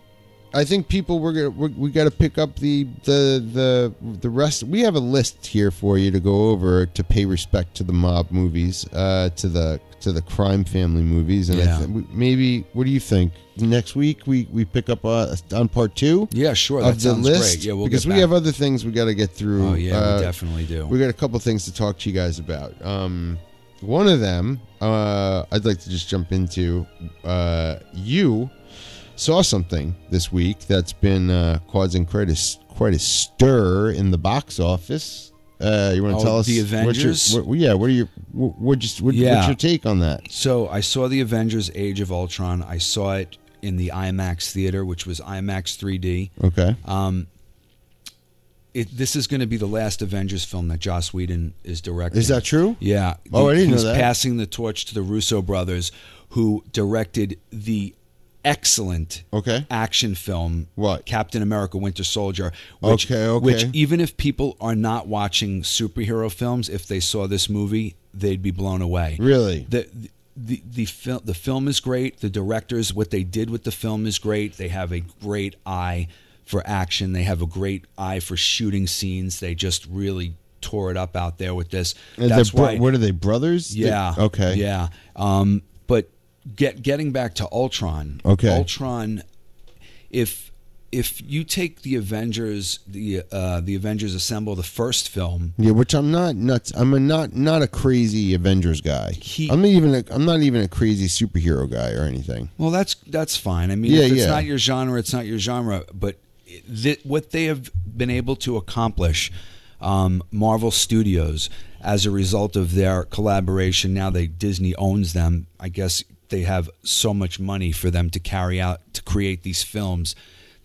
Speaker 3: I think people were gonna, we we got to pick up the the the the rest. We have a list here for you to go over to pay respect to the mob movies, uh, to the to the crime family movies, and I
Speaker 4: Yeah.
Speaker 3: th- we- maybe what do you think? Next week we we pick up uh, on part two
Speaker 4: Yeah, sure. That
Speaker 3: of the
Speaker 4: sounds
Speaker 3: list
Speaker 4: great. Yeah, we'll
Speaker 3: because
Speaker 4: get
Speaker 3: we
Speaker 4: back.
Speaker 3: have other things we got to get through.
Speaker 4: Oh yeah,
Speaker 3: Uh,
Speaker 4: we definitely do.
Speaker 3: we got a couple things to talk to you guys about. Um, one of them, uh, I'd like to just jump into. Uh, you saw something this week that's been uh, causing quite a s- quite a stir in the box office. Uh, you want to
Speaker 4: Oh,
Speaker 3: tell us
Speaker 4: The
Speaker 3: what your-
Speaker 4: Avengers?
Speaker 3: what- yeah, what are your what, what just what, what's
Speaker 4: Yeah.
Speaker 3: your take on that?
Speaker 4: So I saw the Avengers: Age of Ultron. I saw it in the IMAX theater, which was IMAX 3D.
Speaker 3: Okay,
Speaker 4: Um, it, this is going to be the last Avengers film that Joss Whedon is directing.
Speaker 3: is that true?
Speaker 4: Yeah.
Speaker 3: Oh, I didn't know
Speaker 4: he's
Speaker 3: that.
Speaker 4: passing the torch to the Russo brothers, who directed the excellent
Speaker 3: Okay.
Speaker 4: action film
Speaker 3: What?
Speaker 4: Captain America: Winter Soldier. Which,
Speaker 3: Okay, okay.
Speaker 4: Which even if people are not watching superhero films, if they saw this movie, they'd be blown away.
Speaker 3: Really?
Speaker 4: The the the film the film is great. The directors, what they did with the film is great. They have a great eye for action. They have a great eye for shooting scenes. They just really tore it up out there with this.
Speaker 3: And they're
Speaker 4: That's
Speaker 3: bro-
Speaker 4: why.
Speaker 3: What are they brothers? They-
Speaker 4: Yeah.
Speaker 3: okay.
Speaker 4: Yeah. Um, but get getting back to Ultron.
Speaker 3: Okay.
Speaker 4: Ultron. If if you take the Avengers, the uh, the Avengers Assemble, the first film,
Speaker 3: Yeah, which I'm not nuts. I'm a not not a crazy Avengers guy.
Speaker 4: He-
Speaker 3: I'm not even a, I'm not even a crazy superhero guy or anything.
Speaker 4: Well, that's that's fine. I mean,
Speaker 3: Yeah,
Speaker 4: if it's
Speaker 3: yeah.
Speaker 4: not your genre, it's not your genre. But th- what they have been able to accomplish, um, Marvel Studios, as a result of their collaboration, now they Disney owns them. I guess they have so much money for them to carry out to create these films.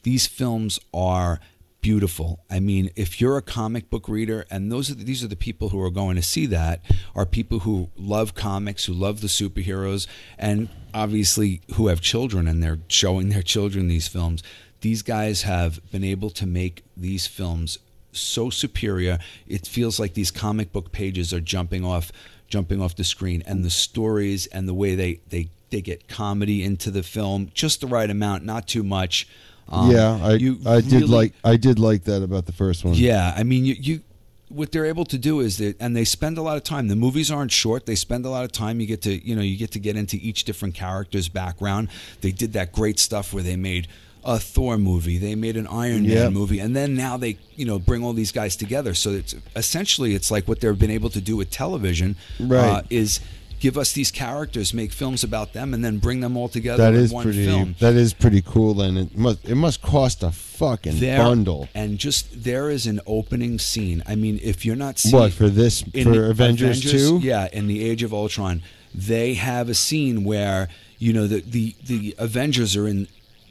Speaker 4: These films are beautiful. I mean, if you're a comic book reader, and those are the, these are the people who are going to see that are people who love comics, who love the superheroes, and obviously who have children and they're showing their children these films. These guys have been able to make these films so superior. It feels like these comic book pages are jumping off jumping off the screen and the stories and the way they they they get comedy into the film just the right amount, not too much. Um,
Speaker 3: yeah, I
Speaker 4: you
Speaker 3: I did
Speaker 4: really-
Speaker 3: like I did like that about the first one.
Speaker 4: yeah, I mean, you, you what they're able to do is that, and they spend a lot of time. The movies aren't short; they spend a lot of time. You get to, you know, you get to get into each different character's background. They did that great stuff where they made a Thor movie, they made an Iron
Speaker 3: Yeah.
Speaker 4: Man movie, and then now they, you know, bring all these guys together. So it's essentially it's like what they've been able to do with television uh,
Speaker 3: Right.
Speaker 4: is give us these characters, make films about them, and then bring them all together
Speaker 3: that
Speaker 4: in
Speaker 3: is
Speaker 4: one
Speaker 3: pretty
Speaker 4: film.
Speaker 3: that is pretty cool, and it must it must cost a fucking
Speaker 4: There-
Speaker 3: bundle.
Speaker 4: and just there is an opening scene. I mean, if you're not seeing
Speaker 3: What for this
Speaker 4: in
Speaker 3: for
Speaker 4: the
Speaker 3: Avengers, two?
Speaker 4: Yeah, in the Age of Ultron, they have a scene where you know the the, the Avengers are in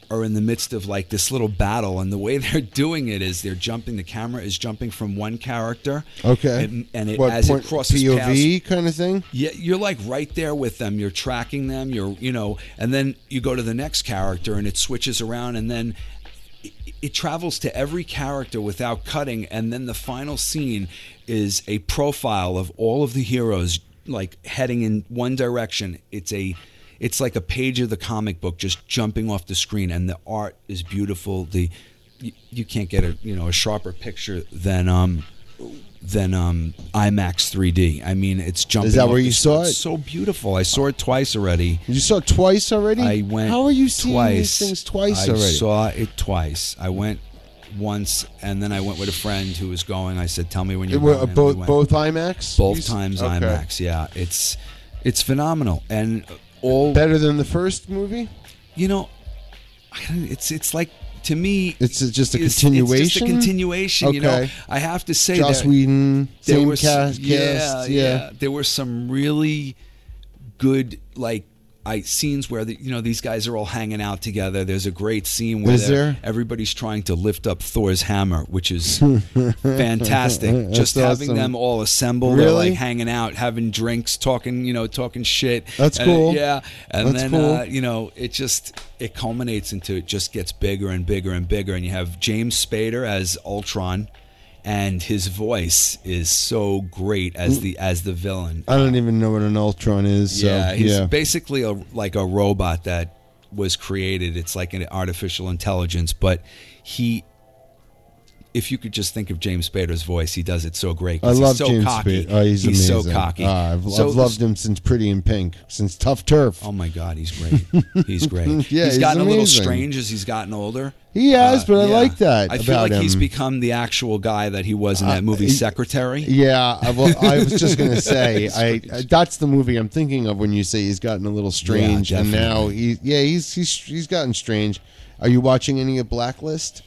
Speaker 4: are in the midst of like this little battle, and the way they're doing it is they're jumping. The camera is jumping from one character,
Speaker 3: Okay.
Speaker 4: and, and it,
Speaker 3: What,
Speaker 4: as
Speaker 3: point-
Speaker 4: it crosses paths,
Speaker 3: POV kind of thing?
Speaker 4: yeah, you're like right there with them. You're tracking them. You're you know, and then you go to the next character, and it switches around, and then it, it travels to every character without cutting, and then the final scene is a profile of all of the heroes, like heading in one direction. It's a it's like a page of the comic book just jumping off the screen, and the art is beautiful. The you, you can't get a you know a sharper picture than um than um, IMAX 3D. I mean, it's jumping.
Speaker 3: that
Speaker 4: off
Speaker 3: where
Speaker 4: the
Speaker 3: you
Speaker 4: screen.
Speaker 3: saw
Speaker 4: It's
Speaker 3: it?
Speaker 4: So beautiful. I saw it twice already.
Speaker 3: You saw it twice already?
Speaker 4: I went.
Speaker 3: How are you
Speaker 4: twice.
Speaker 3: seeing these things twice
Speaker 4: I
Speaker 3: already?
Speaker 4: saw it twice. I went once, and then I went with a friend who was going. I said, "Tell me when
Speaker 3: It
Speaker 4: you're
Speaker 3: were-
Speaker 4: going." and we
Speaker 3: both
Speaker 4: went.
Speaker 3: both IMAX? You
Speaker 4: both
Speaker 3: s-
Speaker 4: times
Speaker 3: okay.
Speaker 4: IMAX. Yeah, it's it's phenomenal, and all
Speaker 3: Better than the first movie?
Speaker 4: you know, I don't- it's it's like to me.
Speaker 3: It's a- just a
Speaker 4: it's- It's just a
Speaker 3: continuation?
Speaker 4: continuation. You know,
Speaker 3: Okay.
Speaker 4: I have to say
Speaker 3: Joss
Speaker 4: that
Speaker 3: Whedon,
Speaker 4: there
Speaker 3: same
Speaker 4: were some-
Speaker 3: cast, cast, yeah.
Speaker 4: There were some really good like I scenes where the, you know these guys are all hanging out together. There's a great scene where
Speaker 3: Is
Speaker 4: they're-
Speaker 3: there?
Speaker 4: everybody's trying to lift up Thor's hammer, which is fantastic.
Speaker 3: That's
Speaker 4: Just having
Speaker 3: awesome.
Speaker 4: them all assembled, they're
Speaker 3: Really?
Speaker 4: like hanging out, having drinks, talking, you know, talking shit.
Speaker 3: That's
Speaker 4: And, uh,
Speaker 3: cool.
Speaker 4: yeah, and
Speaker 3: That's
Speaker 4: then
Speaker 3: cool.
Speaker 4: uh, you know it just it culminates into it just gets bigger and bigger and bigger, and you have James Spader as Ultron, and his voice is so great as the as the villain.
Speaker 3: I don't even know what an Ultron is. Uh, So,
Speaker 4: yeah,
Speaker 3: yeah,
Speaker 4: he's basically a like a robot that was created. It's like an artificial intelligence, but he. If you could just think of James Spader's voice, he does it so great.
Speaker 3: I
Speaker 4: 'cause
Speaker 3: love
Speaker 4: he's so
Speaker 3: James
Speaker 4: cocky.
Speaker 3: Spader. Oh, he's,
Speaker 4: so
Speaker 3: amazing.
Speaker 4: cocky.
Speaker 3: Ah, I've,
Speaker 4: So
Speaker 3: I've
Speaker 4: the
Speaker 3: loved him since Pretty in Pink, since Tough Turf.
Speaker 4: Oh my God, he's great. He's great.
Speaker 3: Yeah,
Speaker 4: he's
Speaker 3: he's
Speaker 4: gotten a little
Speaker 3: amazing.
Speaker 4: strange as he's gotten older. Uh,
Speaker 3: He has, but I
Speaker 4: yeah.
Speaker 3: like that
Speaker 4: I feel
Speaker 3: about
Speaker 4: like he's
Speaker 3: him. Uh,
Speaker 4: become the actual guy that he was in that movie, Secretary.
Speaker 3: Yeah, I, well, I was just gonna say, I, I that's the movie I'm thinking of when you say he's gotten a little strange, and now he, yeah, he's he's he's gotten strange. Are you watching any of Blacklist?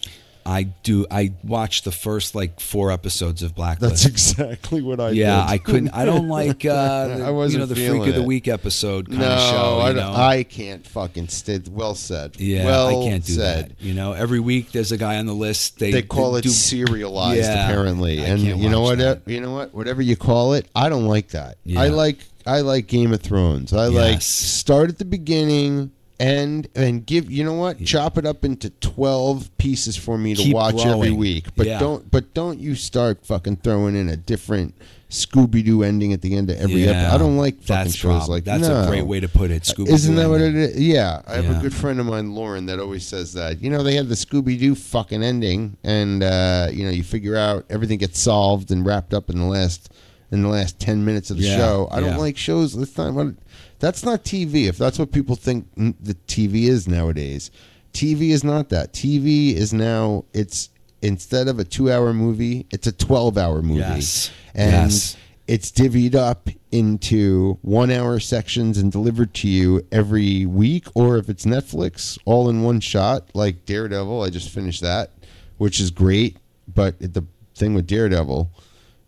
Speaker 4: I do. I watched the first like four episodes of Blacklist.
Speaker 3: That's exactly what I.
Speaker 4: yeah,
Speaker 3: did.
Speaker 4: I couldn't. I don't like uh, the,
Speaker 3: I wasn't
Speaker 4: you know the Freak
Speaker 3: feeling
Speaker 4: of the
Speaker 3: it.
Speaker 4: Week episode kind
Speaker 3: no,
Speaker 4: of show.
Speaker 3: I,
Speaker 4: you
Speaker 3: don't-
Speaker 4: know?
Speaker 3: I can't fucking stay. Well said.
Speaker 4: yeah,
Speaker 3: well
Speaker 4: I can't do
Speaker 3: said.
Speaker 4: that. You know, every week there's a guy on the list. They,
Speaker 3: They call it
Speaker 4: do-
Speaker 3: serialized,
Speaker 4: Yeah,
Speaker 3: apparently,
Speaker 4: I
Speaker 3: and
Speaker 4: can't
Speaker 3: you know
Speaker 4: watch
Speaker 3: what?
Speaker 4: that.
Speaker 3: You know what? Whatever you call it, I don't like that.
Speaker 4: Yeah.
Speaker 3: I like I like Game of Thrones. I like
Speaker 4: Yes.
Speaker 3: start at the beginning. And and give you know what? Chop it up into twelve pieces for me to
Speaker 4: Keep
Speaker 3: watch every
Speaker 4: growing.
Speaker 3: week. But
Speaker 4: Yeah.
Speaker 3: don't but don't you start fucking throwing in a different Scooby Doo ending at the end of every episode.
Speaker 4: Yeah,
Speaker 3: I don't like fucking
Speaker 4: that's
Speaker 3: shows
Speaker 4: prob-
Speaker 3: like
Speaker 4: that's
Speaker 3: no.
Speaker 4: a great way to put it. Scooby
Speaker 3: Isn't that what it is? Yeah. I have a
Speaker 4: Yeah.
Speaker 3: good friend of mine, Lauren, that always says that. You know, they had the Scooby Doo fucking ending, and uh, you know, you figure out everything gets solved and wrapped up in the last in the last ten minutes of the
Speaker 4: Yeah,
Speaker 3: show. I don't
Speaker 4: yeah.
Speaker 3: like shows. That's not what. That's not TV. If that's what people think mm, the TV is nowadays, TV is not that. TV is now it's instead of a two-hour movie, it's a twelve-hour movie,
Speaker 4: Yes.
Speaker 3: and
Speaker 4: Yes.
Speaker 3: it's divvied up into one hour sections and delivered to you every week or if it's netflix all in one shot like daredevil i just finished that which is great but it- the thing with daredevil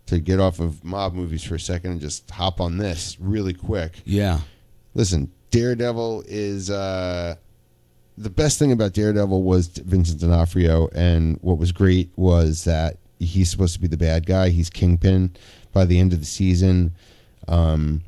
Speaker 3: to get off of mob movies for a second and just hop on this really quick
Speaker 4: Yeah,
Speaker 3: listen daredevil is uh the best thing about Daredevil was Vincent D'Onofrio, and what was great was that he's supposed to be the bad guy. He's Kingpin. By the end of the season, um,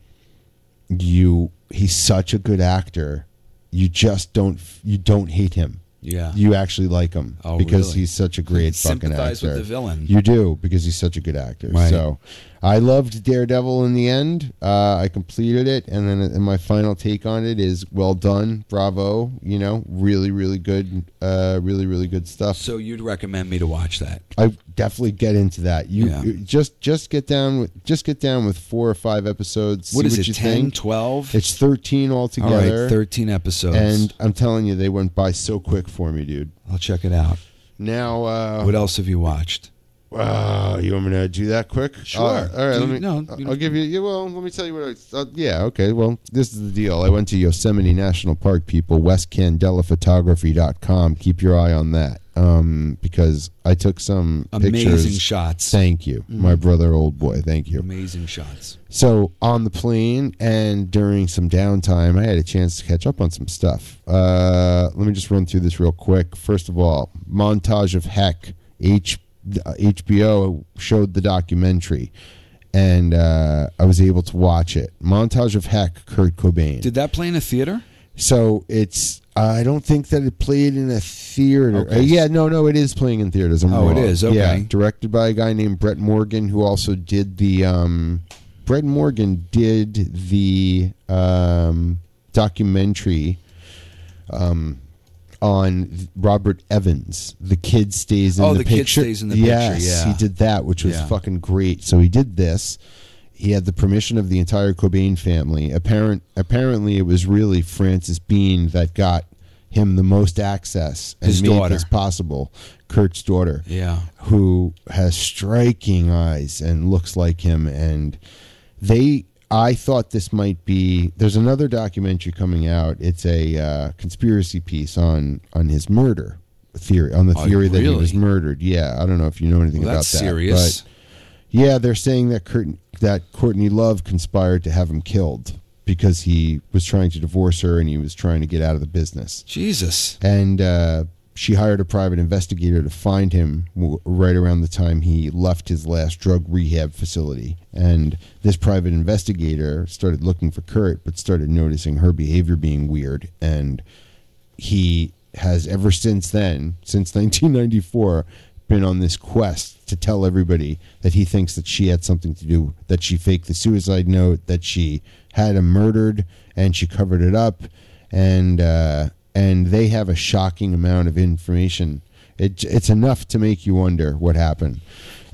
Speaker 3: you he's such a good actor. You just don't you don't hate him.
Speaker 4: Yeah.
Speaker 3: you actually like him
Speaker 4: Oh,
Speaker 3: because
Speaker 4: really?
Speaker 3: he's such a great fucking
Speaker 4: Sympathize
Speaker 3: actor.
Speaker 4: with the villain.
Speaker 3: You do because he's such a good actor.
Speaker 4: Right.
Speaker 3: So, I loved Daredevil in the end. Uh, I completed it, and then and my final take on it is well done, bravo. You know, really, really good, uh, really, really good stuff.
Speaker 4: So you'd recommend me to watch that?
Speaker 3: I definitely get into that. You
Speaker 4: Yeah.
Speaker 3: just just get down with just get down with four or five episodes.
Speaker 4: What
Speaker 3: see
Speaker 4: is
Speaker 3: what
Speaker 4: it?
Speaker 3: You
Speaker 4: 10,
Speaker 3: think.
Speaker 4: 12?
Speaker 3: It's thirteen
Speaker 4: All right,
Speaker 3: altogether.
Speaker 4: 13 episodes.
Speaker 3: and I'm telling you, they went by so quick for me, dude.
Speaker 4: I'll check it out.
Speaker 3: Now, uh,
Speaker 4: What else have you watched?
Speaker 3: Wow, Uh, you want me to do that quick? Uh,
Speaker 4: Sure.
Speaker 3: All right, all right,
Speaker 4: Do
Speaker 3: let
Speaker 4: you-
Speaker 3: me, uh,
Speaker 4: no, you
Speaker 3: I'll
Speaker 4: don't-
Speaker 3: give you. Yeah, well, let me tell you what. I, uh, yeah, okay. Well, this is the deal. I went to Yosemite National Park, people. WestCandelaphotography.com. Keep your eye on that, um, because I took some
Speaker 4: Amazing
Speaker 3: pictures.
Speaker 4: shots. Mm-hmm.
Speaker 3: Thank you, my brother, old boy. Thank you.
Speaker 4: Amazing shots.
Speaker 3: So on the plane and during some downtime, I had a chance to catch up on some stuff. Uh, let me just run through this real quick. First of all, montage of heck. H, uh, HBO showed the documentary, and uh, I was able to watch it. Montage of heck. Kurt Cobain.
Speaker 4: Did that play in a theater?
Speaker 3: So it's I don't think that it played in a theater. Uh, yeah, no, no, it is playing in theaters. I'm
Speaker 4: Oh, it
Speaker 3: wrong.
Speaker 4: is, okay.
Speaker 3: Yeah, directed by a guy named Brett Morgan, who also did the. Um, Brett Morgan did the um, documentary um, on Robert Evans. The kid stays in
Speaker 4: Oh,
Speaker 3: the,
Speaker 4: The Kid
Speaker 3: picture.
Speaker 4: Stays in the Picture,
Speaker 3: yes,
Speaker 4: yeah.
Speaker 3: he did that, which was
Speaker 4: Yeah.
Speaker 3: fucking great. So he did this he had the permission of the entire Cobain family. Apparent, apparently, it was really Francis Bean that got him the most access and
Speaker 4: His
Speaker 3: made
Speaker 4: daughter.
Speaker 3: this possible. Kurt's daughter,
Speaker 4: Yeah.
Speaker 3: who has striking eyes and looks like him, and they. I thought this might be. There's another documentary coming out. It's a uh, conspiracy piece on on his murder theory, on the
Speaker 4: Oh,
Speaker 3: theory that he
Speaker 4: really?
Speaker 3: was murdered. Yeah, I don't know if you know anything
Speaker 4: Well,
Speaker 3: about
Speaker 4: that's
Speaker 3: that.
Speaker 4: serious.
Speaker 3: but- yeah, they're saying that Kurt, that Courtney Love conspired to have him killed because he was trying to divorce her and he was trying to get out of the business.
Speaker 4: Jesus.
Speaker 3: And uh, she hired a private investigator to find him w- right around the time he left his last drug rehab facility. And this private investigator started looking for Kurt, but started noticing her behavior being weird. And he has ever since then, since 1994, been on this quest to tell everybody that he thinks that she had something to do, that she faked the suicide note, that she had him murdered, and she covered it up, and uh, and they have a shocking amount of information. It, it's enough to make you wonder what happened.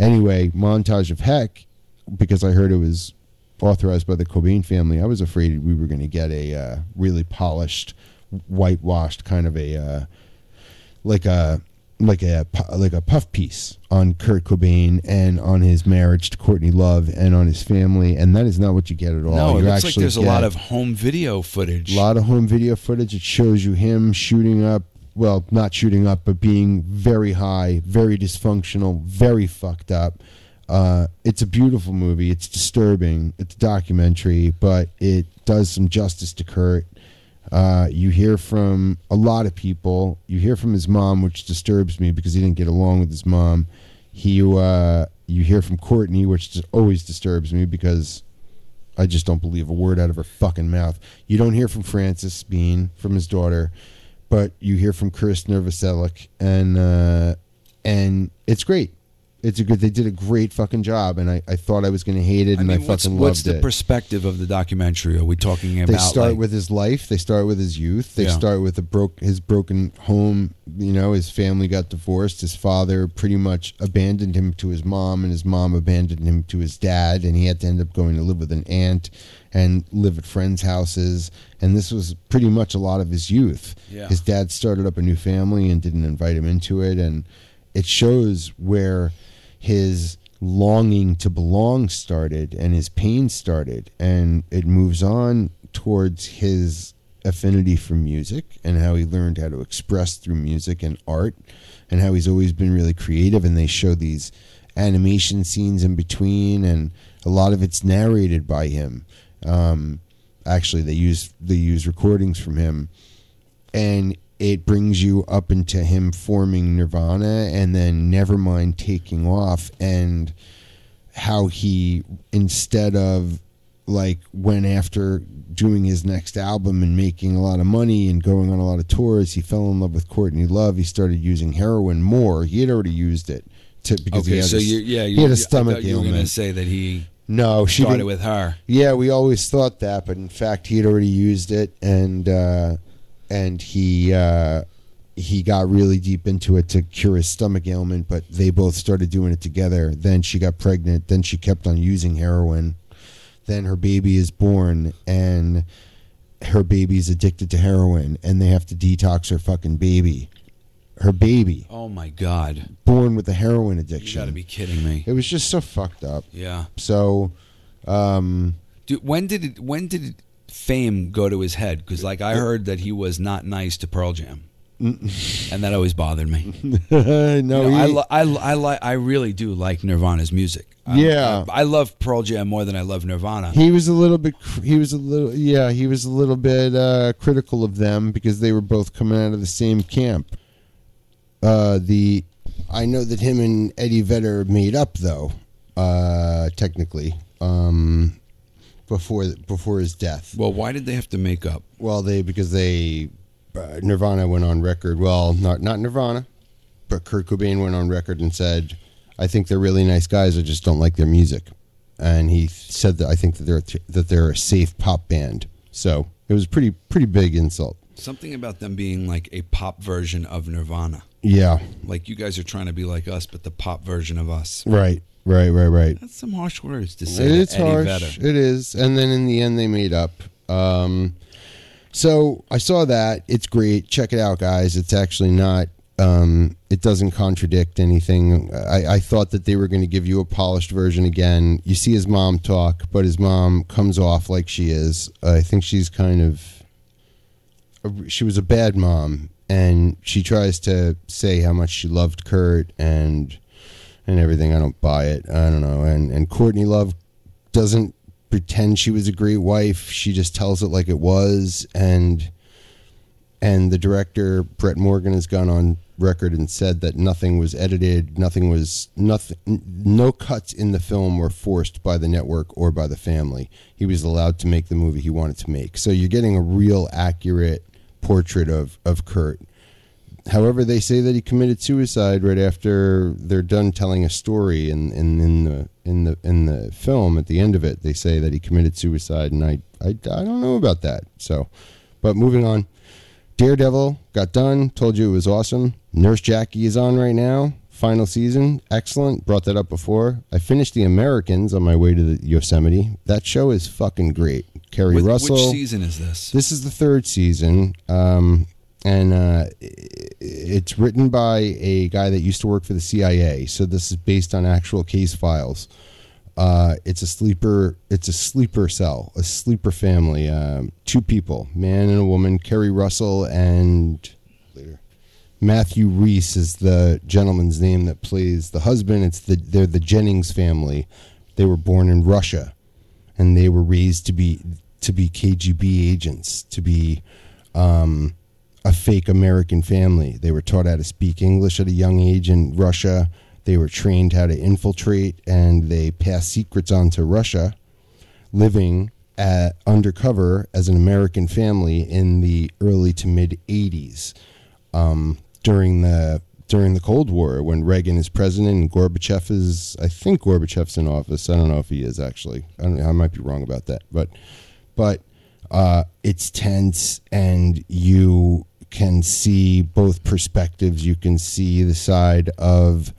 Speaker 3: Anyway, montage of heck, because I heard it was authorized by the Cobain family, I was afraid we were going to get a uh, really polished, whitewashed kind of a uh, like a like a pu- like a puff piece on Kurt Cobain and on his marriage to Courtney Love and on his family, and that is not what you get at all.
Speaker 4: No, it
Speaker 3: you
Speaker 4: looks like there's a lot
Speaker 3: get
Speaker 4: of home video footage.
Speaker 3: a lot of home video footage. It shows you him shooting up. Well, not shooting up, but being very high, very dysfunctional, very fucked up. Uh, it's a beautiful movie. It's disturbing. It's a documentary, but it does some justice to Kurt. Uh, you hear from a lot of people. You hear from his mom, which disturbs me because he didn't get along with his mom. He, uh, you hear from Courtney, which just always disturbs me because I just don't believe a word out of her fucking mouth. You don't hear from Francis Bean, from his daughter, but you hear from Chris Novoselic, and uh, and it's great. It's a good. They did a great fucking job, and I, I thought I was going to hate it,
Speaker 4: I
Speaker 3: and
Speaker 4: mean,
Speaker 3: I
Speaker 4: what's,
Speaker 3: fucking
Speaker 4: what's
Speaker 3: loved
Speaker 4: the
Speaker 3: it.
Speaker 4: perspective of the documentary? Are we talking about?
Speaker 3: They start
Speaker 4: like-
Speaker 3: with his life. They start with his youth. They
Speaker 4: Yeah.
Speaker 3: start with the broke his broken home. You know, his family got divorced. His father pretty much abandoned him to his mom, and his mom abandoned him to his dad, and he had to end up going to live with an aunt and live at friends' houses. And this was pretty much a lot of his youth.
Speaker 4: Yeah.
Speaker 3: His dad started up a new family and didn't invite him into it, and it shows where his longing to belong started and his pain started and it moves on towards his affinity for music and how he learned how to express through music and art and how he's always been really creative and they show these animation scenes in between and a lot of it's narrated by him um, actually they use they use recordings from him and it brings you up into him forming Nirvana and then Nevermind taking off and how he instead of like went after doing his next album and making a lot of money and going on a lot of tours he fell in love with Courtney Love he started using heroin more he had already used it to because he
Speaker 4: Okay,
Speaker 3: had
Speaker 4: so
Speaker 3: a,
Speaker 4: you, yeah, you,
Speaker 3: he had
Speaker 4: I
Speaker 3: a
Speaker 4: thought
Speaker 3: stomach
Speaker 4: You were going to
Speaker 3: ailment.
Speaker 4: say that he
Speaker 3: no she
Speaker 4: started
Speaker 3: didn't,
Speaker 4: with her.
Speaker 3: yeah, we always thought that, but in fact, he had already used it, and uh, and he uh, he got really deep into it to cure his stomach ailment. But they both started doing it together. Then she got pregnant. Then she kept on using heroin. Then her baby is born, and her baby's addicted to heroin, and they have to detox her fucking baby her baby,
Speaker 4: Oh my God!
Speaker 3: born with a heroin
Speaker 4: You
Speaker 3: addiction.
Speaker 4: got to be kidding me.
Speaker 3: it was just so fucked up.
Speaker 4: Yeah.
Speaker 3: So, um,
Speaker 4: Do, when did it, when did fame go to his head? Because like I heard that he was not nice to Pearl Jam, and that always bothered me.
Speaker 3: no,
Speaker 4: No, I,
Speaker 3: he-
Speaker 4: lo- I, lo- I, li- I really do like Nirvana's music. I-
Speaker 3: Yeah.
Speaker 4: I, I love Pearl Jam more than I love Nirvana.
Speaker 3: He was a little bit. cr- He was a little. Yeah, he was a little bit uh, critical of them because they were both coming out of the same camp. Uh, the, I know that him and Eddie Vedder made up though, uh, technically, um, before before his death.
Speaker 4: well, why did they have to make up?
Speaker 3: Well, they because they uh, Nirvana went on record. Well, not not Nirvana, but Kurt Cobain went on record and said, "I think they're really nice guys. I just don't like their music." And he said that I think that they're that they're a safe pop band. So it was pretty pretty big insult.
Speaker 4: Something about them being like a pop version of Nirvana.
Speaker 3: Yeah,
Speaker 4: Like you guys are trying to be like us, but the pop version of us.
Speaker 3: right, right, right, right.
Speaker 4: That's some harsh words to say.
Speaker 3: It's
Speaker 4: to Eddie
Speaker 3: harsh.
Speaker 4: Vedder.
Speaker 3: It is. And then in the end, they made up. Um, so I saw that. It's great. Check it out, guys. It's actually not. Um, it doesn't contradict anything. I, I thought that they were going to give you a polished version again. You see his mom talk, but his mom comes off like she is. I think she's kind of. a- She was a bad mom, and she tries to say how much she loved Kurt and and everything. I don't buy it. I don't know. And and Courtney Love doesn't pretend she was a great wife. She just tells it like it was. And and the director Brett Morgan has gone on record and said that nothing was edited, nothing was nothing, n- no cuts in the film were forced by the network or by the family. He was allowed to make the movie he wanted to make. So you're getting a real accurate portrait of of Kurt however they say that he committed suicide right after they're done telling a story and in, in the in the in the film at the end of it they say that he committed suicide and I, I I don't know about that so but moving on Daredevil got done told you it was awesome Nurse Jackie is on right now final season excellent brought that up before I finished The Americans on my way to the Yosemite that show is fucking great Kerry
Speaker 4: With-
Speaker 3: Russell
Speaker 4: Which season is this?
Speaker 3: this is the third season, um, and uh, i- it's written by a guy that used to work for the CIA. So this is based on actual case files. Uh, it's a sleeper. It's a sleeper cell, a sleeper family. Um, two people, man and a woman. Kerry Russell and Matthew Reese is the gentleman's name that plays the husband. It's the they're the Jennings family. They were born in Russia, and they were raised to be to be KGB agents, to be um, a fake American family. They were taught how to speak English at a young age in Russia. They were trained how to infiltrate, and they passed secrets on to Russia living at, undercover as an American family in the early to mid 80s um, during the during the Cold War when Reagan is president and Gorbachev is I think Gorbachev's in office. I don't know if he is actually. I don't know. I might be wrong about that, but but uh, it's tense and you can see both perspectives. You can see the side of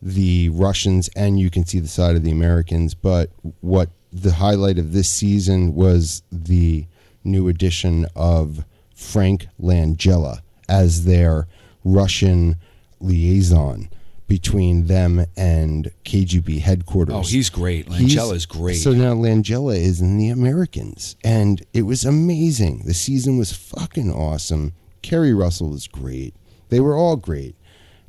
Speaker 3: the Russians and you can see the side of the Americans. But what the highlight of this season was the new edition of Frank Langella as their Russian liaison between them and KGB headquarters.
Speaker 4: Oh, he's great.
Speaker 3: He's-
Speaker 4: Lancella's great.
Speaker 3: So now Langella is in the Americans, and it was amazing. The season was fucking awesome. Kerry Russell was great. They were all great.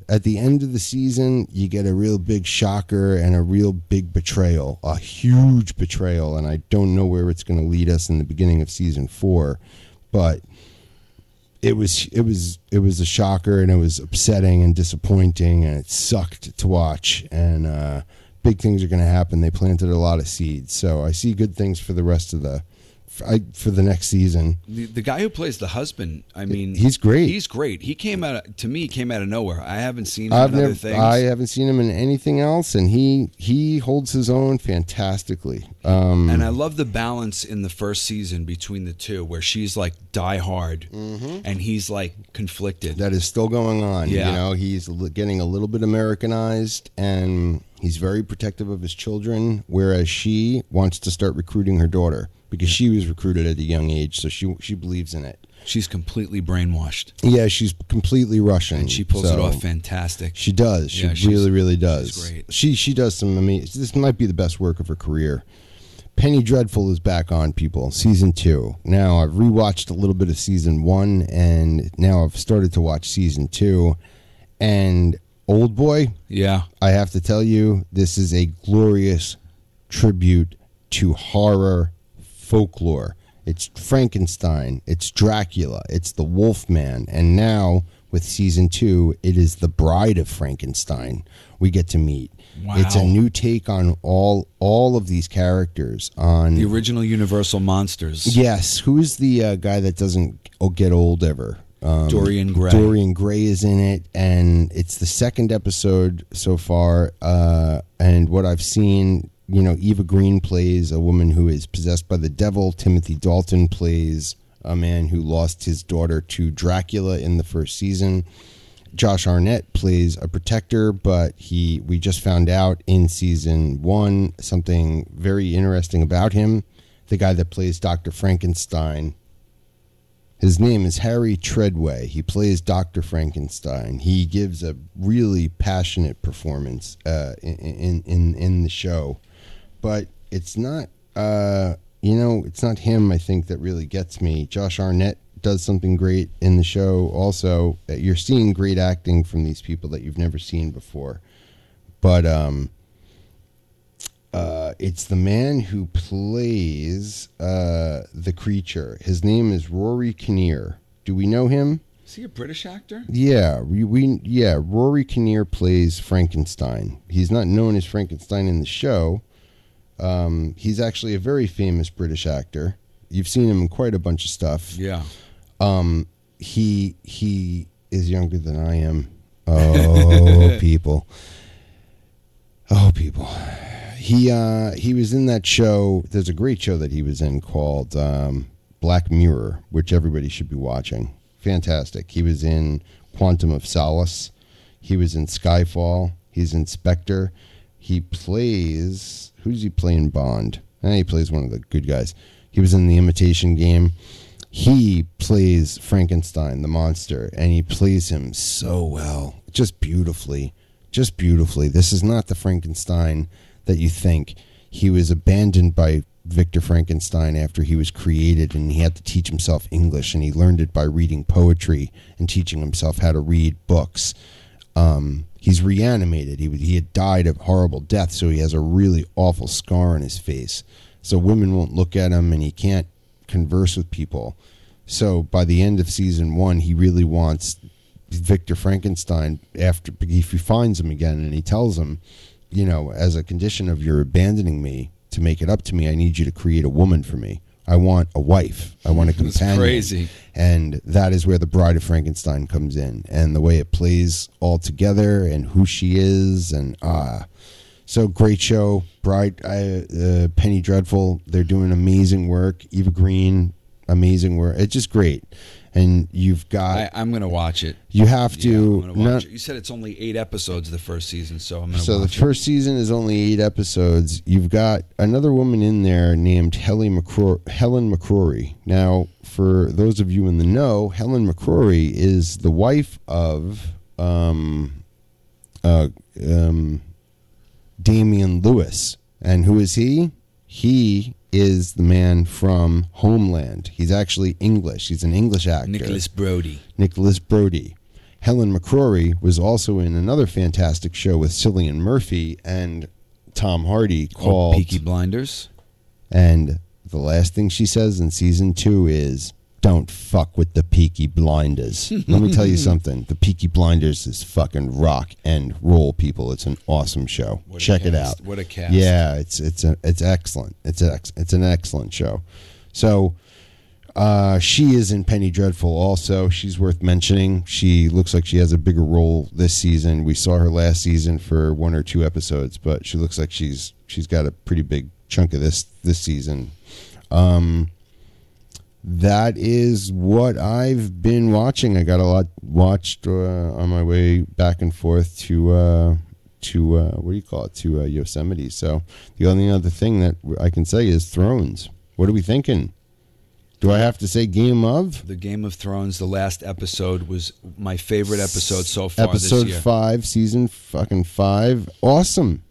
Speaker 3: At the end of the season, you get a real big shocker and a real big betrayal, a huge betrayal, and I don't know where it's going to lead us in the beginning of season four, but it was it was it was a shocker and it was upsetting and disappointing and it sucked to watch and uh, big things are going to happen. They planted a lot of seeds, so I see good things for the rest of the f I for the next season.
Speaker 4: the, the guy who plays the husband, I mean,
Speaker 3: He's great.
Speaker 4: He's great. He came out of, to me. He came out of nowhere. I haven't seen him
Speaker 3: I've
Speaker 4: in other
Speaker 3: never
Speaker 4: things.
Speaker 3: I haven't seen him in anything else, and he he holds his own fantastically. Um,
Speaker 4: And I love the balance in the first season between the two, where she's like die hard,
Speaker 3: Mm-hmm.
Speaker 4: and he's like conflicted.
Speaker 3: that is still going on.
Speaker 4: Yeah.
Speaker 3: You know, he's l- getting a little bit Americanized and he's very protective of his children, whereas she wants to start recruiting her daughter because she was recruited at a young age, so she she believes in it.
Speaker 4: She's completely brainwashed,
Speaker 3: Yeah, she's completely Russian.
Speaker 4: and she pulls it
Speaker 3: so-
Speaker 4: off fantastic.
Speaker 3: She does. She
Speaker 4: Yeah, she's-
Speaker 3: really, really does.
Speaker 4: great.
Speaker 3: She she does some. I mean, this might be the best work of her career. Penny Dreadful is back on people, season two. Now I've rewatched a little bit of season one, and now I've started to watch season two. And Old Boy,
Speaker 4: yeah,
Speaker 3: I have to tell you, this is a glorious tribute to horror folklore. It's Frankenstein, it's Dracula, it's the Wolfman, and now with season two, it is the Bride of Frankenstein. We get to meet. It's a
Speaker 4: Wow.
Speaker 3: new take on all all of these characters. On
Speaker 4: the original Universal monsters.
Speaker 3: yes, who is the uh, guy that doesn't o- get old ever? Um,
Speaker 4: Dorian Gray.
Speaker 3: Dorian Gray is in it, and it's the second episode so far. Uh, and what I've seen, you know, Eva Green plays a woman who is possessed by the devil. Timothy Dalton plays a man who lost his daughter to Dracula in the first season. Josh Arnett plays a protector, but he we just found out in season one something very interesting about him. The guy that plays Dr. Frankenstein his name is Harry Treadway. He plays Dr. Frankenstein. He gives a really passionate performance uh, in, in in the show, but it's not uh, you know it's not him. I think that really gets me. Josh Arnett does something great in the show. Also, Uh, you're seeing great acting from these people that you've never seen before, but um, uh, it's the man who plays uh, the creature. His name is Rory Kinnear. Do we know him?
Speaker 4: Is he a British actor?
Speaker 3: Yeah, we, we yeah. Rory Kinnear plays Frankenstein. He's not known as Frankenstein in the show. Um, he's actually a very famous British actor. You've seen him in quite a bunch of stuff.
Speaker 4: Yeah.
Speaker 3: Um, He he is younger than I am. Oh, people. Oh, people. He uh, he was in that show. There's a great show that he was in called um, Black Mirror, which everybody should be watching. Fantastic. He was in Quantum of Solace. He was in Skyfall. He's Inspector. He plays. Who's he playing Bond? Eh, he plays one of the good guys. He was in The Imitation Game. He plays Frankenstein, the monster, and he plays him so well, just beautifully just beautifully. This is not the Frankenstein that you think. He was abandoned by Victor Frankenstein after he was created, and he had to teach himself English, and he learned it by reading poetry and teaching himself how to read books. Um, he's reanimated. He was, he had died a horrible death, so he has a really awful scar on his face. So women won't look at him, and he can't converse with people. So by the end of season one, he really wants Victor Frankenstein after if he finds him again and he tells him, you know, as a condition of your abandoning me to make it up to me, I need you to create a woman for me. I want a wife. I want a companion.
Speaker 4: crazy.
Speaker 3: And that is where the Bride of Frankenstein comes in, and the way it plays all together, and who she is, and ah, so great show. Bride, I, uh, Penny Dreadful, they're doing amazing work. Eva Green, amazing work. It's just great, and you've got
Speaker 4: I, I'm gonna watch it.
Speaker 3: you have
Speaker 4: Yeah, I'm
Speaker 3: to
Speaker 4: gonna watch
Speaker 3: not.
Speaker 4: it. You said it's only eight episodes the first season, so I'm gonna
Speaker 3: So the
Speaker 4: watch
Speaker 3: first season is only eight episodes. You've got another woman in there named Helen McCrory. Helen McCrory. Now, for those of you in the know, Helen McCrory is the wife of um, uh, um, Damian Lewis, and who is he? He is the man from Homeland. He's actually English. He's an English actor.
Speaker 4: it. Nicholas Brody.
Speaker 3: Nicholas Brody. Helen McCrory was also in another fantastic show with Cillian Murphy and Tom Hardy
Speaker 4: Called
Speaker 3: called
Speaker 4: Peaky Blinders.
Speaker 3: and the last thing she says in season two is, "Don't fuck with the Peaky Blinders." Let me tell you something: the Peaky Blinders is fucking rock and roll, people. It's an awesome show.
Speaker 4: What a
Speaker 3: Check it out.
Speaker 4: cast. What a cast.
Speaker 3: Yeah, it's it's a, it's excellent. It's ex, it's an excellent show. So. Uh, she is in Penny Dreadful also. She's worth mentioning. She looks like she has a bigger role this season. We saw her last season for one or two episodes, but she looks like she's she's got a pretty big chunk of this this season. Um that is what I've been watching. I got a lot watched uh, on my way back and forth to uh, to uh, what do you call it to uh, Yosemite. So the only other thing that I can say is Thrones. What are we thinking? Do I have to say game of?
Speaker 4: The Game of Thrones, the last episode was my favorite episode so far
Speaker 3: Episode
Speaker 4: this year.
Speaker 3: five, season fucking five. Awesome.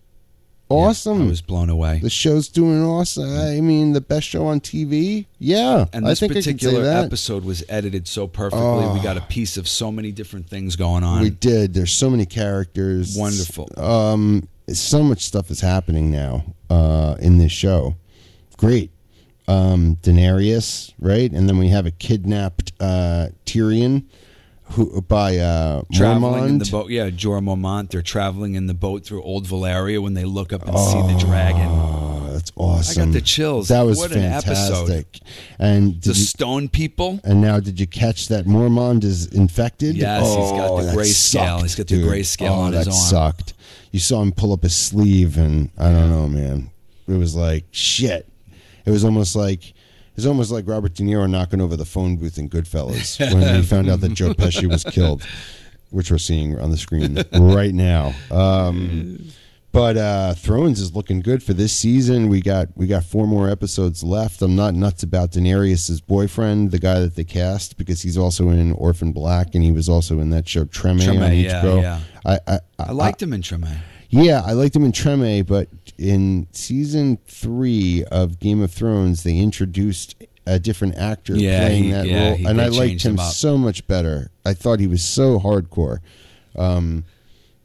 Speaker 3: Awesome.
Speaker 4: I was blown away.
Speaker 3: the show's doing awesome. I mean, the best show on TV. Yeah,
Speaker 4: And
Speaker 3: I
Speaker 4: this
Speaker 3: think I can say
Speaker 4: particular
Speaker 3: that. Ah.
Speaker 4: episode was edited so perfectly. we got a piece of so many different things going on.
Speaker 3: We did. There's so many characters.
Speaker 4: Wonderful.
Speaker 3: Um, so much stuff is happening now uh, in this show. Great. Um, Daenerys, right? And then we have a kidnapped uh, Tyrion who by uh,
Speaker 4: traveling in the
Speaker 3: Mormont.
Speaker 4: boat. Yeah, Jorah Mormont. They're traveling in the boat through Old Valeria when they look up and see
Speaker 3: Ah.
Speaker 4: the dragon.
Speaker 3: Oh, that's awesome.
Speaker 4: the chills.
Speaker 3: That was
Speaker 4: What an episode.
Speaker 3: fantastic. And did
Speaker 4: The
Speaker 3: you-
Speaker 4: stone people.
Speaker 3: and now, did you catch that Mormont is infected?
Speaker 4: Yes, he's got
Speaker 3: Oh,
Speaker 4: the
Speaker 3: that
Speaker 4: grayscale.
Speaker 3: sucked,
Speaker 4: He's got the
Speaker 3: dude.
Speaker 4: grayscale
Speaker 3: oh,
Speaker 4: on
Speaker 3: that
Speaker 4: his arm.
Speaker 3: sucked. You saw him pull up his sleeve, and I don't know, man. It was like shit. It was almost like it was almost like Robert De Niro knocking over the phone booth in Goodfellas when we found out that Joe Pesci was killed, which we're seeing on the screen right now. Um, but uh, Thrones is looking good for this season. We got we got four more episodes left. I'm not nuts about Daenerys' boyfriend, the guy that they cast, because he's also in Orphan Black, and he was also in that show Treme, on
Speaker 4: Treme, yeah,
Speaker 3: HBO.
Speaker 4: yeah.
Speaker 3: I, I, I,
Speaker 4: I liked him in Tremaine.
Speaker 3: yeah, I liked him in Treme, but in season three of Game of Thrones, they introduced a different actor
Speaker 4: Yeah,
Speaker 3: playing
Speaker 4: he-
Speaker 3: that
Speaker 4: yeah,
Speaker 3: role,
Speaker 4: he-
Speaker 3: and
Speaker 4: they
Speaker 3: I liked
Speaker 4: changed him
Speaker 3: him
Speaker 4: up.
Speaker 3: so much better. I thought he was so hardcore. Um,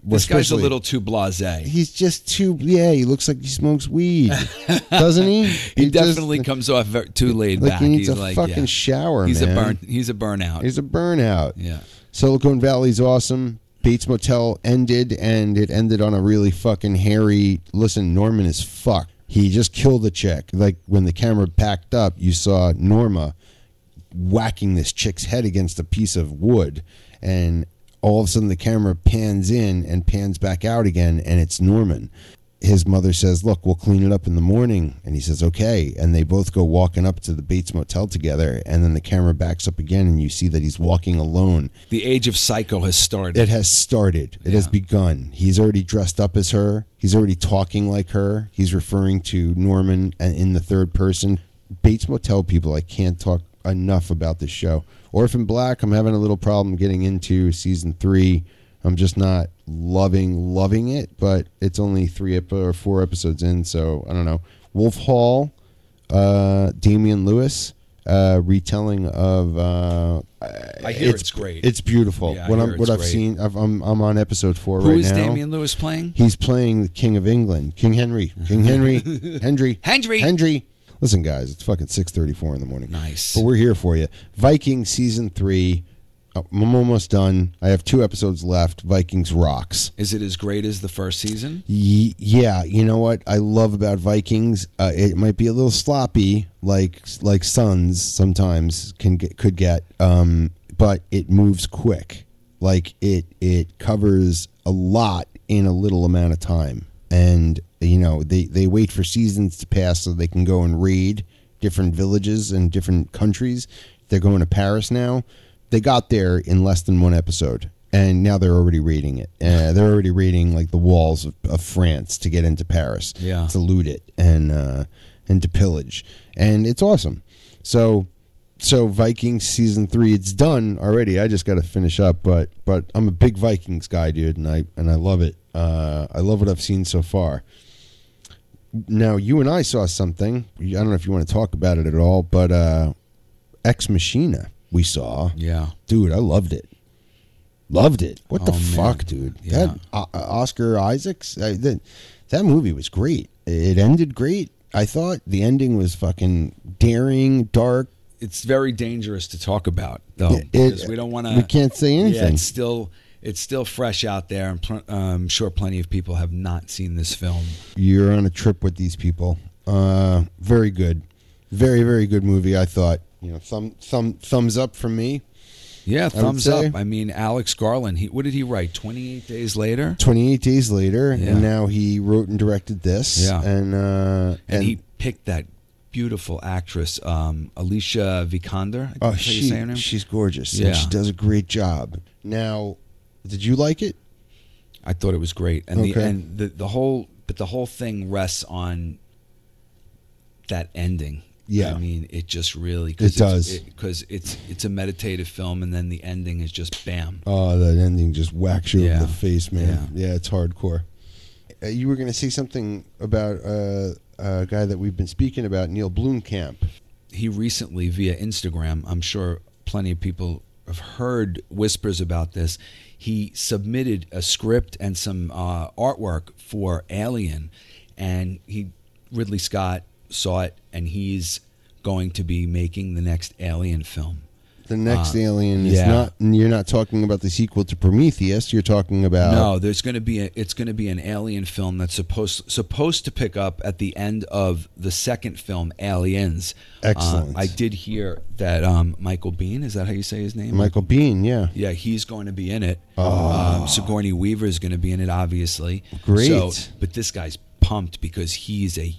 Speaker 4: This guy's a
Speaker 3: especially-
Speaker 4: little too blasé.
Speaker 3: He's just too. Yeah, he looks like he smokes weed, doesn't he?
Speaker 4: He,
Speaker 3: just-
Speaker 4: definitely comes off very, too laid
Speaker 3: like
Speaker 4: back.
Speaker 3: he needs
Speaker 4: he's
Speaker 3: a
Speaker 4: like,
Speaker 3: fucking
Speaker 4: yeah.
Speaker 3: shower,
Speaker 4: He's
Speaker 3: man.
Speaker 4: a burn. He's a burnout.
Speaker 3: He's a burnout.
Speaker 4: yeah.
Speaker 3: Silicon Valley's awesome. Bates Motel ended, and it ended on a really fucking hairy. Listen, Norman is fuck. He just killed the chick. Like when the camera backed up, you saw Norma whacking this chick's head against a piece of wood, and all of a sudden the camera pans in and pans back out again, and it's Norman. His mother says, "Look, we'll clean it up in the morning," and he says, "Okay." And they both go walking up to the Bates Motel together, and then the camera backs up again, and you see that he's walking alone,
Speaker 4: The age of psycho has started.
Speaker 3: it has started. It has begun. He's already dressed up as her. He's already talking like her. He's referring to Norman and in the third person. Bates Motel people, I can't talk enough about this show. Orphan Black, I'm having a little problem getting into season three. I'm just not loving loving it, but it's only three ep- or four episodes in, so I don't know. Wolf Hall, uh, Damian Lewis, uh, retelling of uh,
Speaker 4: I hear it's, great.
Speaker 3: it's beautiful.
Speaker 4: Yeah, I
Speaker 3: what
Speaker 4: hear
Speaker 3: I'm,
Speaker 4: it's
Speaker 3: what I've
Speaker 4: great.
Speaker 3: seen, I've, I'm, I'm on episode four
Speaker 4: Who
Speaker 3: right
Speaker 4: is
Speaker 3: now.
Speaker 4: Damian Lewis playing?
Speaker 3: He's playing the King of England, King Henry, King Henry, Henry,
Speaker 4: Henry.
Speaker 3: Henry. Listen, guys, it's fucking six thirty-four in the morning.
Speaker 4: Nice.
Speaker 3: but we're here for you. Vikings season three. Uh, I'm almost done. I have two episodes left. Vikings rocks.
Speaker 4: Is it as great as the first season?
Speaker 3: Ye- yeah, you know what I love about Vikings? Uh, it might be a little sloppy, like like Suns sometimes can get, could get, um, but it moves quick. Like it it covers a lot in a little amount of time, and you know they they wait for seasons to pass so they can go and raid different villages and different countries. They're going to Paris now. They got there in less than one episode, and now they're already raiding it. Uh, they're already raiding like the walls of, of France to get into Paris,
Speaker 4: Yeah.
Speaker 3: to loot it and uh, and to pillage, and it's awesome. So, so Vikings season three, it's done already. I just got to finish up, but but I'm a big Vikings guy, dude, and I and I love it. Uh, I love what I've seen so far. Now you and I saw something. I don't know if you want to talk about it at all, but uh, Ex Machina we saw.
Speaker 4: Yeah.
Speaker 3: Dude, I loved it. Loved it. What the
Speaker 4: Oh, man.
Speaker 3: fuck, dude?
Speaker 4: Yeah.
Speaker 3: That O- O- Oscar Isaacs. I, that that movie was great. It ended great. I thought the ending was fucking daring, dark.
Speaker 4: It's very dangerous to talk about though
Speaker 3: It-
Speaker 4: because we don't want to.
Speaker 3: We can't say
Speaker 4: Yeah,
Speaker 3: anything.
Speaker 4: it's still it's still fresh out there. I'm, pl- um, I'm sure plenty of people have not seen this film.
Speaker 3: You're on a trip with these people. Uh, very good, very very good movie. I thought. You know, thumb thumb thumbs up from me.
Speaker 4: Yeah,
Speaker 3: would
Speaker 4: thumbs
Speaker 3: say-
Speaker 4: up. I mean, Alex Garland. He, what did he write? 28 Days Later.
Speaker 3: 28 days later,
Speaker 4: Yeah.
Speaker 3: and now he wrote and directed this.
Speaker 4: Yeah.
Speaker 3: and uh,
Speaker 4: and, he picked that beautiful actress, um, Alicia Vikander. I think
Speaker 3: Oh,
Speaker 4: that's how you
Speaker 3: she,
Speaker 4: say her name.
Speaker 3: she's gorgeous.
Speaker 4: Yeah.
Speaker 3: And she does a great job. Now, did you like it?
Speaker 4: I thought it was great, and the
Speaker 3: Okay.
Speaker 4: and the, the whole but the whole thing rests on that ending.
Speaker 3: Yeah.
Speaker 4: I mean, it just really
Speaker 3: It does.
Speaker 4: because it's it's a meditative film, and then the ending is just bam.
Speaker 3: Oh, that ending just whacks you in
Speaker 4: Yeah.
Speaker 3: the face, man. Yeah, it's hardcore. Uh, you were going to say something about uh, a guy that we've been speaking about, Neil Blomkamp.
Speaker 4: He recently via Instagram, I'm sure plenty of people have heard whispers about this. He submitted a script and some uh, artwork for Alien, and he Ridley Scott saw it, and he's going to be making the next Alien film.
Speaker 3: The next Alien is
Speaker 4: yeah.
Speaker 3: not. You're not talking about the sequel to Prometheus. You're talking about
Speaker 4: No, there's going to be a, it's going to be an alien film that's supposed supposed to pick up at the end of the second film, Aliens. Uh,
Speaker 3: Excellent.
Speaker 4: I did hear that um, Michael Bean is that how you say his name?
Speaker 3: Michael Bean. Yeah,
Speaker 4: Yeah, he's going to be in it. Um, Sigourney Weaver is going to be in it, obviously.
Speaker 3: Oh. Great.
Speaker 4: So, but this guy's pumped because he's a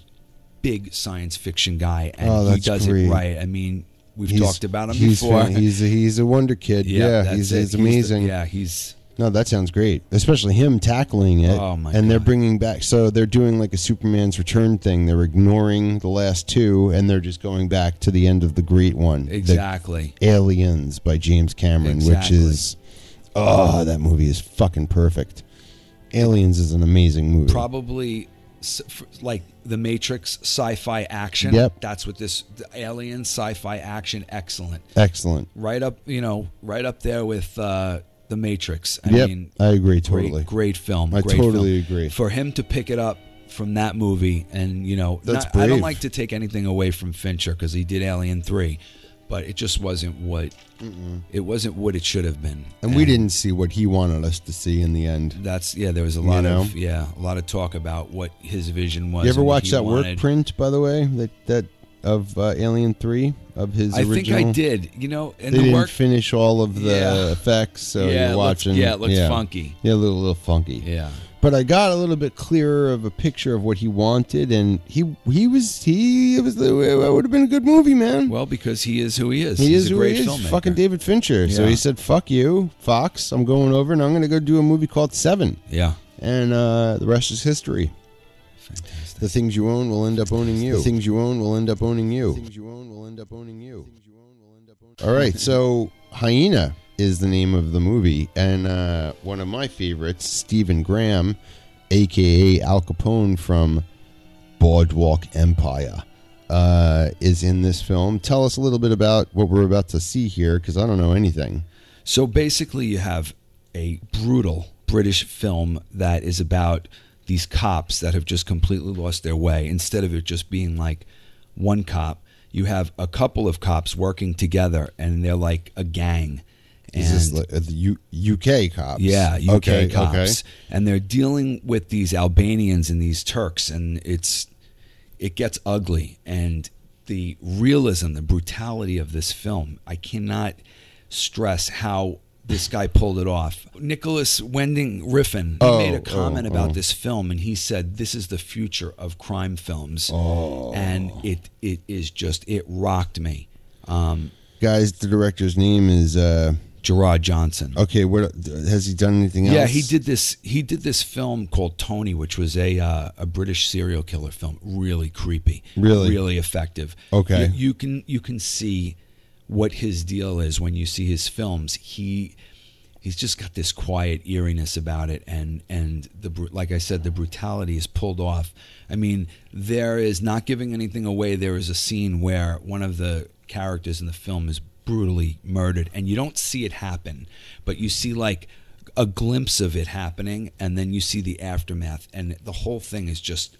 Speaker 4: big science fiction guy and
Speaker 3: Oh,
Speaker 4: he
Speaker 3: that's
Speaker 4: does
Speaker 3: great.
Speaker 4: it right. I mean, we've
Speaker 3: He's-
Speaker 4: talked about him
Speaker 3: he's
Speaker 4: before.
Speaker 3: fan- He's a, he's a wonder kid. Yeah,
Speaker 4: that's
Speaker 3: he's,
Speaker 4: it.
Speaker 3: he's
Speaker 4: the-
Speaker 3: amazing.
Speaker 4: yeah, he's
Speaker 3: No, that sounds great. Especially him tackling it.
Speaker 4: Oh, my
Speaker 3: and they're
Speaker 4: God.
Speaker 3: bringing back. So they're doing like a Superman's Return thing. They're ignoring the last two, and they're just going back to the end of the great one, the
Speaker 4: exactly.
Speaker 3: Aliens by James Cameron, which
Speaker 4: Exactly.
Speaker 3: is oh, that movie is fucking perfect. Aliens is an amazing movie.
Speaker 4: probably s- f- like the Matrix sci-fi action.
Speaker 3: Yep.
Speaker 4: That's what this the alien sci-fi action excellent.
Speaker 3: Excellent.
Speaker 4: Right up, you know, right up there with uh the Matrix. I
Speaker 3: yep,
Speaker 4: mean,
Speaker 3: I agree
Speaker 4: great,
Speaker 3: totally.
Speaker 4: great film.
Speaker 3: I
Speaker 4: great
Speaker 3: totally
Speaker 4: film.
Speaker 3: agree.
Speaker 4: For him to pick it up from that movie, and you know,
Speaker 3: That's
Speaker 4: not- I
Speaker 3: brave.
Speaker 4: don't like to take anything away from Fincher because he did Alien Three, but it just wasn't what it wasn't what it should have been.
Speaker 3: And we didn't see what he wanted us to see in the end.
Speaker 4: That's yeah. There was a lot
Speaker 3: know?
Speaker 4: of yeah, a lot of talk about what his vision was.
Speaker 3: You ever
Speaker 4: and what
Speaker 3: watch
Speaker 4: he
Speaker 3: that work
Speaker 4: wanted.
Speaker 3: print, by the way? That that of uh, Alien Three of his.
Speaker 4: I think
Speaker 3: original?
Speaker 4: I did. You know, and
Speaker 3: They
Speaker 4: the
Speaker 3: didn't
Speaker 4: work.
Speaker 3: finish all of the
Speaker 4: Yeah.
Speaker 3: effects, so
Speaker 4: Yeah,
Speaker 3: you're
Speaker 4: it looks-
Speaker 3: watching.
Speaker 4: yeah, it looks funky.
Speaker 3: Yeah, a little, little funky.
Speaker 4: yeah,
Speaker 3: But I got a little bit clearer of a picture of what he wanted, and he he was he it was the it would have been a good movie, man.
Speaker 4: well, because he is who he is.
Speaker 3: he
Speaker 4: He's
Speaker 3: is
Speaker 4: a
Speaker 3: who
Speaker 4: great
Speaker 3: he is,
Speaker 4: filmmaker.
Speaker 3: fucking David Fincher. So
Speaker 4: Yeah.
Speaker 3: he said, "Fuck you, Fox. I'm going over, and I'm going to go do a movie called Seven,
Speaker 4: Yeah,
Speaker 3: and uh, the rest is history."
Speaker 4: fantastic.
Speaker 3: The things you own will end up owning you. The things you own will end up owning you. The things you own will end up owning you. All right, so Hyena is the name of the movie, and uh, one of my favorites, Stephen Graham, aka Al Capone from Boardwalk Empire, uh, is in this film. Tell us a little bit about what we're about to see here, because I don't know anything.
Speaker 4: So basically, you have a brutal British film that is about these cops that have just completely lost their way. Instead of it just being like one cop, you have a couple of cops working together, and they're like a gang.
Speaker 3: Is this
Speaker 4: And-
Speaker 3: like, uh, the U- UK cops?
Speaker 4: Yeah, UK
Speaker 3: Okay,
Speaker 4: cops,
Speaker 3: okay.
Speaker 4: and they're dealing with these Albanians and these Turks, and it's it gets ugly. And the realism, the brutality of this film, I cannot stress how this guy pulled it off. Nicholas Wending Riffin he
Speaker 3: Oh,
Speaker 4: made a
Speaker 3: oh,
Speaker 4: comment about
Speaker 3: oh.
Speaker 4: this film, and he said this is the future of crime films,
Speaker 3: Oh.
Speaker 4: and it it is just it rocked me. Um,
Speaker 3: Guys, the director's name is. Uh,
Speaker 4: Gerard Johnson.
Speaker 3: Okay, what has he done anything else?
Speaker 4: Yeah, he did this. He did this film called Tony, which was a uh, a British serial killer film. Really creepy.
Speaker 3: Really?
Speaker 4: really effective.
Speaker 3: Okay.
Speaker 4: you, you can you can see what his deal is when you see his films. He he's just got this quiet eeriness about it, and and the bru- like I said, the brutality is pulled off. I mean, there is not giving anything away. There is a scene where one of the characters in the film is brutally murdered, and you don't see it happen, but you see like a glimpse of it happening, and then you see the aftermath, and the whole thing is just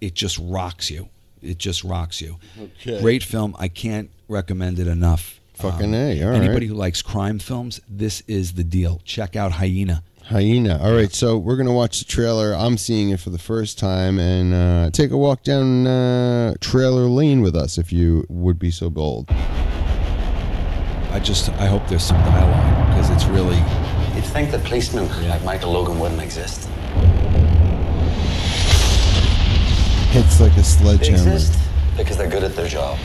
Speaker 4: it just rocks you. It just rocks you.
Speaker 3: Okay.
Speaker 4: Great film. I can't recommend it enough. Um,
Speaker 3: Fucking A, all right.
Speaker 4: anybody who likes crime films, this is the deal. Check out Hyena.
Speaker 3: Hyena. All right, so we're gonna watch the trailer. I'm seeing it for the first time, and uh, take a walk down uh, trailer lane with us if you would be so bold.
Speaker 4: I just I hope there's some dialogue because it's really
Speaker 6: You'd think that policemen like Michael Logan wouldn't exist.
Speaker 3: Hits like a
Speaker 6: They
Speaker 3: sledgehammer.
Speaker 6: exist because they're good at their job.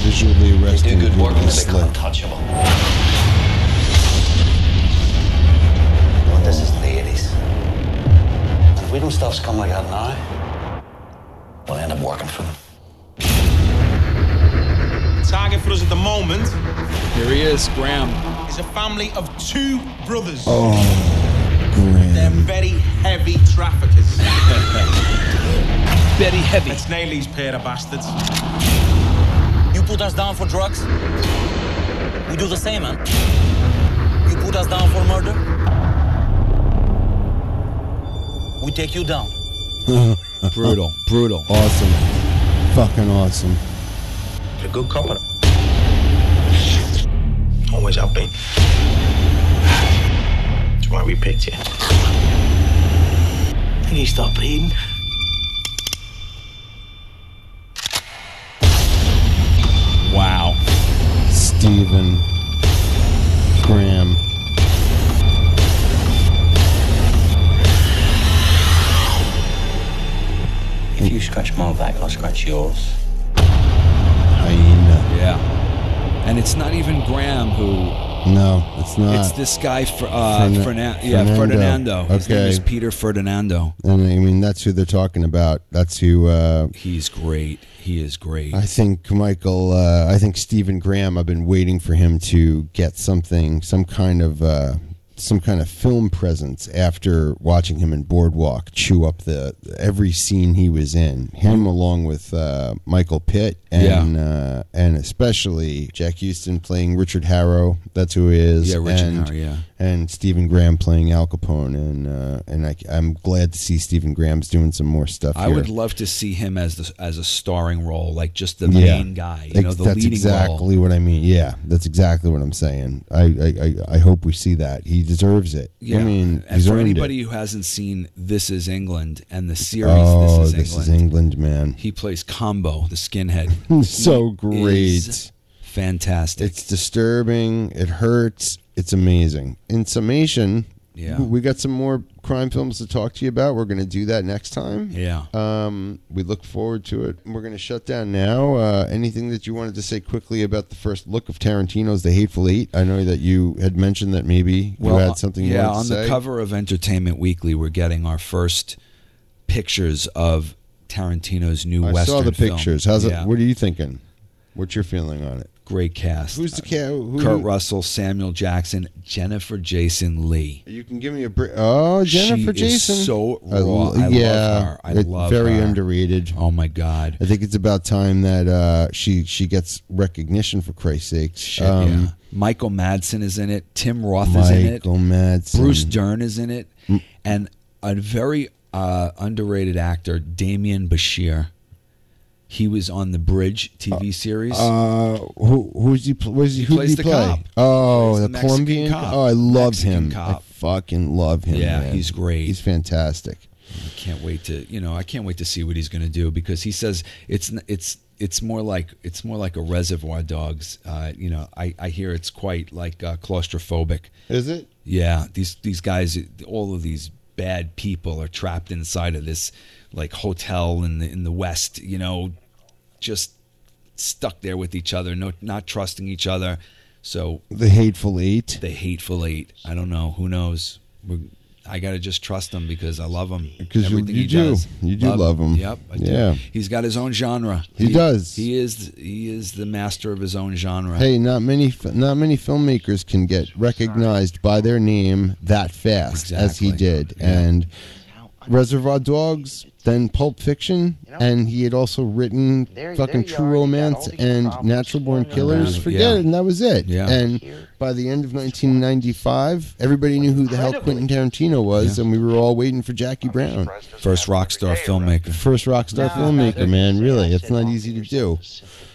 Speaker 3: Visually
Speaker 6: They
Speaker 3: arresting.
Speaker 6: do good work and they become
Speaker 3: sledge.
Speaker 6: untouchable. But this is the 80s. And if we don't stop scum like that now, we'll end up working for them.
Speaker 7: Target for us at the moment
Speaker 8: Here he is, Graham.
Speaker 7: is a family of two brothers. They're
Speaker 3: Graham.
Speaker 7: very heavy traffickers.
Speaker 4: Betty Heavy.
Speaker 7: Let's nail these pair of bastards.
Speaker 9: You put us down for drugs, we do the same, man. You put us down for murder, we take you down.
Speaker 4: Brutal. Brutal.
Speaker 3: Awesome. Fucking awesome.
Speaker 7: A good cop. Always have been. That's why we picked you.
Speaker 1: Can you stop bleeding?
Speaker 4: Wow.
Speaker 3: Stephen Graham.
Speaker 9: If you scratch my back, I'll scratch yours.
Speaker 3: Hyena.
Speaker 4: Yeah. And it's not even Graham who.
Speaker 3: No, it's not.
Speaker 4: It's this guy, Fr- uh,
Speaker 3: Fernan-
Speaker 4: Fernan- yeah,
Speaker 3: Fernando.
Speaker 4: Ferdinando. His name
Speaker 3: Okay.
Speaker 4: is Peter Ferdinando.
Speaker 3: and I mean, that's who they're talking about. That's who. Uh,
Speaker 4: He's great. He is great.
Speaker 3: I think Michael. Uh, I think Stephen Graham. I've been waiting for him to get something, some kind of, uh, some kind of film presence after watching him in Boardwalk chew up the every scene he was in.
Speaker 4: Hmm.
Speaker 3: Him along with uh, Michael Pitt and uh, and especially Jack Houston playing Richard Harrow. That's who he is.
Speaker 4: Yeah, Richard
Speaker 3: and,
Speaker 4: Harrow, yeah.
Speaker 3: And Stephen Graham playing Al Capone, and uh, and I, I'm glad to see Stephen Graham's doing some more stuff.
Speaker 4: I
Speaker 3: here.
Speaker 4: would love to see him as the, as a starring role, like just the
Speaker 3: Yeah.
Speaker 4: main guy, you know,
Speaker 3: Ex-
Speaker 4: the
Speaker 3: that's
Speaker 4: leading role.
Speaker 3: exactly what I mean. Yeah, that's exactly what I'm saying. I I, I, I hope we see that. He deserves it.
Speaker 4: Yeah.
Speaker 3: I mean,
Speaker 4: and
Speaker 3: he's
Speaker 4: for
Speaker 3: earned
Speaker 4: anybody
Speaker 3: it.
Speaker 4: who hasn't seen This Is England and the series
Speaker 3: oh,
Speaker 4: This Is England,
Speaker 3: man.
Speaker 4: he plays Combo, the skinhead.
Speaker 3: so great.
Speaker 4: Is fantastic.
Speaker 3: It's disturbing. It hurts. It's amazing. In summation,
Speaker 4: Yeah.
Speaker 3: we got some more crime films to talk to you about. We're going to do that next time.
Speaker 4: yeah.
Speaker 3: Um, we look forward to it. We're going to shut down now. Uh, anything that you wanted to say quickly about the first look of Tarantino's The Hateful Eight? I know that you had mentioned that maybe you had something you
Speaker 4: uh, yeah,
Speaker 3: wanted to
Speaker 4: on
Speaker 3: say.
Speaker 4: the cover of Entertainment Weekly, we're getting our first pictures of Tarantino's new
Speaker 3: I
Speaker 4: Western
Speaker 3: saw the
Speaker 4: film.
Speaker 3: pictures. How's
Speaker 4: Yeah,
Speaker 3: it? What are you thinking? What's your feeling on it?
Speaker 4: great cast.
Speaker 3: Who's the cat? Who,
Speaker 4: Kurt Russell, Samuel Jackson, Jennifer Jason Lee.
Speaker 3: You can give me a break. Oh, Jennifer
Speaker 4: She is
Speaker 3: Jason.
Speaker 4: so
Speaker 3: I
Speaker 4: raw. I love
Speaker 3: yeah,
Speaker 4: her. I
Speaker 3: it-
Speaker 4: love
Speaker 3: very
Speaker 4: her.
Speaker 3: underrated.
Speaker 4: Oh my God.
Speaker 3: I think it's about time that uh, she she gets recognition for Christ's sake. Um,
Speaker 4: Shit, yeah. Michael Madsen is in it. Tim Roth is in it.
Speaker 3: Michael Madsen.
Speaker 4: Bruce Dern is in it. And a very uh, underrated actor, Damien Bashir. He was on the Bridge TV series.
Speaker 3: Uh, who who's he? Pl- where's he? Who did
Speaker 4: plays
Speaker 3: he
Speaker 4: the
Speaker 3: play?
Speaker 4: cop.
Speaker 3: Oh, the,
Speaker 4: Plays the Mexican
Speaker 3: Colombian.
Speaker 4: cop.
Speaker 3: Oh, I love
Speaker 4: Mexican
Speaker 3: him. I
Speaker 4: cop.
Speaker 3: fucking love him.
Speaker 4: Yeah,
Speaker 3: man.
Speaker 4: he's great.
Speaker 3: He's fantastic.
Speaker 4: can't wait to you know I can't wait to see what he's going to do because he says it's n- it's it's more like it's more like a Reservoir Dogs. Uh, you know, I I hear it's quite like uh, claustrophobic.
Speaker 3: Is it?
Speaker 4: Yeah, these these guys, all of these bad people are trapped inside of this like hotel in the in the West. You know, just stuck there with each other, no, not trusting each other. So
Speaker 3: The Hateful Eight.
Speaker 4: the hateful eight. I don't know. Who knows? We're, I gotta just trust him because I love him.
Speaker 3: 'Cause you-
Speaker 4: Everything
Speaker 3: you
Speaker 4: he
Speaker 3: do.
Speaker 4: does.
Speaker 3: You do love him.
Speaker 4: Yep. I do.
Speaker 3: Yeah.
Speaker 4: He's got his own genre.
Speaker 3: He does.
Speaker 4: He is. He is the master of his own genre.
Speaker 3: Hey, not many f- not many filmmakers can get recognized by their name that fast as he
Speaker 4: Exactly.
Speaker 3: did, and. Reservoir Dogs, then Pulp Fiction, and he had also written fucking True Romance and Natural Born Killers.
Speaker 4: Around-
Speaker 3: Forget
Speaker 4: yeah.
Speaker 3: it, and that was it.
Speaker 4: Yeah.
Speaker 3: And by the end of 1995, everybody knew who the hell Quentin Tarantino was, and we were all waiting for Jackie Brown.
Speaker 4: First rock star filmmaker.
Speaker 3: First rock star filmmaker, man. Really, it's not easy to do.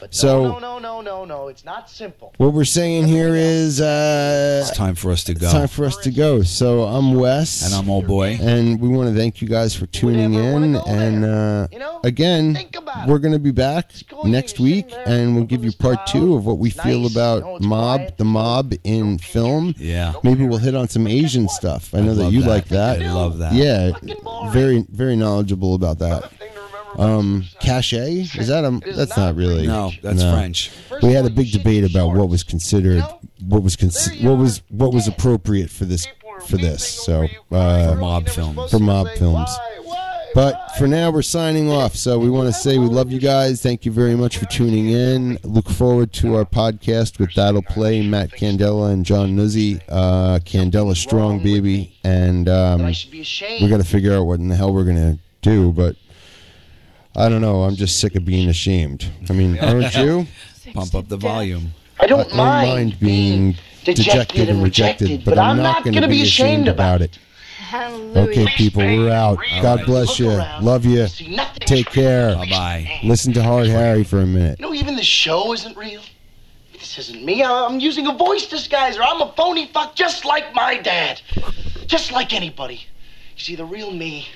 Speaker 3: So-
Speaker 10: no, no, no, no, no. It's not simple.
Speaker 3: What we're saying here is uh,
Speaker 4: It's time for us to go.
Speaker 3: it's time for us to go. So I'm Wes.
Speaker 4: and I'm old boy.
Speaker 3: and we want to thank you guys for tuning
Speaker 10: Whatever,
Speaker 3: in.
Speaker 10: wanna go
Speaker 3: And uh,
Speaker 10: You know,
Speaker 3: again,
Speaker 10: think about
Speaker 3: we're going to be back
Speaker 10: cool,
Speaker 3: next
Speaker 10: you're sitting
Speaker 3: week,
Speaker 10: there,
Speaker 3: and we'll
Speaker 10: open
Speaker 3: give you
Speaker 10: this
Speaker 3: part two
Speaker 10: cloud.
Speaker 3: of what we feel
Speaker 10: Nice.
Speaker 3: about
Speaker 10: No, it's
Speaker 3: mob,
Speaker 10: quiet.
Speaker 3: the mob in film.
Speaker 4: Yeah.
Speaker 3: Maybe we'll hit on some Asian stuff. I know that
Speaker 4: Love
Speaker 3: you like that.
Speaker 4: I love that.
Speaker 3: Yeah,
Speaker 10: Fucking boring.
Speaker 3: very very knowledgeable about that.
Speaker 10: Thing to remember about
Speaker 3: Um, cachet is that a?
Speaker 10: is
Speaker 3: That's
Speaker 10: not
Speaker 3: not really.
Speaker 4: No, that's French.
Speaker 10: First
Speaker 3: We
Speaker 10: of
Speaker 3: had a
Speaker 10: all, you
Speaker 3: big
Speaker 10: shit
Speaker 3: debate
Speaker 10: your
Speaker 3: about what
Speaker 10: shorts.
Speaker 3: was considered,
Speaker 10: No.
Speaker 3: what was cons-
Speaker 10: There you
Speaker 3: what was
Speaker 10: are.
Speaker 3: what was
Speaker 10: Yeah.
Speaker 3: appropriate for this
Speaker 10: People are
Speaker 3: for this.
Speaker 10: weeping over
Speaker 3: So
Speaker 10: you, crying
Speaker 3: uh,
Speaker 10: girls
Speaker 4: mob
Speaker 10: you never
Speaker 4: films.
Speaker 10: spoke
Speaker 3: For
Speaker 10: to,
Speaker 3: mob
Speaker 10: saying,
Speaker 3: films.
Speaker 10: Why? Why?
Speaker 3: But for now, we're signing off. So we want to say we love you guys. Thank you very much for tuning in. Look forward to our podcast with That'll Play, Matt Candela and John Nuzzi. Uh, Candela Strong, baby. And um, we got to figure out what in the hell we're going to do. But I don't know. I'm just sick of being ashamed. I mean, aren't you?
Speaker 4: Pump up the volume.
Speaker 10: I don't
Speaker 3: I
Speaker 10: mind
Speaker 3: being dejected, and rejected, but, I'm not going to be ashamed about it. Okay, people, we're out. God bless you. Love you. Take care.
Speaker 4: Bye bye.
Speaker 3: Listen to Hard Harry for a minute.
Speaker 10: You know, even the show isn't real. This isn't me. I- I'm using a voice disguiser. I'm a phony fuck just like my dad. Just like anybody. You see, the real me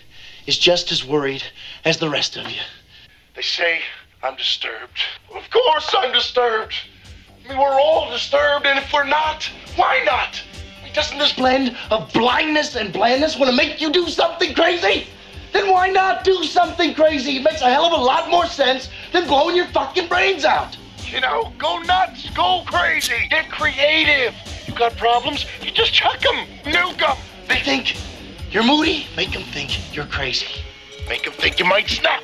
Speaker 10: is just as worried as the rest of you.
Speaker 1: They say I'm disturbed. Of course I'm disturbed. I mean, we're all disturbed, and if we're not, why not? I mean, doesn't this
Speaker 10: This blend of blindness and blandness want to make you do something crazy? Then why not do something crazy? It makes a hell of a lot more sense than blowing your fucking brains out.
Speaker 1: You know, go nuts, go crazy, get creative. You got problems, you just chuck them, nuke them.
Speaker 10: They think you're moody, make them think you're crazy.
Speaker 1: Make them think you might snap.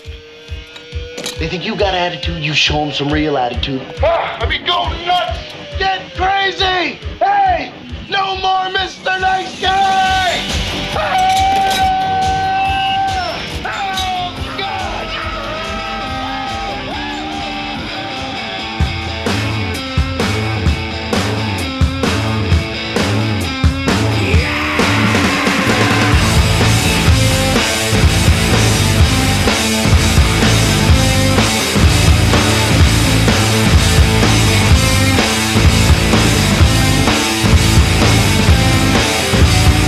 Speaker 10: They think you got attitude, you show them some real attitude.
Speaker 1: Ah, I mean, go nuts.
Speaker 10: Get crazy! Hey! No more Mr. Nice Guy!
Speaker 1: Ah! Oh, God!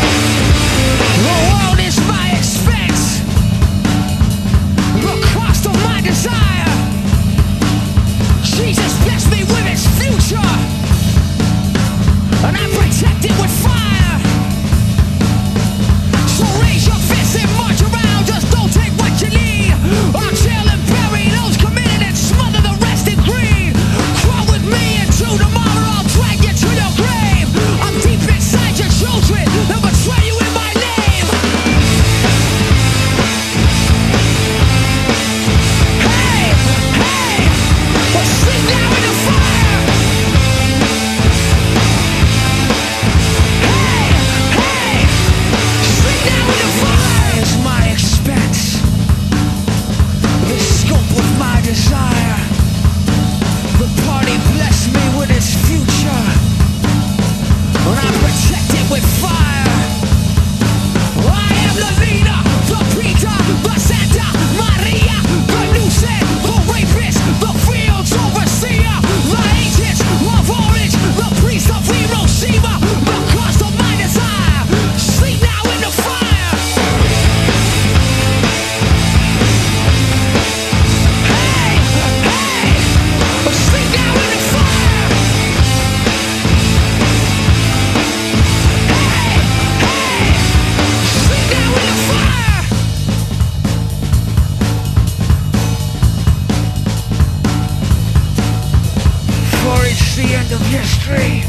Speaker 11: The world is my expense. The cost of my desire. Jesus bless me with its future. And I protect it with fire. So raise your fists and march around. Just don't take what you need. Or kill and bury those committed and smother the rest in greed. Crawl with me into tomorrow. I'll drag you to your grave. I'm deep inside your children. They'll betray you in my name. Hey, hey, well, sleep now in the fire. Hey, hey, sleep now in the fire. Is my expense, the scope of my desire. The party blessed me with its future, and I protect it with fire. I am the leader, the Peter, the Santa Maria, the nuisance, the rapist, the fields overseer, the agents of orange, the priest of Hiroshima, the cost of my desire. Sleep now in the fire. Hey, hey, sleep now in the fire. Hey, hey. Sleep now in the fire. For it's the end of history.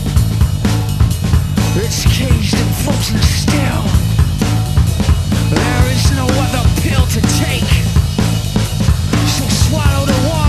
Speaker 11: It's caged and frozen still. There is no other pill to take. So swallow the water.